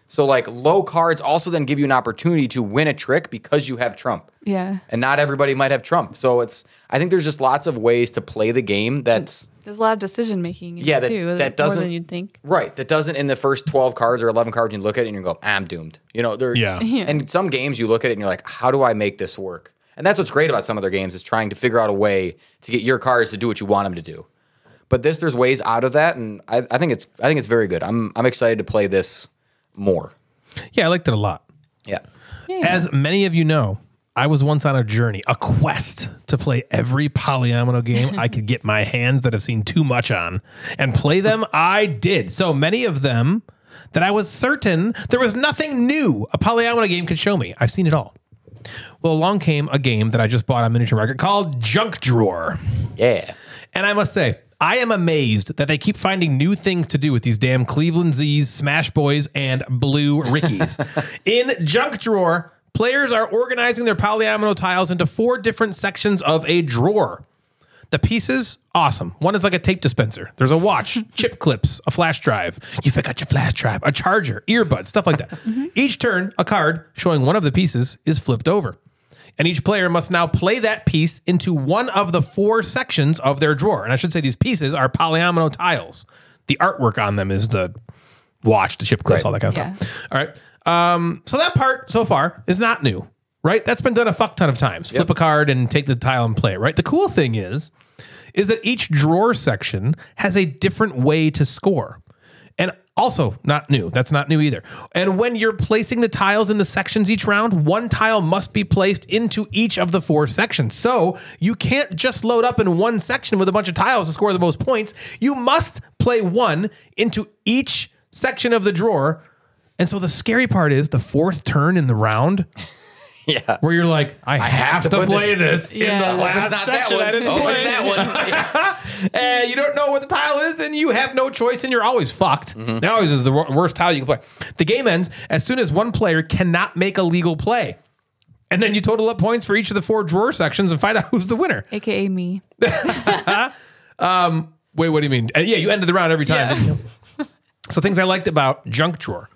So, like, low cards also then give you an opportunity to win a trick because you have Trump. Yeah. And not everybody might have Trump. So, it's, I think there's just lots of ways to play the game that's There's a lot of decision making. in Yeah, it, that- too, that more doesn't- than you'd think. Right. That doesn't in the first 12 cards or 11 cards, you look at it and you go, "Ah, I'm doomed. You know, they're, Yeah. Yeah. And some games you look at it and you're like, how do I make this work? And that's what's great about some of their games is trying to figure out a way to get your cards to do what you want them to do. But this, there's ways out of that. And I, I think it's, I think it's very good. I'm, I'm excited to play this more. Yeah, I liked it a lot. Yeah. As many of you know, I was once on a journey, a quest to play every polyomino game I could get my hands that have seen too much on and play them. I did. So many of them that I was certain there was nothing new a polyomino game could show me. I've seen it all. Well, along came a game that I just bought on Miniature Market called Junk Drawer. Yeah. And I must say, I am amazed that they keep finding new things to do with these damn Cleveland Z's, Smash Boys, and Blue Rickies. In Junk Drawer, players are organizing their polyomino tiles into four different sections of a drawer. The pieces, awesome. One is like a tape dispenser. There's a watch, chip clips, a flash drive. You forgot your flash drive, a charger, earbuds, stuff like that. Each turn, a card showing one of the pieces is flipped over. And each player must now play that piece into one of the four sections of their drawer. And I should say these pieces are polyomino tiles. The artwork on them is the watch, the chip clips, Right. all that kind of Yeah. stuff. All right. Um, so that part so far is not new, right? That's been done a fuck ton of times. Flip a card and take the tile and play it, right? The cool thing is, is that each drawer section has a different way to score. And also not new. That's not new either. And when you're placing the tiles in the sections each round, one tile must be placed into each of the four sections. So you can't just load up in one section with a bunch of tiles to score the most points. You must play one into each section of the drawer. And so the scary part is the fourth turn in the round Yeah. where you're like, I, have, to to, put play this, Yeah. in the Oh, It's last not that section. one. I didn't Oh, play it's that one. Yeah. and you don't know what the tile is, and you have no choice, and you're always fucked. Mm-hmm. That always is the wor- worst tile you can play. The game ends as soon as one player cannot make a legal play. And then you total up points for each of the four drawer sections and find out who's the winner. AKA me. Wait, what do you mean? Uh, yeah, you ended the round every time. Yeah. didn't you? so things I liked about Junk Drawer.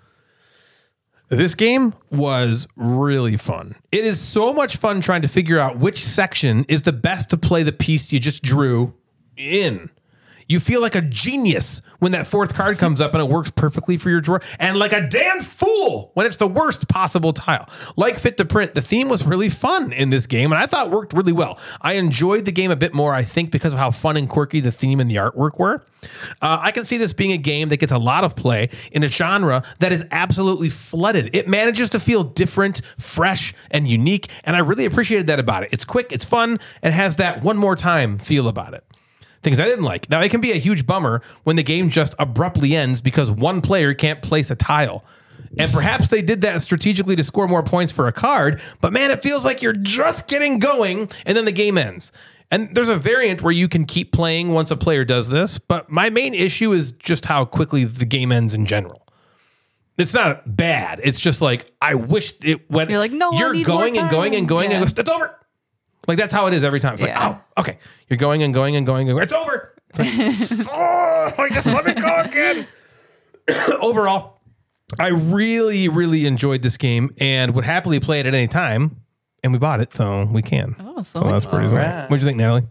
This game was really fun. It is so much fun trying to figure out which section is the best to play the piece you just drew in. You feel like a genius when that fourth card comes up and it works perfectly for your drawer, and like a damn fool when it's the worst possible tile. Like Fit to Print, the theme was really fun in this game, and I thought worked really well. I enjoyed the game a bit more, I think, because of how fun and quirky the theme and the artwork were. Uh, I can see this being a game that gets a lot of play in a genre that is absolutely flooded. It manages to feel different, fresh, and unique, and I really appreciated that about it. It's quick, it's fun, and has that one more time feel about it things I didn't like. Now, it can be a huge bummer when the game just abruptly ends because one player can't place a tile. And perhaps they did that strategically to score more points for a card, but man, it feels like you're just getting going and then the game ends. And there's a variant where you can keep playing once a player does this, but my main issue is just how quickly the game ends in general. It's not bad. It's just like I wish it went. You're like, no, I you're need more going and going and time. going and Yeah. goes, it's over. Like that's how it is every time. It's Yeah. like, oh, okay. You're going and going and going and going. It's over. It's like, oh, like, just let me go again. Overall, I really, really enjoyed this game and would happily play it at any time. And we bought it, so we can. Oh, so so we that's pretty right. What'd you think, Natalie?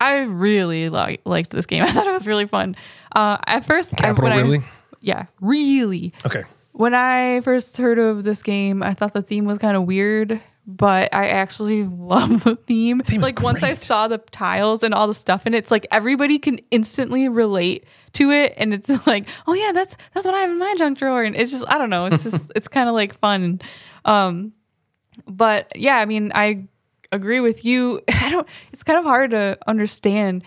I really li- liked this game. I thought it was really fun. Uh, at first, I, Capital when really? I, yeah, really. Okay. When I first heard of this game, I thought the theme was kind of weird, but I actually love the theme. is like once I great. saw the tiles and all the stuff in it, it's like everybody can instantly relate to it and it's like, "Oh yeah, that's that's what I have in my junk drawer." And it's just I don't know, it's just it's kind of like fun. Um but yeah, I mean, I agree with you. I don't it's kind of hard to understand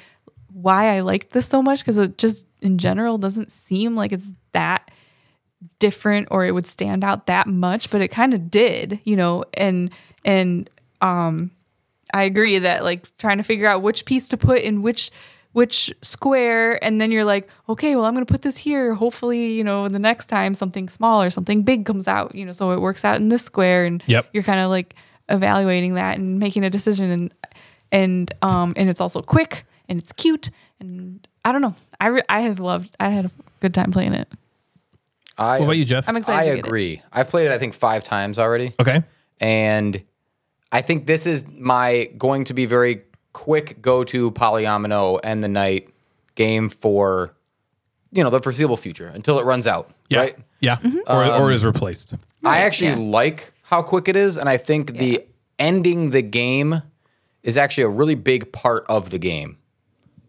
why I liked this so much cuz it just in general doesn't seem like it's that different or it would stand out that much, but it kind of did, you know, and and um I agree that like trying to figure out which piece to put in which which square and then you're like, okay, well I'm going to put this here. Hopefully, you know, the next time something small or something big comes out, you know, so it works out in this square and Yep. you're kind of like evaluating that and making a decision and and um and it's also quick and it's cute and I don't know. I re- I had loved I had a good time playing it. I, What about you, Jeff? I'm excited. I to get it. agree. I've played it, I think, five times already. okay. And I think this is my going to be very quick go to polyomino end the night, game for you know the foreseeable future until it runs out. Yeah. Right. Yeah. Or, Um, or is replaced. I actually like how quick it is, and I think the ending the game is actually a really big part of the game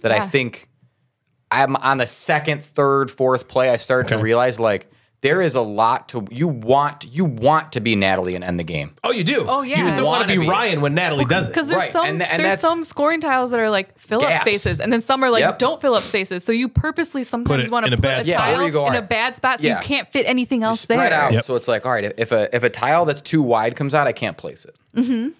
that I Yeah. think I'm on the second, third, fourth play. I started to realize like there is a lot to you want. You want to be Natalie and end the game. Oh, you do. Oh, yeah. You still want Wanna to be be. Ryan when Natalie does it. Because there's Right, some and th- and there's that's- some scoring tiles that are like fill Gaps. up spaces, and then some are like Yep. don't fill up spaces. So you purposely sometimes it want in a to put bad spot. a Yeah, where tile you go, in a alright. bad spot, so Yeah. you can't fit anything else spread there. out. Yep. So it's like, all right, if a if a tile that's too wide comes out, I can't place it.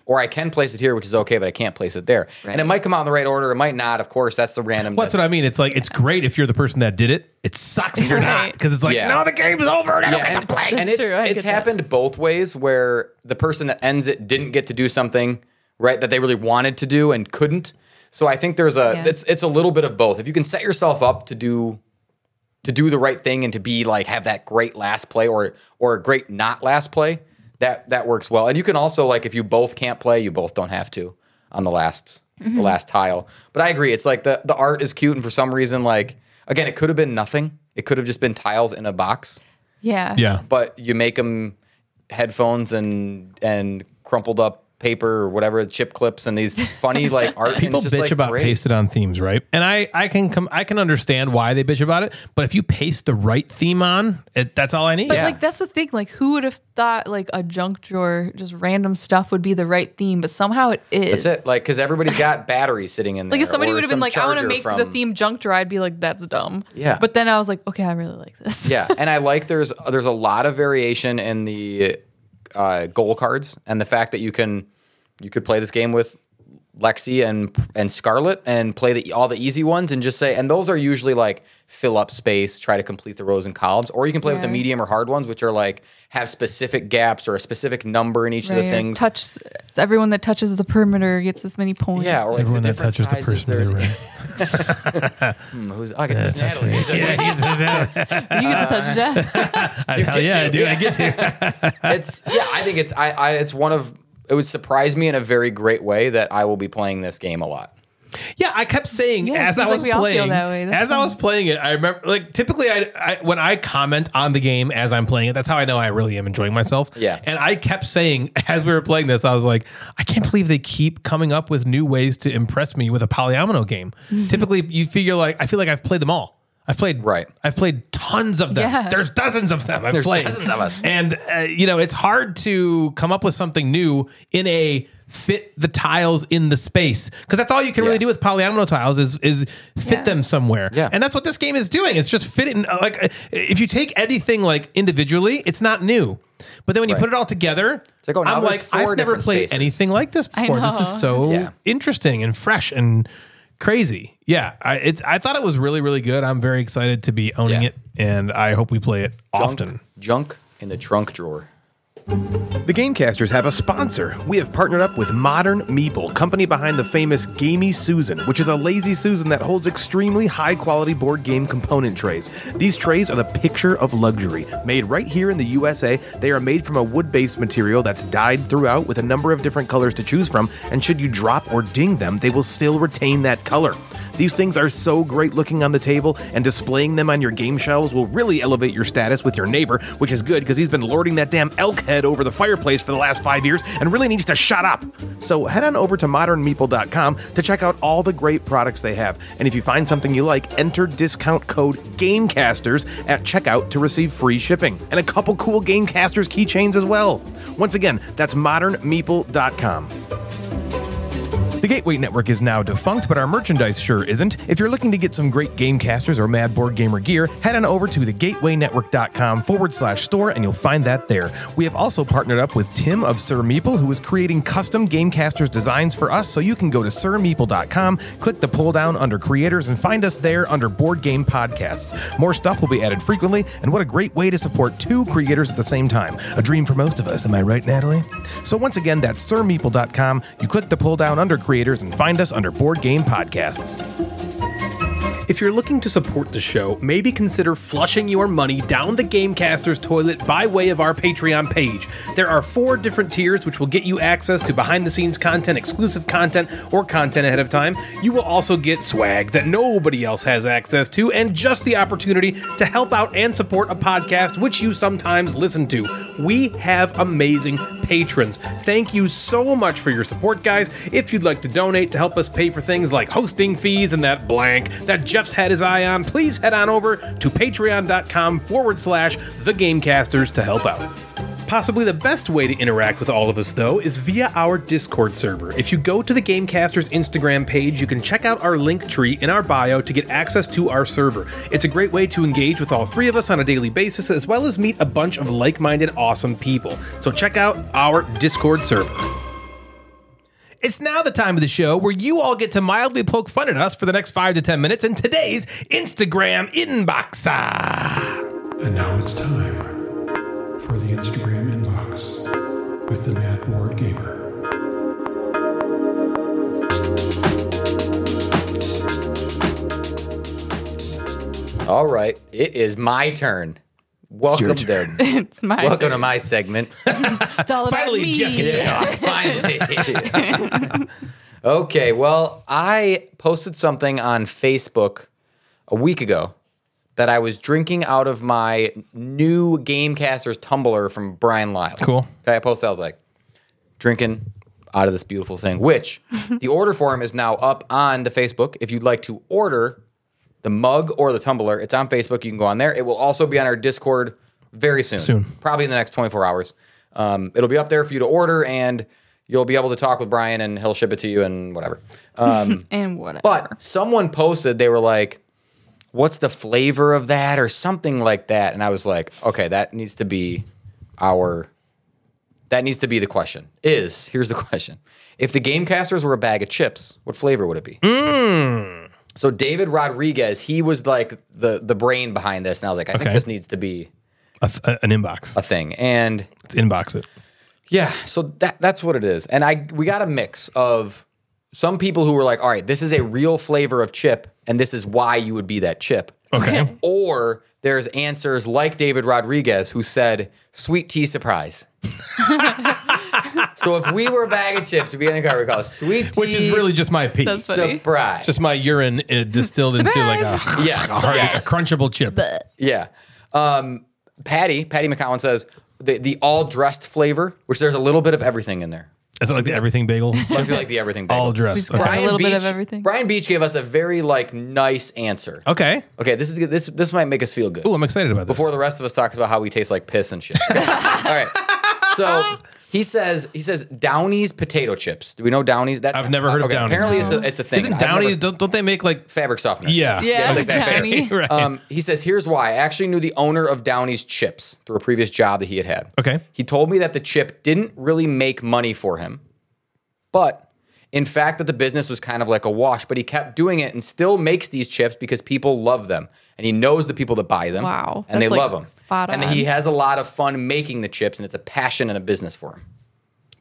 Or I can place it here, which is okay, but I can't place it there. And it might come out in the right order, it might not. Of course, that's the randomness. That's what I mean. It's like it's great if you're the person that did it. It sucks if you're not Right. because it's like Yeah. no, the game's over and I don't Yeah, get and, to play. and That's it's, true, I it's get that. happened both ways where the person that ends it didn't get to do something right that they really wanted to do and couldn't. So I think there's a Yeah. it's it's a little bit of both. If you can set yourself up to do to do the right thing and to be like have that great last play or or a great not last play, that that works well. And you can also like if you both can't play, you both don't have to on the last Mm-hmm. the last tile. But I agree, it's like the the art is cute and for some reason like again, it could have been nothing. It could have just been tiles in a box Yeah. Yeah. but you make them headphones and and crumpled up paper or whatever chip clips and these funny like art and People it's just, bitch like, about great. pasted on themes, right? And I, I can come, I can understand why they bitch about it. But if you paste the right theme on, it, that's all I need. But Yeah. like that's the thing. Like who would have thought like a junk drawer, just random stuff would be the right theme, but somehow it is. that's it like because everybody's got batteries sitting in there Like if somebody or would have some been like, I want to charger make the from- theme junk drawer, I'd be like, that's dumb. Yeah. But then I was like, okay, I really like this. yeah and i like there's there's a lot of variation in the uh, goal cards and the fact that you can you could play this game with lexi and and scarlet and play the all the easy ones and just say and those are usually like fill up space try to complete the rows and columns or you can play with the Yeah. medium or hard ones which are like have specific gaps or a specific number in each of the Right, or things Touch everyone that touches the perimeter gets this many points. yeah or like Everyone the that different touches the sizes. person in the There's- room. Hmm, who's oh, I guess it's Natalie. you get to touch that. I, hell yeah, I do. I get to. it's yeah i think it's I, I it's one of it would surprise me in a very great way that i will be playing this game a lot Yeah, I kept saying Yeah, it as I seems like was we all feel playing, that way. That's as I was playing it, I remember like typically I, I when I comment on the game as I'm playing it, that's how I know I really am enjoying myself. Yeah. and I kept saying as we were playing this, I was like, I can't believe they keep coming up with new ways to impress me with a polyomino game. Mm-hmm. typically, you figure like I feel like I've played them all. I've played Right. I've played tons of them. Yeah. There's dozens of them. I've There's played dozens of us. and uh, you know it's hard to come up with something new in a fit the tiles in the space because that's all you can really Yeah. do with polyomino tiles is is fit Yeah. them somewhere Yeah. and that's what this game is doing it's just fit it in uh, like uh, if you take anything like individually it's not new but then when you Right. put it all together like, oh, now i'm there's like four i've never different played spaces. anything like this I before this is know. so Yeah. interesting and fresh and crazy yeah I, it's i thought it was really really good i'm very excited to be owning Yeah. it and i hope we play it Junk- often junk in the trunk drawer The Gamecasters have a sponsor. We have partnered up with Modern Meeple, company behind the famous Gamey Susan, which is a lazy Susan that holds extremely high quality board game component trays. These trays are the picture of luxury. Made right here in the USA, they are made from a wood based material that's dyed throughout with a number of different colors to choose from, and should you drop or ding them, they will still retain that color. These things are so great looking on the table, and displaying them on your game shelves will really elevate your status with your neighbor, which is good because he's been lording that damn elk head over the fireplace for the last five years and really needs to shut up. So head on over to modernmeeple.com to check out all the great products they have. And if you find something you like, enter discount code GAMECASTERS at checkout to receive free shipping and a couple cool GameCasters keychains as well. Once again, that's modernmeeple.com. The Gateway Network is now defunct, but our merchandise sure isn't. If you're looking to get some great gamecasters or mad board gamer gear, head on over to thegatewaynetwork.com forward slash store and you'll find that there. We have also partnered up with Tim of Sir Meeple, who is creating custom gamecasters designs for us, so you can go to sirmeeple.com, click the pull down under creators, and find us there under board game podcasts. More stuff will be added frequently, and what a great way to support two creators at the same time. A dream for most of us, am I right, Natalie? So once again, that's sirmeeple.com. You click the pull down under creators and find us under board game podcasts. If you're looking to support the show, maybe consider flushing your money down the Gamecaster's toilet by way of our Patreon page. There are four different tiers which will get you access to behind the scenes content, exclusive content, or content ahead of time. You will also get swag that nobody else has access to and just the opportunity to help out and support a podcast which you sometimes listen to. We have amazing patrons. Thank you so much for your support, guys. If you'd like to donate to help us pay for things like hosting fees and that blank that Jeff's had his eye on, please head on over to patreon.com forward slash the gamecasters to help out. Possibly the best way to interact with all of us, though, is via our Discord server. If you go to the Gamecasters Instagram page, you can check out our link tree in our bio to get access to our server. It's a great way to engage with all three of us on a daily basis, as well as meet a bunch of like minded, awesome people. So check out our Discord server. It's now the time of the show where you all get to mildly poke fun at us for the next five to 10 minutes in today's Instagram inbox. Uh, And now it's time for the Instagram inbox with the Mad Board Gamer. All right, it is my turn. Welcome to it's my welcome turn. to my segment. It's all about Finally, me. Jeff gets to talk. Finally. okay, well, I posted something on Facebook a week ago that I was drinking out of my new Gamecasters tumbler from Brian Lyles. Cool. Okay, I posted, I was like, drinking out of this beautiful thing, which the order form is now up on the Facebook. If you'd like to order the mug or the tumbler, it's on Facebook. You can go on there. It will also be on our Discord very soon, soon. probably in the next 24 hours. Um, it'll be up there for you to order, and you'll be able to talk with Brian, and he'll ship it to you and whatever. Um, And whatever. but someone posted, they were like, what's the flavor of that or something like that? And I was like, okay, that needs to be our, that needs to be the question. Is, here's the question. If the Gamecasters were a bag of chips, what flavor would it be? So David Rodriguez, he was like the, the brain behind this. And I was like, I think Okay. this needs to be A th- a- an inbox. a thing. And Let's inbox it. yeah, so that that's what it is. And I we got a mix of some people who were like, "All right, this is a real flavor of chip and this is why you would be that chip." Okay. Or there's answers like David Rodriguez who said, "Sweet tea surprise." so if we were a bag of chips, we'd be in the car we call it sweet tea Which is really just my piece. That's funny. surprise. just my urine uh, distilled into like a, Yes, a hard- yes. a crunchable chip. Yeah. Um, Patty, Patty McCowan says the, the all dressed flavor, which there's a little bit of everything in there. Is it like the everything bagel? I feel like the everything bagel. All dressed. We've Okay. A little bit of everything. Brian Beach gave us a very like nice answer. Okay. Okay, this is this this might make us feel good. Ooh, I'm excited about this. Before the rest of us talks about how we taste like piss and shit. All right. So he says he says Downey's potato chips. Do we know Downey's? That I've never heard of okay, Downey's. Apparently, it's a it's a thing. Isn't I've never- Downey's, don't, don't they make like, fabric softener? yeah. yeah, it's like that bear. tiny. Right. Um, he says, here's why. I actually knew the owner of Downey's chips through a previous job that he had had. Okay. He told me that the chip didn't really make money for him, but in fact, that the business was kind of like a wash, but he kept doing it and still makes these chips because people love them. And he knows the people that buy them. Wow, And they that's, love like, them. spot And he on. has a lot of fun making the chips, and it's a passion and a business for him.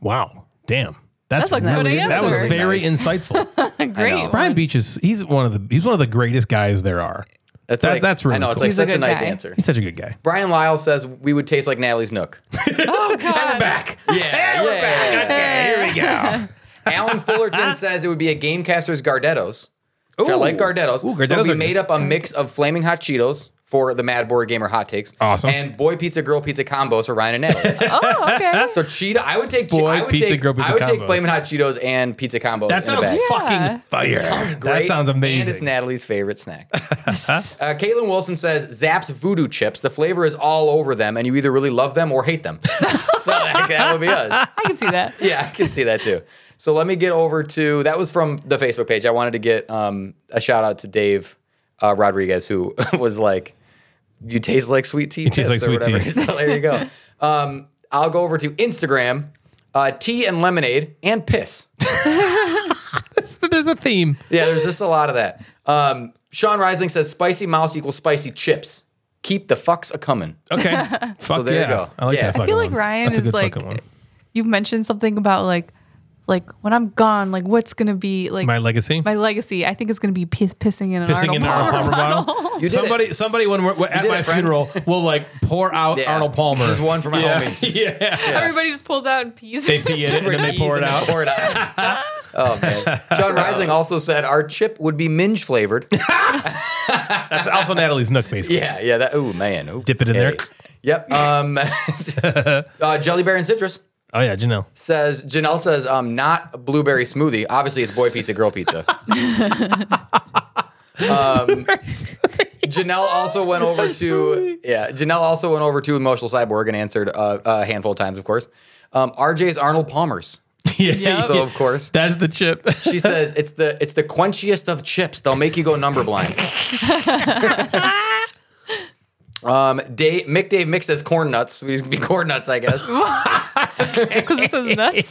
Wow. Damn. That's, That's a good really, that was answer. very Nice. insightful. know. Great. Brian Beach is he's one of the he's one of the greatest guys there are. That's That- like, that's really I know, it's cool. like He's a such a, good nice guy. answer. He's such a good guy. Brian Lyle says we would taste like Natalie's Nook. God. back? Yeah. yeah. Okay, here we go. Alan Fullerton says it would be a Gamecaster's Gardettos. Which I Ooh. like Gardettos. Ooh, Gardettos so we are made good. up a mix of flaming hot Cheetos for the Mad Board Gamer hot takes. Awesome. And boy pizza, girl pizza combos for Ryan and Natalie. Oh, okay. so Cheetah, I would take Boy I would pizza, take, girl pizza I would take combos. flaming hot Cheetos and pizza combos. That in a sounds bag. fucking fire. Great. That sounds And it's amazing. Natalie's favorite snack. uh, Caitlin Wilson says Zapp's voodoo chips. The flavor is all over them, and you either really love them or hate them. so that, that would be us. I can see that. yeah, I can see that too. So let me get over to that was from the Facebook page. I wanted to get um, a shout out to Dave uh, Rodriguez who was like, "You taste like sweet tea." You taste like sweet tea. so there you go. Um, I'll go over to Instagram. Uh, tea and lemonade and piss. There's a theme. Yeah, there's just a lot of that. Um, Sean Rising says spicy mouse equals spicy chips. Keep the fucks a coming. Okay. Fuck there you yeah. go. I like Yeah. I that. feel I feel fucking like one. Ryan That's a is good like fucking one. you've mentioned something about like like when I'm gone, like what's gonna be like My my, legacy. legacy? I think it's gonna be piss, pissing in an Pissing Arnold in an Palmer, Arnold Palmer bottle. You did somebody, it. somebody, when we're, we're at did my it, friend. funeral, will like pour out Yeah. Arnold Palmer. Just one for my yeah. homies. yeah. Everybody just pulls out and pees. They pee in it and then they Freeze pour it and then out. pour it out. oh man. John Rising also said our chip would be minge flavored. That's also Natalie's nook, basically. yeah, yeah. That. Ooh man. Ooh, Dip it in there. Yep. Um, uh, Jelly Bear and Citrus Oh yeah, Janelle. says Janelle says um, not a blueberry smoothie. Obviously, it's boy pizza, girl pizza. um, Janelle also went over to yeah. Janelle also went over to emotional cyborg and answered uh, a handful of times, of course. Um, RJ's Arnold Palmer's. Yeah. So of course That's the chip. she says it's the it's the quenchiest of chips. They'll make you go number blind. um, Dave Mick Dave Mick says corn nuts. We would be corn nuts, I guess. because it says nuts.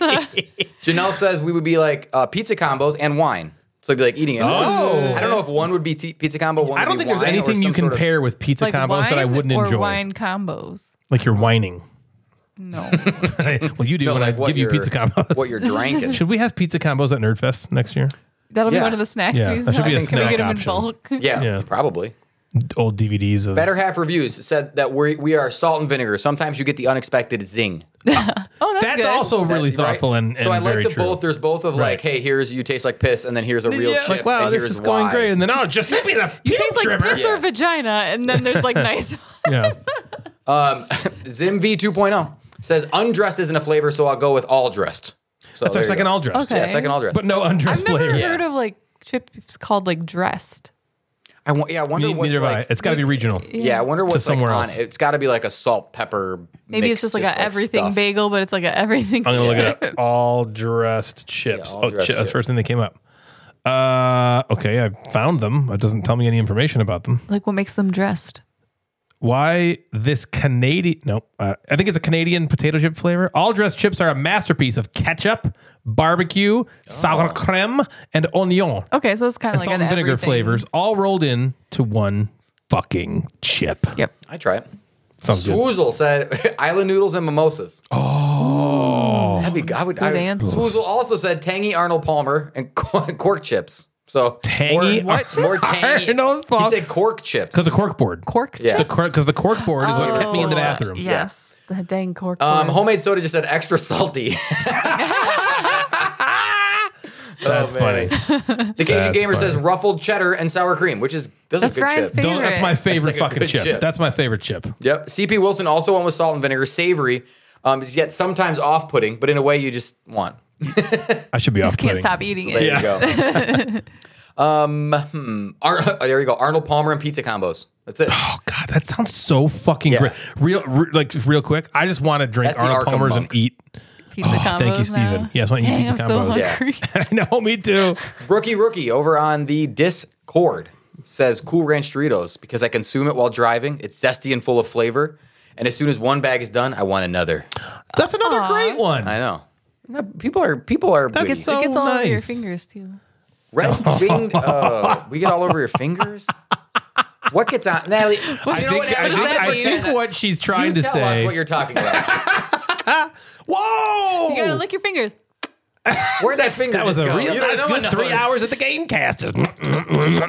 Janelle says we would be like uh, pizza combos and wine. So it'd be like eating it. Oh. I don't know if one would be t- pizza combo. One I would don't be think there's wine or anything you some can sort of- pair with pizza like combos that I wine wouldn't or enjoy. wine combos. Like you're whining. No, well, you do No, when like I what give you you're- pizza combos. What you're drinking. Should we have pizza combos at Nerdfest next year? that'll Yeah. be one of the snacks. Yeah, we that should be a sell. Can snack we get them in option. bulk? yeah, Yeah. probably. Old DVDs of Better Half Reviews said that we we are salt and vinegar. Sometimes you get the unexpected zing. Oh, that's, That's good. also really That- right? thoughtful and, and so I like very the true. both. There's both of like, hey, here's you taste like piss, and then here's a real Yeah. chip. Like, wow, and this here's is going why. great. And then oh, just hit me the You puke taste like tripper. piss or Yeah. vagina, and then there's like nice. yeah. Um, Zim V 2.0 says undressed isn't a flavor, so I'll go with all dressed. So That's our there you second go. all dressed. Okay. Yeah, second all dressed. But no I've undressed never flavor. heard of like chips called like dressed. I wa- yeah, I wonder Ne- what's Neither like. have I. It's got to be regional. yeah, I wonder what's like somewhere on. else. it. It's got to be like a salt pepper. Maybe mix, it's just like a everything stuff. bagel, but it's like a everything. I'm gonna look chip. at it up. all dressed chips. all oh, dressed chi- that's the chips. first thing that came up. Uh, okay, I found them. It doesn't tell me any information about them. Like what makes them dressed? Why this Canadian? No, uh, I think it's a Canadian potato chip flavor. All dressed chips are a masterpiece of ketchup, barbecue, sour creme, and onion. Okay, so it's and kind of like salt an and vinegar everything. flavors, all rolled in to one fucking chip. Yep. I try it. Sounds good. Swoozle said island noodles and mimosas. Oh, that'd be good. I would. I, Good answer. Swoozle also said tangy Arnold Palmer and qu- cork chips. So Tangy more, Arnold more tangy. Arnold Palmer. He said cork chips. Because the cork board. Cork. Yeah. The cork because the cork board is what kept me in the Oh, bathroom. Yes. The dang cork. Um, board. homemade soda just said extra salty. That's funny. the Cajun That's Gamer funny. says ruffled cheddar and sour cream, which is those That's are good Ryan's chips. favorite. Don't, that's my That's favorite like a fucking good chip. chip. That's my favorite chip. Yep. CP Wilson also went with salt and vinegar, savory. Um, it's yet sometimes off-putting, but in a way you just want. I should be off. Just can't stop eating There it. you go. um, hmm. Ar- oh, there you go. Arnold Palmer and pizza combos. That's it. Oh god, that sounds so fucking Yeah. great. Real, re- like just real quick. I just want to drink That's the Arnold Arkham Palmer's monk. and eat. Pizza combos. Oh, thank you, now. Steven. Yes, why don't you Dang, pizza I'm so combos? Yeah. hungry. I know, me too. Brookie Rookie over on the Discord says Cool Ranch Doritos because I consume it while driving. It's zesty and full of flavor. And as soon as one bag is done, I want another. That's another great one. I know. No, People are people are That's witty. so It gets all nice. over your fingers too. red fing- oh, uh, we get all over your fingers. What gets on Natalie? you I know think, what, I, Natalie, think, that I mean? think what she's you trying to tell us say. what you're talking about. Whoa! You gotta lick your fingers. Where'd that finger? that was just a go? real You don't that's know good what three knows. hours at the Gamecasters.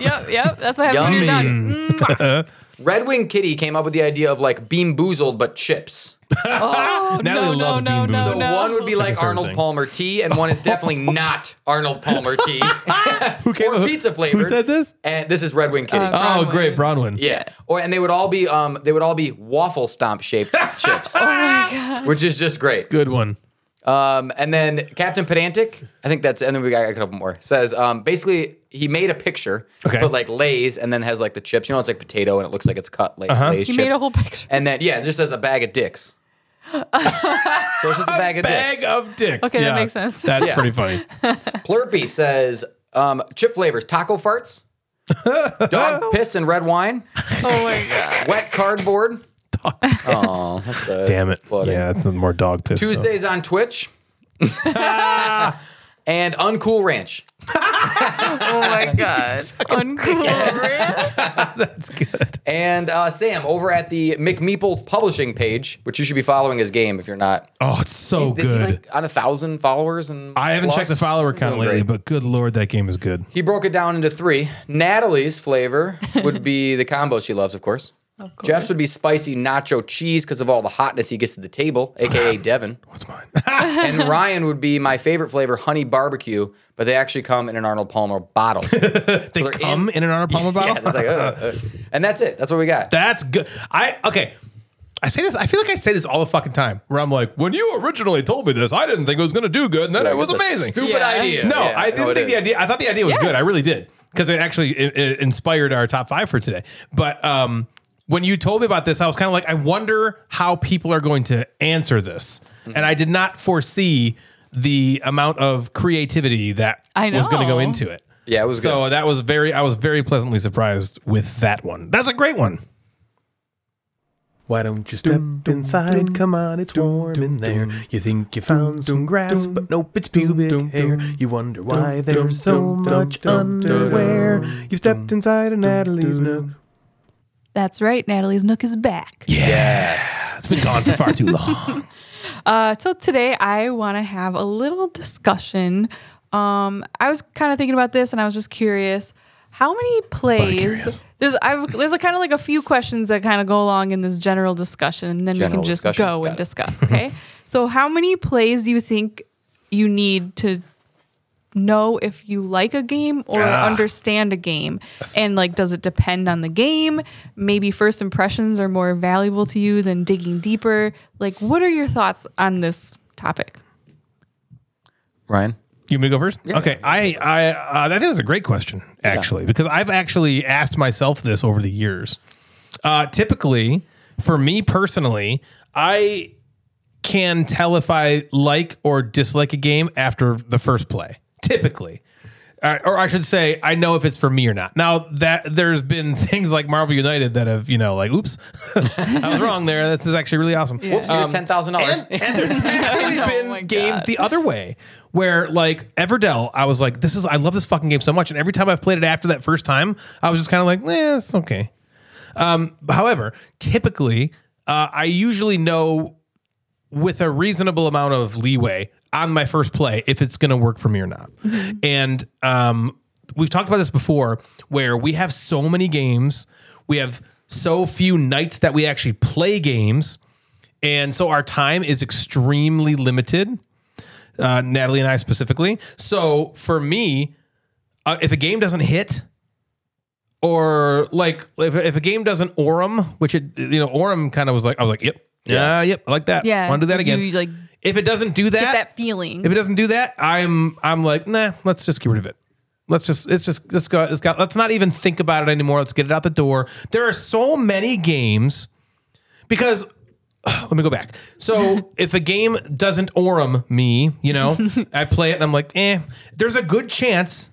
Yep, yep. That's what happens when you're Yummy. done. Mm, Red Wing Kitty came up with the idea of like beam boozled but chips. Oh, Natalie no, loves no, no, Bean no, Boozled. So no. one would be like That's my Arnold thing. Palmer tea, and one is definitely not Arnold Palmer tea. Who came up- or pizza flavor? who said this? And this is Red Wing Kitty. Uh, oh, Bronwyn. great, Bronwyn. yeah. Or and they would all be um they would all be waffle stomp shaped chips, Oh, Ah, which is just great. Good one. Um, and then Captain Pedantic, I think that's, and then we got a couple more. Says um, basically he made a picture, Okay. put like lays, and then has like the chips. You know, it's like potato, and it looks like it's cut like Uh-huh. lays. He chips. made a whole picture. and then yeah, it just says a bag of dicks. so it's just a bag of Bag dicks. of dicks. Okay, that makes sense. That's Yeah. pretty funny. Plurpy says um, chip flavors: taco farts, dog piss and red wine, Oh my god. wet cardboard. Oh, Damn it. Flooding. Yeah, that's the more dog piss. stuff. Tuesdays on Twitch. and Uncool Ranch. Oh my god. Uncool. Ranch. That's good. And uh, Sam over at the McMeeple publishing page, which you should be following his game if you're not. Oh, it's so Is he good. like on a thousand followers? And I haven't plus? checked the follower He's count doing lately, great. but good lord, that game is good. He broke it down into three. Natalie's flavor would be the combo she loves, of course. Of course. Jeff's would be spicy nacho cheese because of all the hotness he gets to the table, aka Devin. What's mine? and Ryan would be my favorite flavor, honey barbecue, but they actually come in an Arnold Palmer bottle. yeah, they they're come in, an Arnold Palmer bottle. it's like, uh, uh, and that's it. That's what we got. That's good. I okay. I say this. I feel like I say this all the fucking time. Where I'm like, when you originally told me this, I didn't think it was going to do good, and then Like, it was it's a amazing. Stupid Yeah. idea. No, Yeah, I know didn't it think the is. idea. I thought the idea was good. I really did because it actually it, it inspired our top five for today. But um, when you told me about this, I was kind of like, I wonder how people are going to answer this, Mm-hmm. and I did not foresee the amount of creativity that I was going to go know. into it. Yeah, it was so good. that was very. I was very pleasantly surprised with that one. That's a great one. Why don't you step inside? Come on, it's warm in there. You think you found some grass, but nope, it's pubic hair. You wonder why there's so much underwear. You stepped inside of Natalie's nook. That's right. Natalie's Nook is back. Yes. It's been gone for far too long. Uh, so today I want to have a little discussion. Um, I was kind of thinking about this, and I was just curious how many plays. There's I've, there's a kind of like a few questions that kind of go along in this general discussion, and then we General can just discussion. go Got and it. discuss. Okay. so how many plays do you think you need to know if you like a game or Ah. understand a game and like does it depend on the game maybe first impressions are more valuable to you than digging deeper like what are your thoughts on this topic Ryan? You want me to go first? Okay. I, I, uh, that is a great question, actually, because I've actually asked myself this over the years. Uh, typically, for me personally, I can tell if I like or dislike a game after the first play, typically. Uh, or I should say, I know if it's for me or not. Now that there's been things like Marvel United that have, you know, like, oops, I was wrong there. This is actually really awesome. Whoops, here's $10,000. And, and there's actually been Oh my games God. the other way where like Everdell, I was like, this is I love this fucking game so much, and every time I've played it after that first time, I was just kind of like, eh, it's okay. Um, however, typically, uh, I usually know with a reasonable amount of leeway on my first play if it's going to work for me or not. Mm-hmm. And um, we've talked about this before where we have so many games, we have so few nights that we actually play games. And so our time is extremely limited, uh, Natalie and I specifically. So for me, uh, if a game doesn't hit, or like if, if a game doesn't Orem, which it you know Orem kind of was like I was like yep yeah yep I like that Yeah, want to do that you, again like, if it doesn't do that, get that feeling if it doesn't do that I'm I'm like nah let's just get rid of it let's just it's just let's go let's go let's not even think about it anymore let's get it out the door there are so many games because let me go back. So if a game doesn't orum me, you know, I play it and I'm like, eh, there's a good chance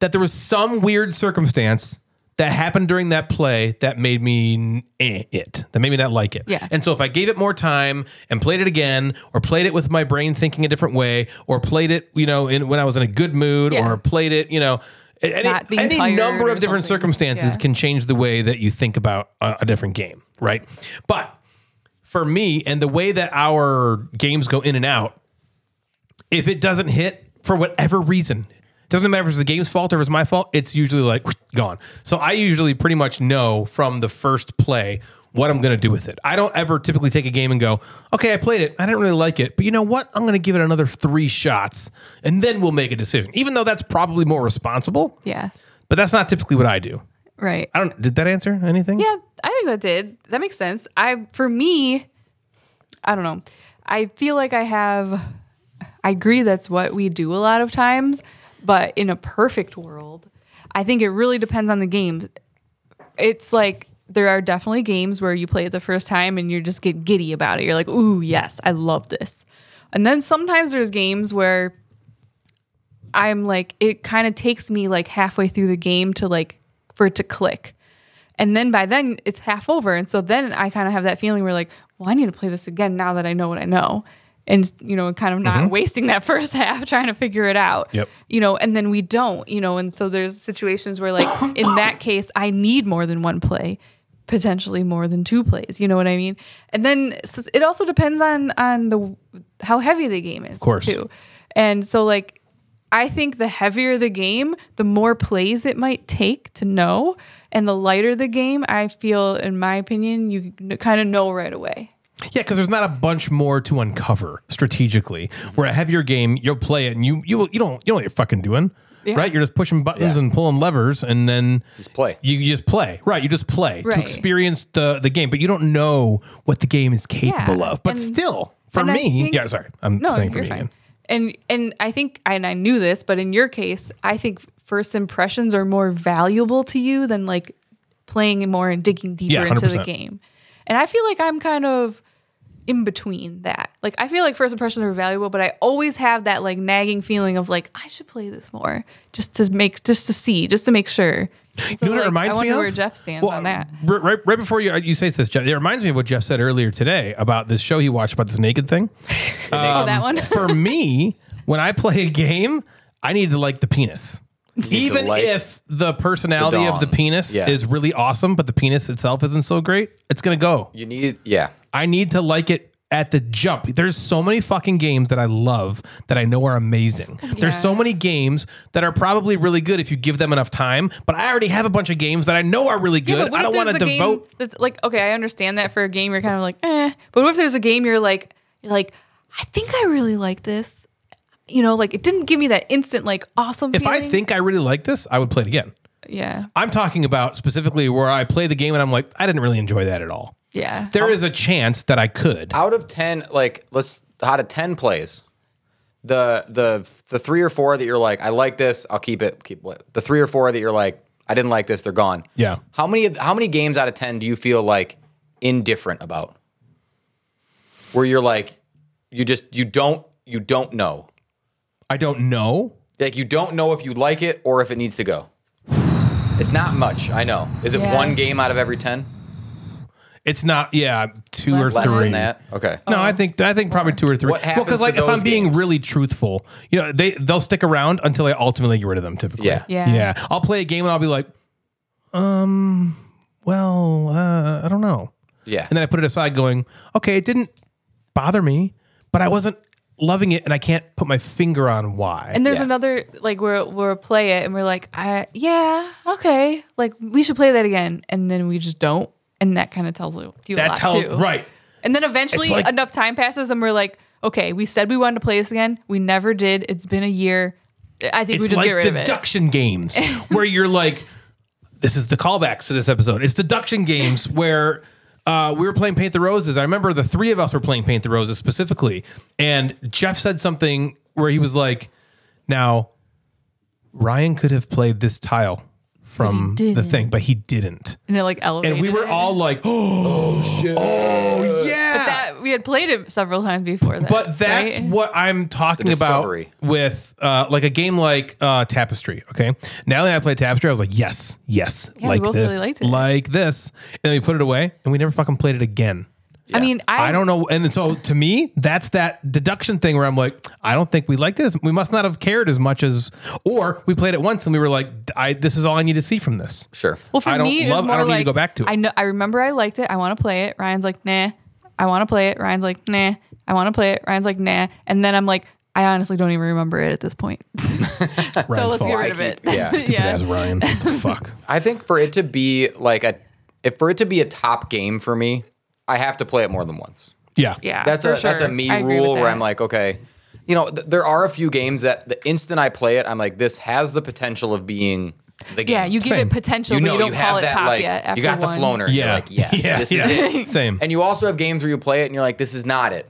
that there was some weird circumstance that happened during that play that made me eh it, that made me not like it. Yeah. And so if I gave it more time and played it again, or played it with my brain thinking a different way, or played it, you know, in, when I was in a good mood, Yeah. or played it, you know, any, Not being any tired number or of different something. circumstances Yeah. can change the way that you think about a, a different game, right? But for me and the way that our games go in and out, if it doesn't hit for whatever reason, doesn't matter if it's the game's fault or if it's my fault, it's usually like gone. So I usually pretty much know from the first play what I'm going to do with it. I don't ever typically take a game and go, okay, I played it. I didn't really like it, but you know what? I'm going to give it another three shots and then we'll make a decision, even though that's probably more responsible. yeah But that's not typically what I do. right I don't, did that answer anything? Yeah, I think that did. That makes sense. I for me, I don't know. I feel like I have I agree that's what we do a lot of times, but in a perfect world, I think it really depends on the games. It's like there are definitely games where you play it the first time and you just get giddy about it. You're like, "Ooh, yes, I love this." And then sometimes there's games where I'm like it kind of takes me like halfway through the game to like for it to click. And then by then it's half over. And so then I kind of have that feeling where like, well, I need to play this again now that I know what I know. and you know kind of not wasting that first half trying to figure it out Yep. you know and then we don't you know and so there's situations where like in that case i need more than one play potentially more than two plays you know what i mean and then so it also depends on on the how heavy the game is of course. too and so like I think the heavier the game, the more plays it might take to know, and the lighter the game, I feel, in my opinion, you kind of know right away. Yeah, because there's not a bunch more to uncover strategically. Where a heavier game, you'll play it and you you will- you don't you know what you're fucking doing, right? You're just pushing buttons Yeah. and pulling levers, and then Just play. You, you just play, right? You just play Right. to experience the the game, but you don't know what the game is capable Yeah, of. But and- still, for and I me, think- yeah, sorry, I'm No, saying for you're me. fine. again. And and I think, and I knew this, but in your case, I think first impressions are more valuable to you than like playing more and digging deeper Yeah, into the 100%. game. And I feel like I'm kind of in between that. Like I feel like first impressions are valuable, but I always have that like nagging feeling of like I should play this more just to make just to see, just to make sure. So, You know what like, it reminds I wonder me of? um, where Jeff stands on that. r- Right, right before you you say this, Jeff, it reminds me of what Jeff said earlier today about this show he watched about this naked thing. oh, that one. for me, when I play a game, I need to like the penis. need to Even like if the personality the of the dong. penis Yeah. is really awesome, but the penis itself isn't so great, it's gonna go. You need, yeah. I need to like it at the jump. There's so many fucking games that I love that I know are amazing. There's so many games that are probably really good if you give them enough time, but I already have a bunch of games that I know are really Yeah, good. but what I if don't want to there's a game devote that's- like, okay, I understand that for a game you're kind of like, eh. But what if there's a game you're like, you're like, I think I really like this. You know, like it didn't give me that instant, like awesome. if I feeling. think I really like this, I would play it again. yeah, I'm talking about specifically where I play the game and I'm like, I didn't really enjoy that at all. yeah, There is a chance that I could. Out of 10, like, let's, out of 10 plays, the, the, the three or four that you're like, I like this, I'll keep it, keep what? The three or four that you're like, I didn't like this, they're gone. Yeah. How many, of- how many games out of 10 do you feel like indifferent about? Where you're like, you just, you don't, you don't know. I don't know. Like, you don't know if you like it or if it needs to go. It's not much, I know. Is it Yeah. one game out of every 10? It's not. Yeah, two Less Oh. or Less three. than that? Okay. No, I think I think probably two or three. What well, happens because to like if I'm those being games? really truthful, you know, they they'll stick around until I ultimately get rid of them. Typically, Yeah. Yeah. yeah. I'll play a game and I'll be like, um, well, uh, I don't know, Yeah. and then I put it aside, going, okay, it didn't bother me, but I wasn't loving it, and I can't put my finger on why. And there's Yeah. another like where we'll play it and we're like, I yeah, okay, like we should play that again, and then we just don't, and that kind of tells you you a that lot tells too. right. And then eventually It's like- enough time passes and we're like, okay, we said we wanted to play this again. We never did. It's been a year. I think we It's just like get rid of it. deduction games where you're like, this is the callbacks to this episode. It's deduction games where uh, we were playing Paint the Roses. I remember the three of us were playing Paint the Roses specifically, and Jeff said something where he was like, "Now, Ryan could have played this tile from the thing, but he didn't." And it like elevated. And we were it. all like, "Oh, shit! Oh, yeah!" But that we had played it several times before that. But that's right? what I'm talking The about discovery. with uh, like a game like uh, Tapestry. Okay, Natalie and I played Tapestry. I was like, yes, yes, Yeah, we like both this, really liked it. like this, and then we put it away, and we never fucking played it again. I mean, I, I don't know, and so to me, that's that deduction thing where I'm like, I don't think we like this. We must not have cared as much as, or we played it once and we were like, I this is all I need to see from this. Sure. Well, for I don't me, it was love- I more don't need like to go back to it. I know. I remember I liked it. I want to play it. Ryan's like, nah. I want to play it. Ryan's like, nah. I want to play it. Ryan's like, nah. And then I'm like, I honestly don't even remember it at this point. so Ryan's let's fault. get I rid of it. keep- yeah. Stupid yeah. As Ryan, What the fuck. I think for it to be like a, if for it to be a top game for me, I have to play it more than once. Yeah, Yeah, That's for a that's a sure. me I agree rule with where I'm that. like, okay, you know, th- there are a few games that the instant I play it, I'm like, this has the potential of being the game. yeah, you give Same. it potential, but you don't call it top like yet. After you got the one. floner. Yeah, yeah, you're like yes, yeah, this yeah. is it. Same. And you also have games where you play it and you're like, this is not it.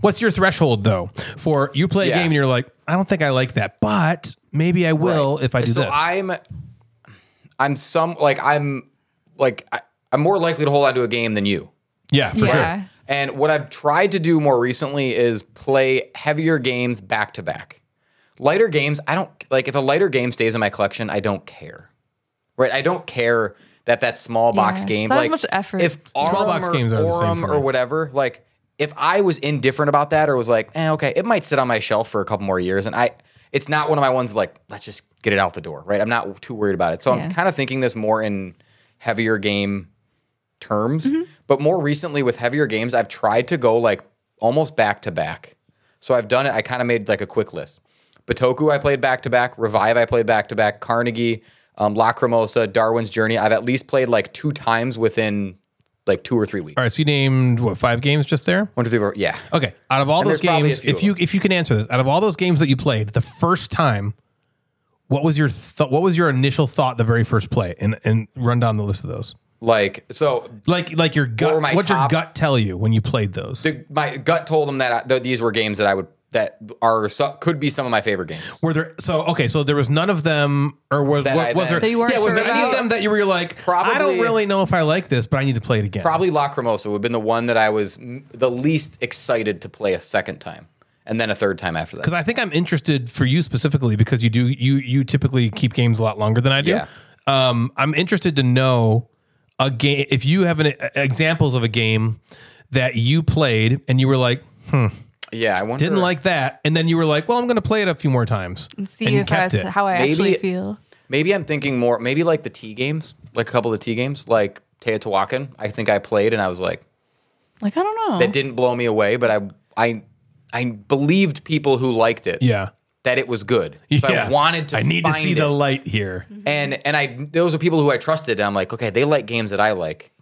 What's your threshold though for you play a Yeah. game and you're like, I don't think I like that, but maybe I will if I do so this. I'm, I'm some like I'm, like I, I'm more likely to hold on to a game than you. yeah, for Yeah. sure. And what I've tried to do more recently is play heavier games back to back. Lighter games, I don't like if a lighter game stays in my collection, I don't care. Right? I don't care that that small box Yeah. game It's not as like much effort. if Small Aurum box or games are the same Aurum for or me. whatever, like if I was indifferent about that or was like, eh, okay, it might sit on my shelf for a couple more years, and I, it's not one of my ones like, let's just get it out the door, right? I'm not too worried about it. So Yeah. I'm kind of thinking this more in heavier game terms, but more recently with heavier games, I've tried to go like almost back to back. So I've done it. I kind of made like a quick list. Batoku, I played back to back. Revive, I played back to back. Carnegie, um, Lacrimosa, Darwin's Journey. I've at least played like two times within like two or three weeks. All right, so you named what five games just there? One, two, three, four. Yeah. Okay, out of all And those there's probably a games, few if of you if you can answer this, out of all those games that you played the first time, what was your th- what was your initial thought the very first play? And and run down the list of those. Like so, Like like your gut. were my What'd top- your gut tell you when you played those? the, my gut told them that, I, that these were games that I would that are so, could be some of my favorite games. Were there so okay? So there was none of them, or was That I- what, was that- there? That you weren't yeah, was sure there any of about? them that you were like? I Probably- don't really know if I like this, but I need to play it again. Probably Lacrimosa would have been the one that I was m- the least excited to play a second time, and then a third time after that. because I think I'm interested for you specifically because you do you you typically keep games a lot longer than I do. Yeah. Um, I'm interested to know a game if you have an, uh, examples of a game that you played and you were like yeah, I wonder, didn't like that, and then you were like, well, I'm going to play it a few more times and See you if that's how I Maybe- actually feel. Maybe I'm thinking more. Maybe like the T games, like a couple of the T games, like Teotihuacan. I think I played and I was like, Like I don't know. Oh. that didn't blow me away, but I I I believed people who liked it yeah. that it was good. So yeah. I wanted to. I need to find see the it. light here. Mm. and and I those were people who I trusted. And I'm like, okay, they like games that I like,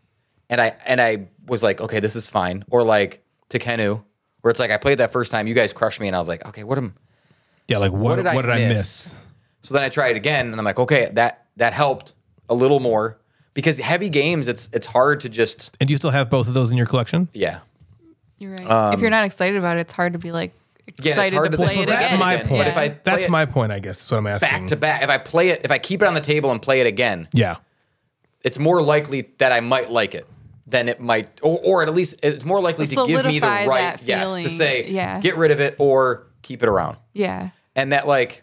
and I and I was like, okay, this is fine. Or like Tekenu, where it's like I played that first time, you guys crushed me, and I was like, okay, what am? Yeah, like what? What did, did I I miss? miss? So then I tried it again, and I'm like, okay, that that helped a little more because heavy games, it's it's hard to just And do you still have both of those in your collection? yeah. You're right. if you're not excited about it, it's hard to be like Again, it's excited hard to to play listen it to that again. That's my again. point. But if I play That's it- my point. I guess is what I'm asking. Back to back. If I play it, if I keep it on the table and play it again, yeah. it's more likely that I might like it than it might, or, or at least it's more likely To to give me the solidify right that yes to feeling, say yeah. get rid of it or keep it around. yeah. And that like,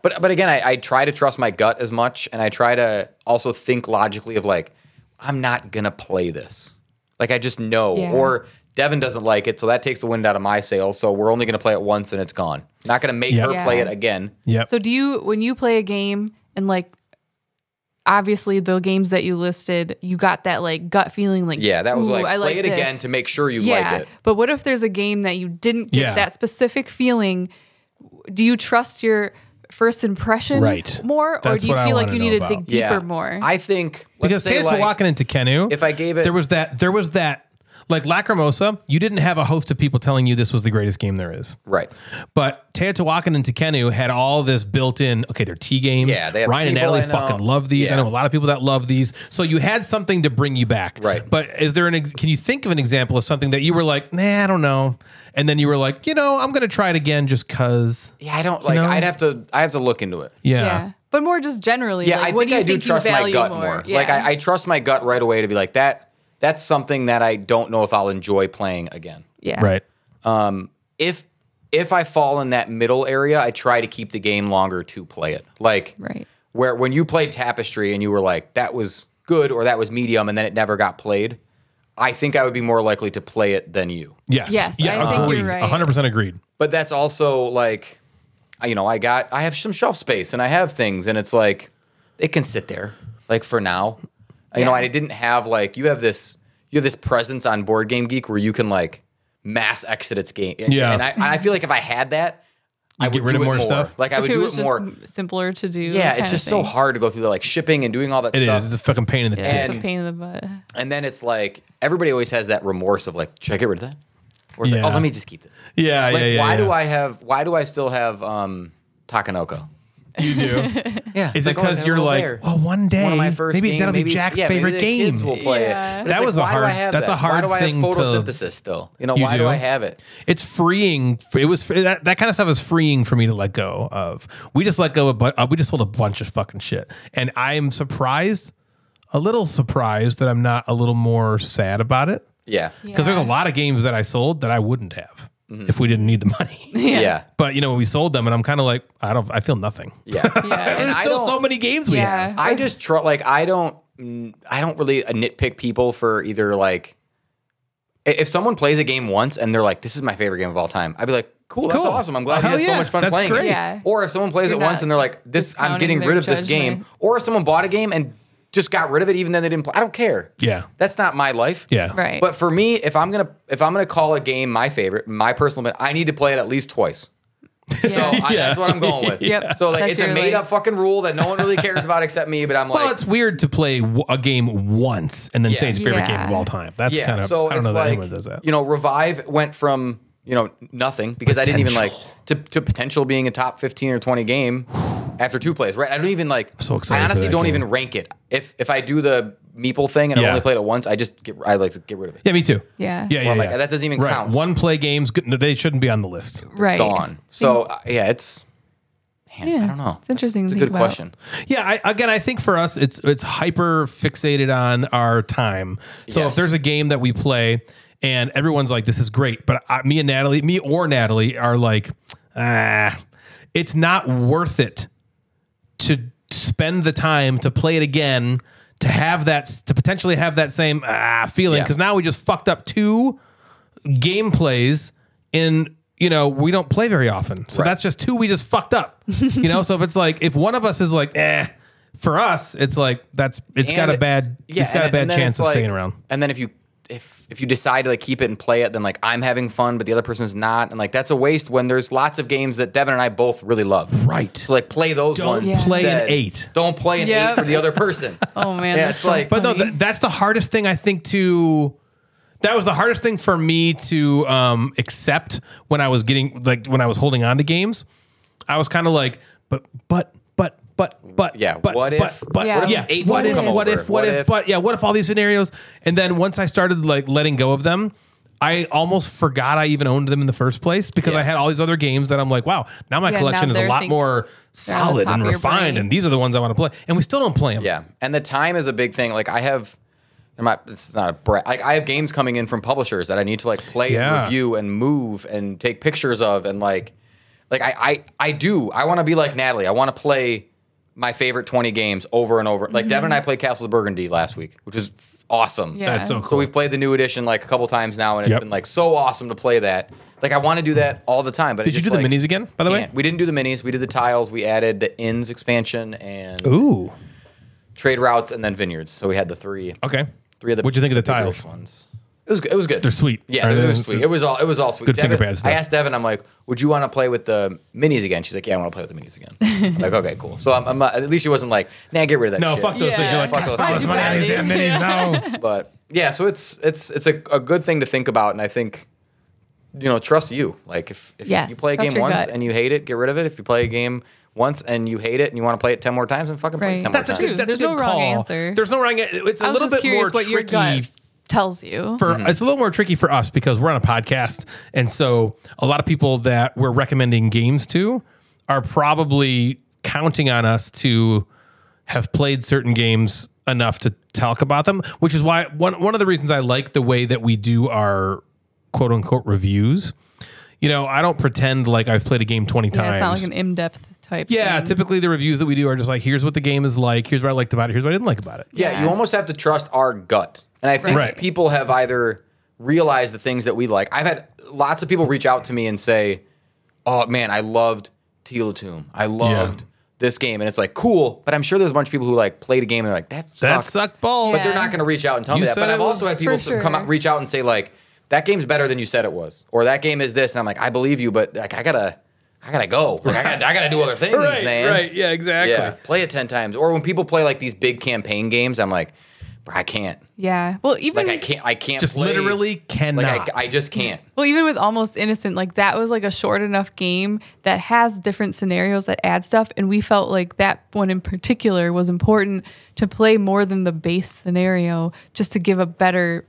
but but again, I, I try to trust my gut as much, and I try to also think logically of like, I'm not gonna play this. Like I just know, Yeah. or Devin doesn't like it, so that takes the wind out of my sails. So we're only gonna play it once, and it's gone. Not gonna make her Yeah. play it again. Yep. So do you when you play a game and like obviously the games that you listed, you got that like gut feeling like Yeah, that was "Ooh, like I play like it this." again to make sure you yeah. like it. But what if there's a game that you didn't get Yeah. that specific feeling? Do you trust your first impression Right. more or That's do you what I feel like wanna you know need to dig about. deeper yeah, more? I think let's because say, like- Teotihuacan and Tekenu, if I gave it- there was that, there was that, like Lacrimosa, you didn't have a host of people telling you this was the greatest game there is. right. But Teotihuacan and Tekenu had all this built in. Okay, they're T games. Yeah, they have Ryan and people Ellie I know. fucking love these. I Yeah. know a lot of people that love these. So you had something to bring you back. Right. But is there an? Ex- can you think of an example of something that you were like, nah, I don't know, and then you were like, you know, I'm gonna try it again just cause. Yeah, I don't like. know? I'd have to. I have to look into it. Yeah. But more just generally. Yeah, like, I what think do you I do think trust you my value gut more. more? Yeah. Like I, I trust my gut right away to be like that. That's something that I don't know if I'll enjoy playing again. yeah. Right. If if I fall in that middle area, I try to keep the game longer to play it. Like Right. where when you played Tapestry and you were like that was good or that was medium and then it never got played, I think I would be more likely to play it than you. Yes. Yes, I think you're agreed. right. 100% agreed. but that's also like I- you know i got i have some shelf space and i have things and it's like it can sit there like for now you know Yeah. i didn't have like you have this you have this presence on board game geek where you can like mass exit its game Yeah. and i, and I feel like if i had that i would get rid do of it more stuff? like i If would it do was it just more m- simpler to do. yeah kinda it's just so thing. hard to go through the like shipping and doing all that It is. stuff It's a fucking pain in the dick. It's a and- pain in the butt. and then it's like everybody always has that remorse of like should i get rid of that or it's Yeah. like oh let me just keep this Yeah, like yeah, yeah. why yeah. do i have why do i still have um takanoko You do. Yeah. Is it oh, because they'll you're go like, there. well, one day, One of my first maybe game, that'll maybe- be Jack's yeah, maybe favorite the game. Kids will play Yeah. it. But That it's was a like, why do hard- I have that's that? a hard why do thing I to- have photosynthesis still? You know, You why do? do? I have it? It's freeing. It was that, that kind of stuff is freeing for me to let go of. We just let go of, but uh, we just sold a bunch of fucking shit, and I am surprised, a little surprised that I'm not a little more sad about it Yeah. Mm-hmm. because there's a lot of games that I sold that I wouldn't have if we didn't need the money. Yeah. Yeah. but you know, we sold them, and I'm kind of like, I don't, I feel nothing. Yeah. And There's I still don't- so many games we have. yeah. I just tr- like I don't mm, I don't really uh, nitpick people for either like i- if someone plays a game once and they're like, "This is my favorite game of all time," I'd be like, "Cool, that's Cool. awesome. I'm glad you Hell had so yeah, much fun that's playing great. it." Yeah. Or if someone plays You're it once not and they're like, "This, I'm discounting getting their rid of this judgment. game," or if someone bought a game and just got rid of it, even then they didn't play. I don't care. Yeah. that's not my life. Yeah. Right. But for me, if I'm gonna if I'm gonna call a game my favorite, my personal, opinion, I need to play it at least twice. So Yeah. I, that's what I'm going with. Yep. So like, That's it's a your, like- made up fucking rule that no one really cares about except me. But I'm like, Well, it's weird to play w- a game once and then Yeah. say it's your favorite Yeah. game of all time. That's yeah. kind of so I don't it's know that like anyone does that. you know, revive went from you know nothing because I didn't even like to, to potential being a top 15 or 20 game after two plays. Right. I don't even like. so excited I for honestly that don't game. even rank it. If if I do the meeple thing and I've Yeah. only played it once, I just get I like to get rid of it. yeah, me too. Yeah. Yeah, yeah, Well, like, yeah. that doesn't even Right. count. One play games, good- no, they shouldn't be on the list. right. Gone. So uh, yeah, it's. Man, I don't know. It's interesting It's to a think good about. question. Yeah, I, again, I think for us, it's it's hyper fixated on our time. So if Yes. there's a game that we play and everyone's like, "This is great," but I, me and Natalie, me or Natalie, are like, "Ah, it's not worth it to spend the time to play it again to have that to potentially have that same ah feeling Yeah. because now we just fucked up two gameplays in you know we don't play very often so Right. that's just two we just fucked up you know so if it's like if one of us is like eh for us it's like that's it's got a And- bad it's got and- a bad and then chance it's of staying like- around And then if you if if you decide to like keep it and play it, then like I'm having fun, but the other person's not, and like that's a waste when there's lots of games that Devin and I both really love. Right. So like play those Don't ones. play an instead. eight. Don't play an Yep. eight for the other person. Oh man. yeah, that's it's so like But no, funny. th- that's the hardest thing I think to. That was the hardest thing for me to um, accept when I was getting like when I was holding on to games. I was kind of like, but but but but but Yeah, But, what if- But, but Yeah. yeah. what if eight What if? people come What over? if? What if? But yeah. What if all these scenarios? And then once I started like letting go of them. I almost forgot I even owned them in the first place because Yeah. I had all these other games that I'm like, wow, now my Yeah, now collection is a they're lot think- more they're on the solid top and of your refined, brain. and these are the ones I want to play, and we still don't play them. Yeah, and the time is a big thing. Like I have, I'm not. It's not a bra- like I have games coming in from publishers that I need to like play and Yeah. review and move and take pictures of and like, like I I I do. I want to be like Natalie. I want to play my favorite 20 games over and over. Like Devin and I played Castle of Burgundy last week, which was f- awesome. Yeah. that's so cool. So we've played the new edition like a couple times now, and it's Yep. been like so awesome to play that. Like I want to do that all the time. But Did you do the minis again, by the way? We didn't do the minis. We did the tiles. We added the inns expansion and Ooh. trade routes and then vineyards. So we had the three, Okay. three of the. What'd you think of the bigger tiles? Ones. It was good. It was good. They're sweet. Yeah, Are it they- was sweet. It was all. It was all sweet. Good finger Devin- pad stuff. I asked Devin. I'm like, "Would you want to play with the minis again?" She's like, "Yeah, I want to play with the minis again." I'm like, okay, cool. So I'm, I'm not, at least she wasn't like, "Nah, get rid of that." No, shit. fuck those Yeah. things. You're like, Fuck "Gosh, those all this things. money on these Yeah. damn minis, no. But yeah, so it's it's it's a, a good thing to think about, and I think. You know, trust you. Like if, if Yes, you play a trust game your once gut. and you hate it, get rid of it. If you play a game once and you hate it and you want to play it ten more times, then fucking play it Right. ten That's a more times. good. That's There's a no good wrong call. answer. There's no wrong. an- It's a I was little just bit more curious what your tricky gut tells you. for. Mm-hmm. It's a little more tricky for us because we're on a podcast, and so a lot of people that we're recommending games to are probably counting on us to have played certain games enough to talk about them, which is why one one of the reasons I like the way that we do our quote unquote reviews. You know, I don't pretend like I've played a game twenty yeah, times. it's not like an in-depth type. Yeah, thing. typically the reviews that we do are just like, here's what the game is like, here's what I liked about it, here's what I didn't like about it. Yeah, you almost have to trust our gut. And I think Right. people have either realized the things that we like. I've had lots of people reach out to me and say, "Oh man, I loved Teal Tomb. I loved this game." And it's like, "Cool," but I'm sure there's a bunch of people who like played a game and they're like, "That sucked." That sucked balls. But they're Yeah. not going to reach out and tell You me that. said But I've it also was- had people For come out, sure. reach out and say like, "That game's better than you said it was," or "That game is this," and I'm like, "I believe you," but like, I gotta, I gotta go. Like, I gotta, I gotta do other things, Right, man. right, yeah, exactly. Yeah, play it ten times. Or when people play like these big campaign games, I'm like, bro, I can't. Yeah. Well, even Like I can't. I can't. Just play- literally cannot. Like I, I just can't. Well, even with Almost Innocent, like that was like a short enough game that has different scenarios that add stuff. And we felt like that one in particular was important to play more than the base scenario just to give a better,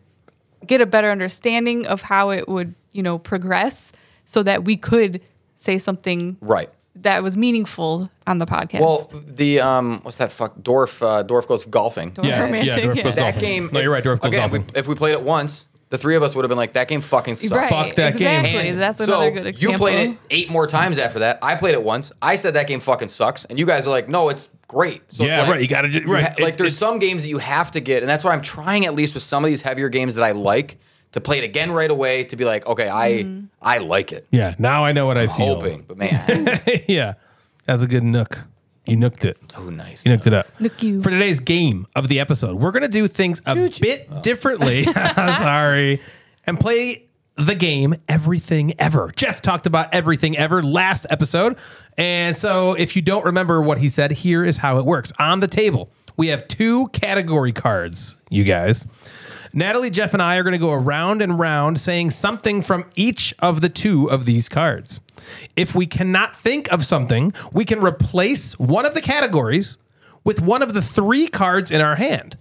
get a better understanding of how it would, you know, progress so that we could say something Right. that was meaningful on the podcast. Well, the um, what's that? Fuck, Dorf. Uh, Dorf goes golfing. yeah, romantic, yeah, Dwarf yeah. Goes That Golfing. game. No, if- you're right. Dwarf Goes again, Golfing. If we, if we played it once, the three of us would have been like, "That game fucking sucks." right. Fuck that game. exactly. And That's so another good example. You played it eight more times after that. I played it once. I said that game fucking sucks, and you guys are like, "No, it's great." So it's Yeah, like, right, you gotta ju- right, ha- like it's- there's it's- some games that you have to get, and that's why I'm trying at least with some of these heavier games that I like to play it again right away to be like, okay, I Mm-hmm. I like it. Yeah. Now I know what I feel. Hoping, but man, yeah. That's a good nook. You nooked it. oh nice. You nooked it up. Look you. For today's game of the episode, we're going to do things a bit differently. Sorry. And play the game Everything Ever. Jeff talked about Everything Ever last episode. And so if you don't remember what he said, here is how it works. On the table, we have two category cards, you guys. Natalie, Jeff, and I are going to go around and round saying something from each of the two of these cards. If we cannot think of something, we can replace one of the categories with one of the three cards in our hand.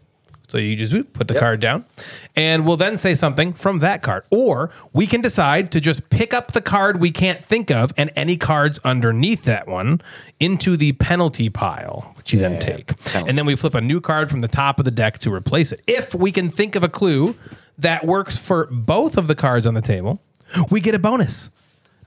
So you just whoop, put the card down, and we'll then say something from that card. Or we can decide to just pick up the card we can't think of and any cards underneath that one into the penalty pile, which you then take. And then we flip a new card from the top of the deck to replace it. If we can think of a clue that works for both of the cards on the table, we get a bonus.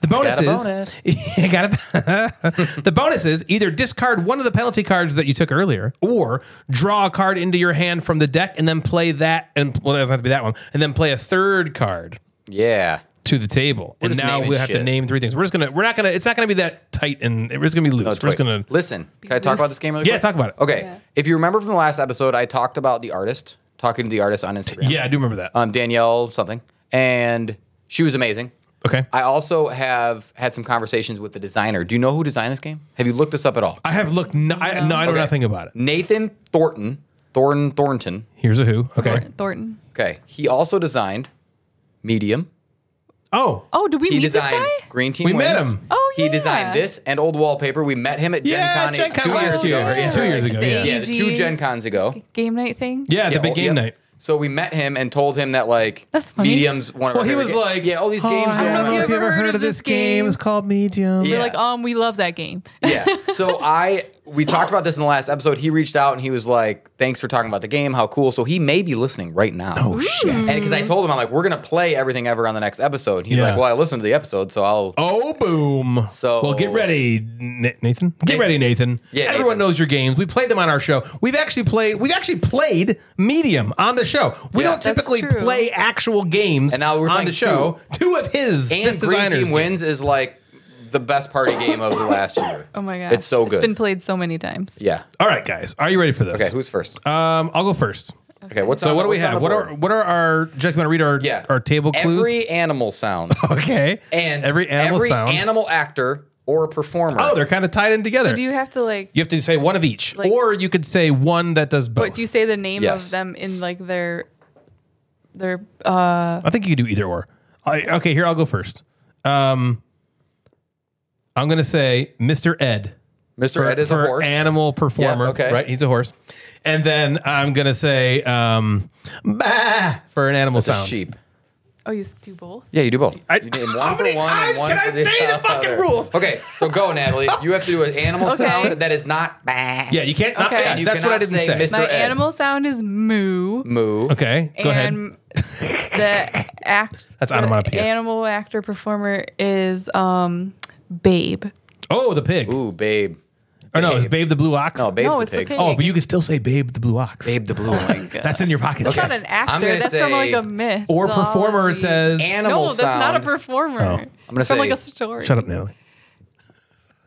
The bonus got a is bonus. I got a- the bonus is either discard one of the penalty cards that you took earlier, or draw a card into your hand from the deck and then play that. And well, it doesn't have to be that one. And then play a third card Yeah. To the table. and just now naming we have to shit. name three things. We're just gonna. We're not gonna. It's not gonna be that tight, and we're just gonna be loose. Let's we're just wait. gonna. listen. Can I talk about this game really Yeah, quick? talk about it. Okay. If you remember from the last episode, I talked about the artist, talking to the artist on Instagram. Yeah, I do remember that. Um, Danielle something. And she was amazing. okay. I also have had some conversations with the designer. Do you know who designed this game? Have you looked this up at all? I have looked. No, I, no, I know Okay. nothing about it. Nathan Thornton. Thornton Thornton. Here's a who. Okay. Thornton. Thornton. Okay. He also designed Medium. Oh, Oh, did we He meet this designed guy? Green Team We met Wins. him. Oh, He designed yeah. this and Old Wallpaper. We met him at Gen Yeah, Con, eight- Gen Con two years last ago. year. or Two years ago, The yeah. Yeah, the two EG Gen Cons ago. game night thing. yeah, the Yeah, big oh, game yep. night. So we met him and told him that like That's funny. mediums one of Well, our he favorite was ga- like, yeah, all these "Oh, games. I going don't on." know if you ever heard of this game. It's called Medium. Yeah. We're like, um, we love that game. yeah. So I we talked about this in the last episode. He reached out and he was like, "Thanks for talking about the game. How cool!" So he may be listening right now. Oh shit! And because I told him, I'm like, "We're gonna play everything ever on the next episode." He's Yeah. like, "Well, I listened to the episode, so I'll." Oh, boom. So- well, get ready, Na- Nathan. Get Nathan. ready, Nathan. Yeah, Everyone Nathan. knows your games. We played them on our show. We've actually played. We actually played Medium on the show. We Yeah. don't That's typically true. play actual games And now we're on playing the show. Two, of his. And this Green Team designer's game. Wins is like the best party game of the last year. Oh my god, It's so good. It's been played so many times. yeah. All right, guys. Are you ready for this? Okay, who's first? Um, I'll go first. Okay, what's So on- what do we what's on have? the What board? are what are our? Jeff, you want to read our yeah our table clues? Every animal sound okay. and every animal every sound. animal actor or performer. oh, they're kind of tied in together. Do you, you have to like? have to say one of each, Like- or you could say one that does both. But do you say the name Yes. of them in like their their uh I think you can do either or. I, okay, here I'll go first. Um, I'm gonna say Mr. Ed. Mr. Ed is a for horse. animal performer. Yeah, okay. Right, he's a horse. And then I'm gonna say um, bah for an animal It's a sound. sheep. oh you do both? Yeah, you do both. I- you name How for many and times can for I say the other. fucking rules? Okay, so go, Natalie. You have to do an animal Okay. sound that is not bah. Yeah, you can't. Not, Okay. yeah, You that's what I cannot didn't say. say Mr. My Ed. animal sound is moo. moo. Okay, Mm, go ahead. and the act That's the onomatopoeia. Animal actor performer is um Babe. Oh, the pig. Ooh, babe. Oh no, it's Babe the Blue Ox. No, babe's no, the it's pig. the pig. Oh, but you can still say Babe the Blue Ox. Babe the blue one. That's in your pocket. That's Jeff. not an I'm actor. gonna That's from like say- a myth. Or Zoology. performer. It says. Animal no, that's sound. not a performer. I'm gonna it's from like say- a story. Shut up, Natalie.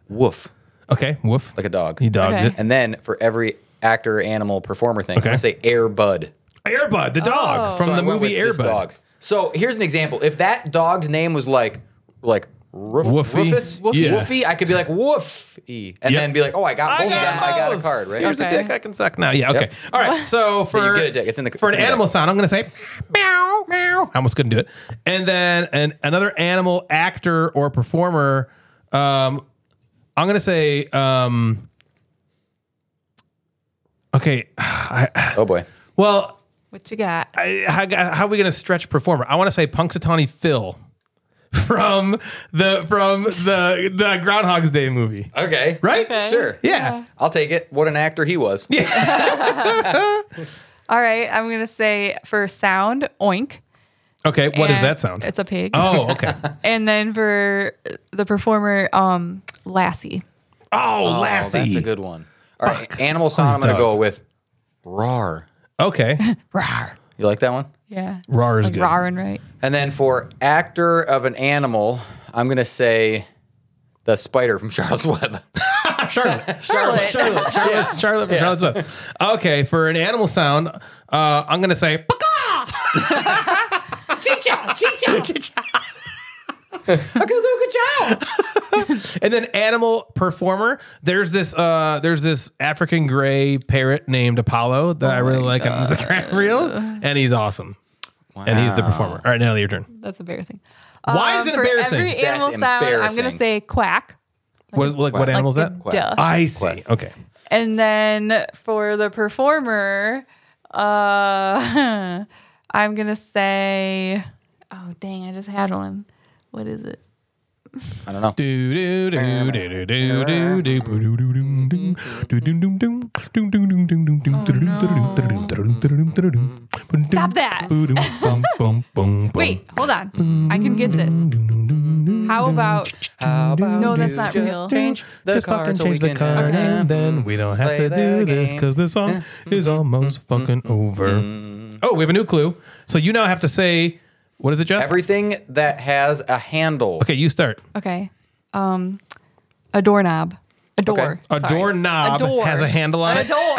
Woof, Okay, woof. like a dog. He dogged Okay. it. And then for every actor, animal, performer thing, Okay. I say air bud. Airbud, the dog Oh. from So the I went movie with this Airbud. dog. So here's an example. If that dog's name was like like Ruf, Woofy. Rufus, Woofy. Yeah. Woofy, I could be like Woofy, and Yep. then be like, oh, I got both of them. I got a both. card, right? Here's Okay. a dick I can suck now. Yeah, okay. Yep. All right. So for you get a dick. It's in the- for it's an in the animal deck. sound, I'm gonna say meow meow. I almost couldn't do it. And then an, another animal actor or performer. Um, I'm gonna say. Um, okay. Oh boy. Well, What you got? I, how, how are we gonna stretch performer? I want to say Punxsutawney Phil from the from the the Groundhog's Day movie. Okay. Right. Okay. Sure. Yeah. I'll take it. What an actor he was. Yeah. All right, I'm gonna say for sound, oink. Okay. What does And that sound? It's a pig. Oh, okay. And then for the performer, um, Lassie. Oh, Oh, Lassie. that's a good one. All right. Animal sound. I'm gonna dogs. go with roar. Okay. You like that one? Yeah. Rar is Like good. rawr and right. And then for actor of an animal, I'm going to say the spider from Charles Webb. Charlotte. Charlotte. Charlotte. Charlotte's Charlotte from Charlotte's Web. Okay, for an animal sound, uh, I'm gonna say Paka! And then animal performer, there's this uh there's this African gray parrot named Apollo that I really like on Instagram Reels, and he's awesome. And he's the performer. All right, Natalie, your turn. That's embarrassing. Um, Why is it for embarrassing? Every animal That's sound, I'm going to embarrassing. say quack. what like what animal's like that? the duck. I see. Okay. And then for the performer, uh, I'm going to say, oh, dang, I just had one. What is it? I don't know. Do do do do do do do do do do do do do do do do do do do do Stop that. Wait, hold on. I can get this. How about How about No, that's you not just real. Change the just card fucking so change we the can uh, card have and then we don't have Play to do the game. this Mm-hmm. because the song is almost fucking over. Oh, we have a new clue. So you now have to say, what is it, Jeff? everything that has a handle. okay, you start. okay, um, a doorknob, a door, Okay. A Sorry. doorknob A door. has a handle on a it. door.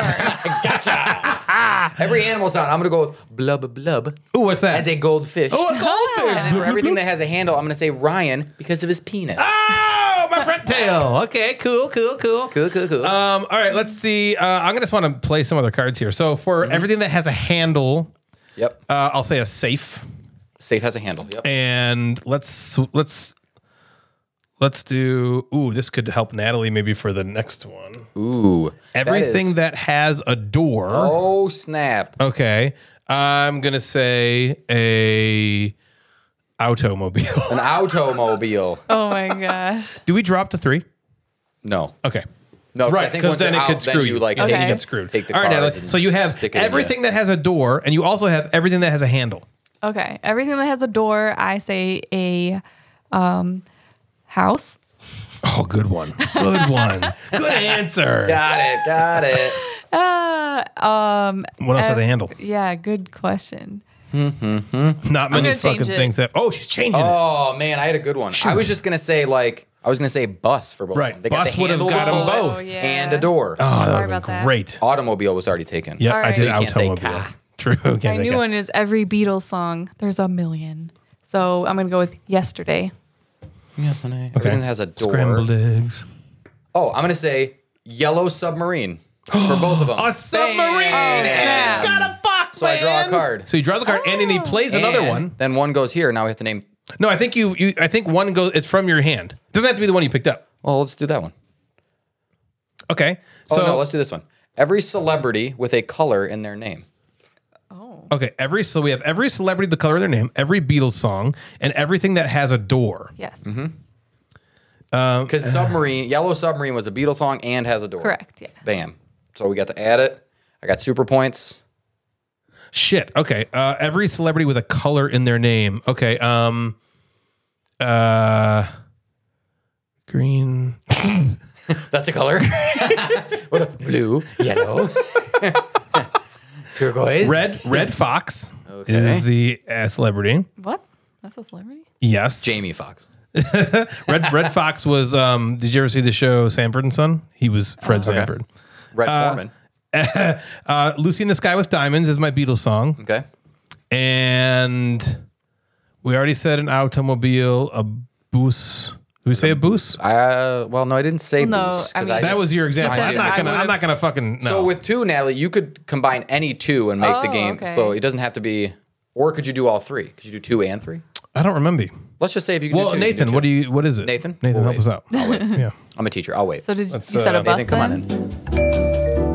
Every animal sound, I'm going to go with blub blub Ooh, what's that? as a goldfish. Oh, a goldfish. and then for everything that has a handle, I'm going to say Ryan because of his penis. Oh, my front tail. Okay, cool, cool, cool. Cool, cool, cool. Um, all right, let's see. Uh, I'm gonna just want to play some other cards here. So for Mm-hmm. everything that has a handle, yep. uh, I'll say a safe, Safe has a handle. Yep. and let's let's let's do. Ooh, this could help Natalie maybe for the next one. Ooh. Everything is- that has a door. Oh, snap. Okay, I'm gonna say a automobile. An automobile. oh my gosh. do we drop to three? no. Okay. No, I Right, think because once then you're it could out, screw then you. you. Like, yeah, Okay. you get screwed. Take the All right, cards Natalie, and So you have stick it in everything that has a door, and you also have everything that has a handle. Okay, everything that has a door, I say a um, house. Oh, good one. Good one. good answer. Got it. Got it. Hmm. Uh, um, What else has a handle? yeah, good question. Not I'm many gonna change fucking it. things that. Oh, she's changing it. Oh man, I had a good one. I was just gonna say like I was gonna say bus for both. of Right. them. They Bus would have handle got to 'em pull it both. yeah. and a door. Oh, that Sorry would about that. great. Automobile was already taken. Yep, I did right. So you can't say automobile. ka. True. Can't My say new ka. one is every Beatles song. There's a million. So I'm gonna go with yesterday. Everything that has a door. Scrambled eggs. Oh, I'm gonna say yellow submarine for both of them. A submarine. snap. It's got a fuck, So I draw a man. card. So he draws a card, and Oh, then he plays another And one. Then one goes here. Now we have to name. No, I think you, you. I think one goes. It's from your hand. Doesn't have to be the one you picked up. Well, oh, let's do that one. Okay. Oh So no, let's do this one. Every celebrity with a color in their name. Okay, every so we have every celebrity the color of their name, every Beatles song, and everything that has a door. Yes, Mm-hmm. Because submarine, yellow submarine was a Beatles song and has a door. correct. Yeah. Bam. So we got to add it. I got super points. Shit. Okay, uh, every celebrity with a color in their name. Okay. Um. Uh. Green. That's a color. what a blue, yellow, turquoise, Red. Red Fox Okay. is the uh, celebrity. What? That's a celebrity. Yes. Jamie Fox. Red Red Fox was. Um. Did you ever see the show Sanford and Son? He was Fred Sanford. Red Foreman. Uh, Lucy in the Sky with Diamonds is my Beatles song. Okay. and we already said an automobile, a bus. Did we say a bus? Uh, well, no, I didn't say No, boots. I 'cause mean- That was your example. said I'm not I gonna. I'm would've- not gonna fucking. No. So with two, Natalie, you could combine any two and make the Oh, game. okay. So it doesn't have to be, or could you do all three? Could you do two and three? I don't remember. Let's just say if you could Well, do two. you could Nathan, do what do two. you? What is it? Nathan? Nathan, We'll help us out. yeah. I'm a teacher. I'll wait. So did you said uh, a bus? Nathan, come on then? in.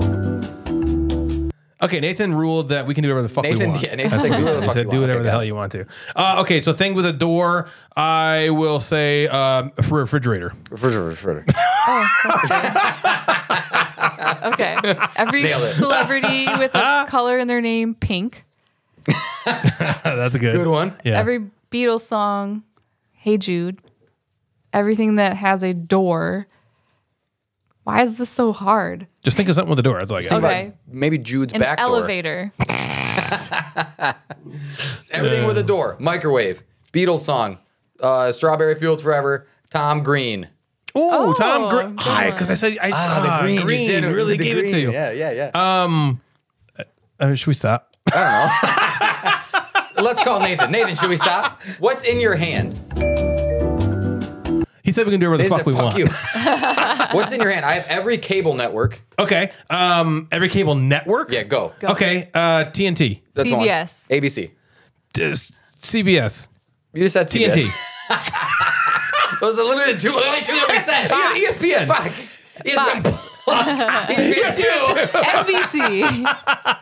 Okay, Nathan ruled that we can do whatever the fuck we Nathan, want. yeah, Nathan's like, do whatever the He fuck said, you "Do want. whatever Okay, the got hell it. you want to." Uh, okay, so thing with a door, I will say um, refrigerator. Refrigerator, refrigerator. Okay. Every Nailed it. celebrity with a color in their name, pink. That's a good. Good one. Yeah. Every Beatles song, Hey Jude. Everything that has a door. Why is this so hard? Just think of something with a door. That's all I got. Okay. Maybe Jude's An back door. elevator. It's everything with a door. Microwave. Beatles song. Uh, Strawberry Fields Forever. Tom Green. Ooh, Tom Oh, Green. good Because I said I, ah, You Green, said it with really the gave it to green. you. Yeah, yeah, yeah. Uh, should we stop? Let's call Nathan. Nathan, should we stop? What's in your hand? He said we can do whatever the It's a fuck we want. you. What's in your hand? I have every cable network. Okay. Um, every cable network. Yeah, go. Okay. Uh, TNT, That's one. CBS. ABC. Just CBS, You just said CBS. TNT, Those are literally the two, only two that we said. Yeah, E ESPN. Fuck. ESPN Plus. ESPN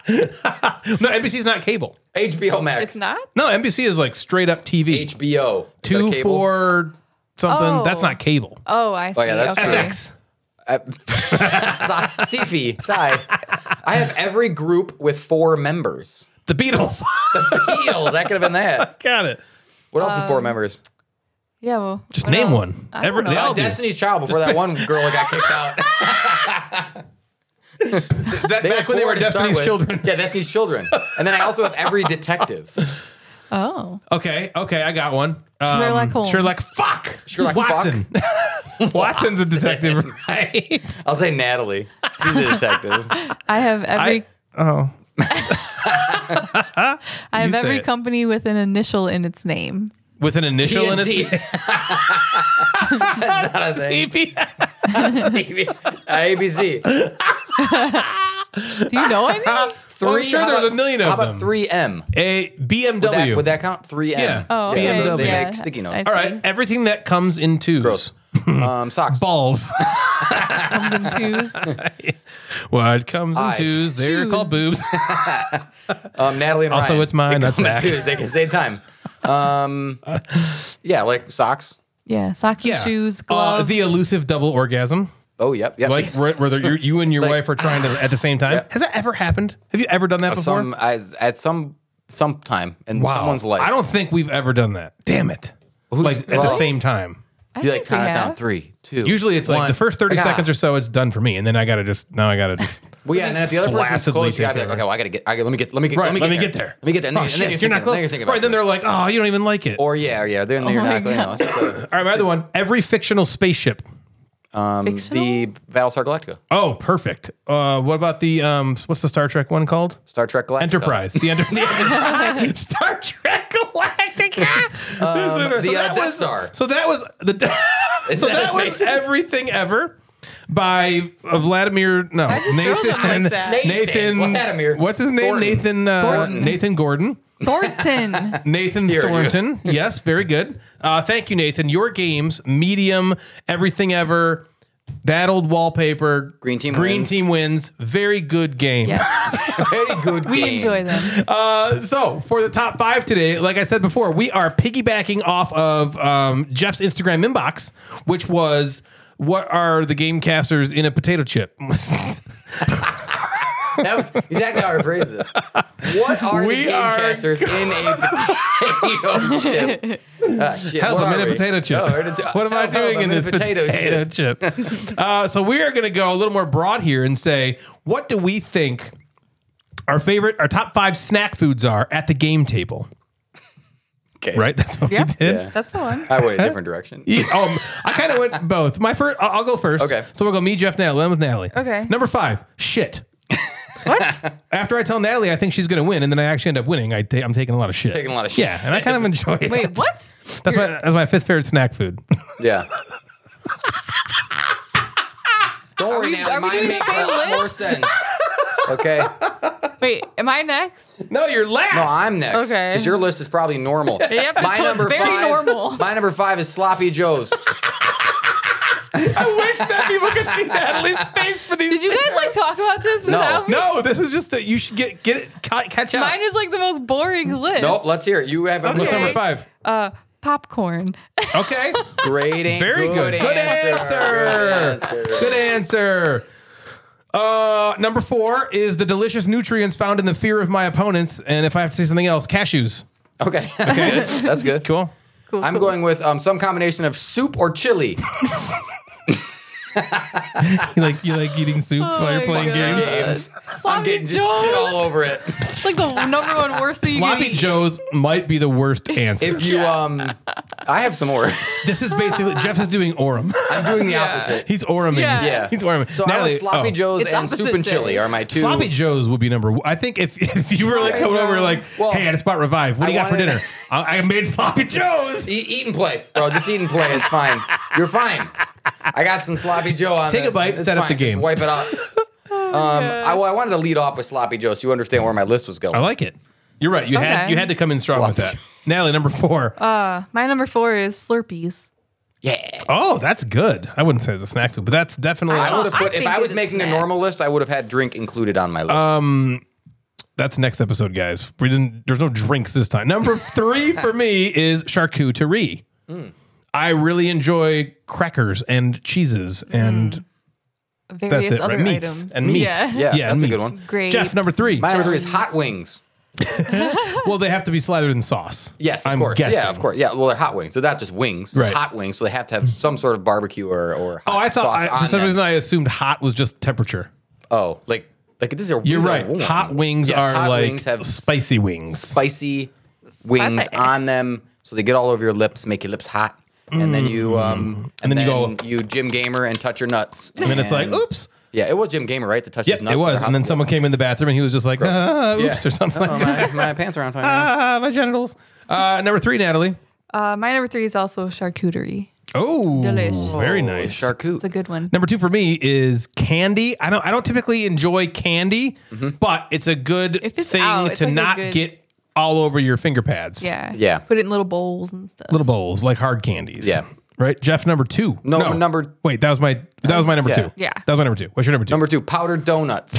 2. NBC. No, NBC is not cable. HBO Max. it's not. No, NBC is like straight up TV. HBO. Is that Two cable? four something. Oh. That's not cable. Oh, I see. yeah, that's true. okay. FX. Si- Uh, Sifi. Sai. I have every group with four members. The Beatles. Beatles. That could have been that. Got it. What else in four members? Yeah, well, Just what name else? one. I don't Every, know. Um, they Uh, all do. Destiny's Child before that one girl that got kicked out. That- back when they were Four to start Destiny's with. Children. Yeah, Destiny's Children. And then I also have every detective. Oh, Okay, okay, I got one. Um, Sherlock Holmes. Sherlock, fuck. Sherlock, fuck. Watson. Watson's a detective, right? I'll say Natalie. She's a detective. I have every. oh, I have you say every it. company with an initial in its name. with an initial in TNT. its That's not a thing. Uh, CB. ABC. Do you know any? Three. I'm sure how there's about- a million of How them. about 3M? A BMW. That- would that count? 3M. Yeah. Oh, okay. they- They Yeah. make sticky I notes. All right, everything that comes in twos. Gross. um, socks. Balls. Ones and twos. what comes Eyes. in twos? They're Shoes. called boobs. Uh, Um, Natalie and also, Ryan. it's mine. That's Mac. Dudes, they can save time. Um, yeah, like socks. Yeah, socks Yeah. and shoes, Uh, gloves. the elusive double orgasm, Oh, yep, yep. like where, where you, you and your Like- wife are trying to at the same time. Yeah. Has that ever happened? Have you ever done that before? some as, at some some time in wow. someone's life. I don't think we've ever done that. Damn it! Who's- like at the well, same time. I You like think we count it down have. three, two. Usually it's like one. the first 30 I got- seconds or so it's done for me and then I got to just now I got to just Well, yeah, and then if the other person's flaccidly close, you gotta be take like, over. okay, well, I gotta get, I, gotta- let me get, let me get, right let me, get, there. Let me get there. And Oh, then, shit, and then if you're, thinking, you're not close. Then you're thinking right about then it. they're Oh like, "Oh, you don't even like it." or yeah, yeah. Then you're not going to so, All right, my other one, every fictional spaceship. um, Fictional? The Battlestar Galactica, Oh, perfect. Uh, what about the um what's the Star Trek one called? Star Trek Galactica, Enterprise. The, enter- the Enterprise. Star Trek Galactica. the, uh, that Death was, Star. So that was the Is So that that his was name? everything ever by uh, Vladimir no Nathan them like that. Nathan Vladimir what's his name Thornton. Nathan uh, Thornton. Nathan Gordon Thornton. Nathan Here, you- Thornton. yes, very good. Uh, thank you, Nathan. Your games, medium, everything ever. That old wallpaper. Green team Green wins. team wins. Very good game. Yes, Very good. we game. enjoy them. Uh, so for the top five today, like I said before, we are piggybacking off of um, Jeff's Instagram inbox, which was what are the game casters in a potato chip? That was exactly how I phrased it. What are We the game are- casters in a potato chip? Ah, shit. Hell, what I'm are in a we? potato chip. Oh, we're in a- what am I hell, doing I'm in this potato, chip? uh, so we are going to go a little more broad here and say, what do we think our favorite, our top five snack foods are at the game table? Okay. Right? That's what Yeah. we did. Yeah. That's the one. I went a different direction. Yeah, um, I kind of went both. My first, I'll, I'll go first. Okay. So we'll go me, Jeff, Natalie. I'm with Natalie. Okay. Number five, shit. What? After I tell Natalie I think she's going to win, and then I actually end up winning, I ta- I'm taking a lot of shit. Taking a lot of Yeah, and I kind of enjoy it. Wait, what? That's my that's my fifth favorite snack food. Yeah. Don't worry we- now. are we Mine doing makes the a same lot list? more sense. Okay. Wait, am I next? no, you're last. No, I'm next. Okay. Because your list is probably normal. Yep, it's very normal. My number five is sloppy joe's. I wish that people could see Natalie's face for these. Did you guys like talk about this without me? No, this is just that you should get get it ca- catch up. Mine is like the most boring list. Nope. Let's hear it. You have a What's Okay. number five? uh, popcorn. Okay, Great. an- very good. Good answer. Good answer. Uh, number four is the delicious nutrients found in the fear of my opponents, and if I have to say something else, cashews. Okay. That's good. That's good. Cool. Cool. I'm cool. going with um, some combination of soup or chili. you like you like eating soup while you're Oh my playing God. games. games. I'm Sloppy getting just shit Joe. all over it. It's like the number one worst thing you can Sloppy eat. Joe's might be the worst answer. If you um, I have some more. this is basically Jeff is doing Orem. I'm doing the opposite. He's Oreming. Yeah. Yeah. He's Oreming. So I Natalie- was Sloppy oh. Joe's It's and Soup opposite and Chili thing. are my two. Sloppy Joe's would be number one. I think if if you were like coming over like, Well, hey, I had a spot revive. What do you I got for wanted- dinner? I, I made Sloppy Joe's. Eat, eat and play, bro. Just eat and play. It's fine. You're fine. I got some sloppy Joe on. Take a the- bite, it's set up the fine. Just game. wipe it out. Oh, Um, I, well, I wanted to lead off with sloppy Joe, so you understand where my list was going. I like it. You're right. You had Okay. Uh, you had to come in strong with Sloppy that. Natalie, number four. My number four is Slurpees. yeah, oh, that's good. I wouldn't say it's a snack food, but that's definitely I would have I put if think I was it's a making a snack. normal list, I would have had drink included on my list. Uh, that's next episode, guys. We didn't. There's no drinks this time. Number three for me is charcuterie. Hmm. I really enjoy crackers and cheeses and Hmm. Various that's it. other Right? Meats items. and meats. Yeah. Yeah, and that's a good meats. one. Grapes. Jeff, number three. my number three is hot wings. well, they have to be slathered in sauce. Yes, of I'm course. guessing. Yeah, of course. Yeah, well, they're hot wings. They're not just wings. They're Right. hot wings, so they have to have some sort of barbecue or or hot Oh, I sauce thought I, for on some them. reason I assumed hot was just temperature. oh, like like this is a You're these are right. warm. Hot wings Yes, are hot like wings have spicy wings. spicy wings Spicy. on them, so they get all over your lips, make your lips hot, and then you um and, Mm. then then, you you Jim Gamer and touch your nuts, And then it's like, oops. yeah, it was Jim Gamer right to touch Yep, his nuts. it was. And then someone came in the bathroom and he was just like, ah, oops, Yeah. or something like Oh, that. my, my pants are on fire. Ah, my genitals. Uh, number three, Natalie. Uh, my number three is also charcuterie. Oh, Delish. very Oh, nice. It's Charcut. a good one. Number two for me is candy. I don't. I don't typically enjoy candy, Mm-hmm. but it's a good If it's thing out, it's to like a not good- get all over your finger pads. Yeah. Yeah. Put it in little bowls and stuff. little bowls like hard candies. Yeah. Right, Jeff. Number two. No, number- Wait, that was my that was my number Yeah. two. Yeah. that was my number two. What's your number two? Number two, powdered donuts.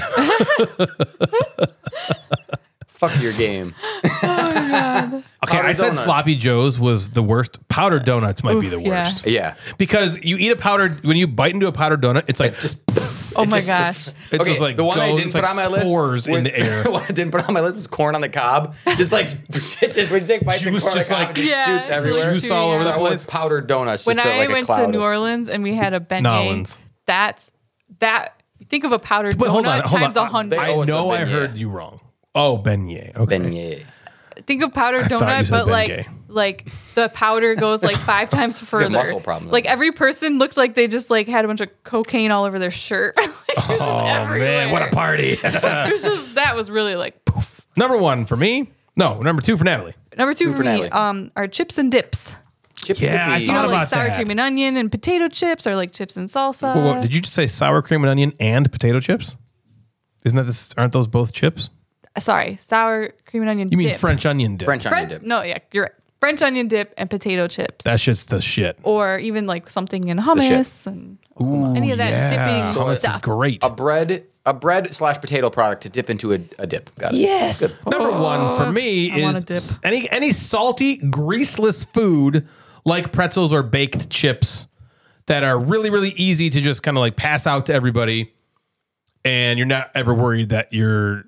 Fuck your game. okay, I powdered said donuts. sloppy joes was the worst. Powdered donuts might be the Uh, Oof, yeah. worst Yeah. because you eat a powdered when you bite into a powdered donut, it's like Just Oh my just- gosh. it's just like the one I goes- didn't it's put like on my list spores in was- the air. the one I didn't put on my list was corn on the cob. Just like shit, just when Jake bites the Juice corn on the just cob, like- it just Yeah, shoots it's like everywhere. juice all over So the I went place. powdered donuts. when just to, I like a went cloud to of- New Orleans and we had a beignet, Nolans. that's that. Think of a powdered Wait, donut hold on, hold times on. a hundred. They- I Oh, it's a know I beignet. heard you wrong. Oh, beignet. Okay. Then yeah, Think of powdered thought you donut, said but like Bengay. like the powder goes like five times further. muscle problem. Like every person looked like they just like had a bunch of cocaine all over their shirt. like, oh Man, what a party! that was really like poof. number one for me. No, number two for Natalie. Number two, for for me Natalie. um, are chips and dips. Chip Yeah, I cookies. thought You know, about like sour that. cream and onion and potato chips, or like chips and salsa. Whoa, whoa, did you just say sour cream and onion and potato chips? Isn't that this? Aren't those both chips? Sorry, sour cream and onion. You mean dip. French onion dip? French onion French? dip. No, yeah, you're right. French onion dip and potato chips, That shit's the shit. or even like something in hummus and any of that dipping Hummus is stuff. great. A bread, a bread slash potato product to dip into a, a dip. Got it. Yes. Number one for me Oh, I wanna is dip. s- any any salty, greaseless food like pretzels or baked chips that are really really easy to just kind of like pass out to everybody, and you're not ever worried that you're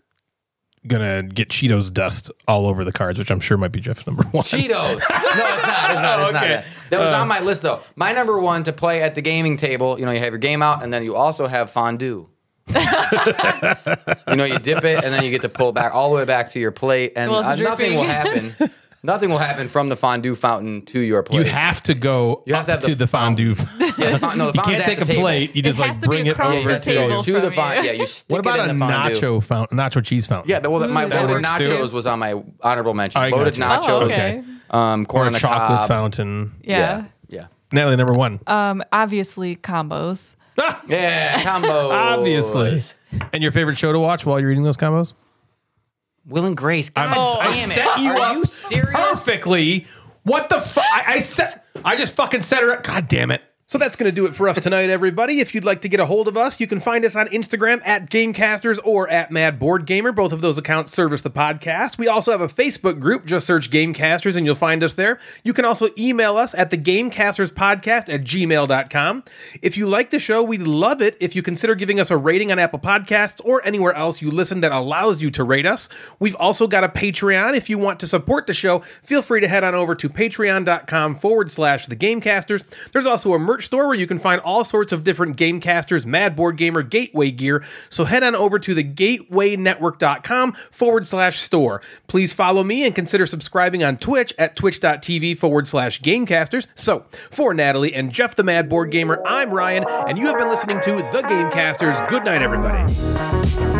gonna get Cheetos dust all over the cards, which I'm sure might be Jeff's number one. Cheetos. No, it's not. It's not. It's not. Okay. Uh. that. That was on my list though. My number one to play at the gaming table. You know, you have your game out, and then you also have fondue. you know, you dip it, and then you get to pull back all the way back to your plate, and Well, it's uh, nothing dripping. will happen. nothing will happen from the fondue fountain to your You plate. have to go You have up to have to the the fondue. Yeah, the fon- no, the fondue's you can't at take the a table. plate. You just like has to be bring it across over the to table. you. to the from fond. you. Yeah, you stick What it in about a the fondue. nacho fountain, nacho cheese fountain? Yeah, the, well, my that loaded works too. nachos was on my honorable mention. I Loaded gotcha. nachos, Oh, okay. okay. um, corn or on a the chocolate cob. fountain. Yeah. yeah, Natalie, number one. Um, obviously combos. yeah, combo. Obviously. And your favorite show to watch while you're eating those combos? Will and Grace. God I damn it. set you Oh, Are up you serious? perfectly. What the fuck? I, I set. I just fucking set her up. God damn it. So that's going to do it for us tonight, everybody. If you'd like to get a hold of us, you can find us on Instagram at Gamecasters or at Mad Board Gamer. Both of those accounts service the podcast. We also have a Facebook group. Just search Gamecasters and you'll find us there. You can also email us at the Podcast at gmail.com. If you like the show, we'd love it if you consider giving us a rating on Apple Podcasts or anywhere else you listen that allows you to rate us. We've also got a Patreon. If you want to support the show, feel free to head on over to patreon.com forward slash the Gamecasters. There's also a merch merch store where you can find all sorts of different Gamecasters, Mad Board Gamer, Gateway gear. So head on over to the gatewaynetwork.com forward slash store. Please follow me and consider subscribing on Twitch at twitch.tv forward slash gamecasters. So for Natalie and Jeff the Mad Board Gamer, I'm Ryan, and you have been listening to The Gamecasters. Good night, everybody.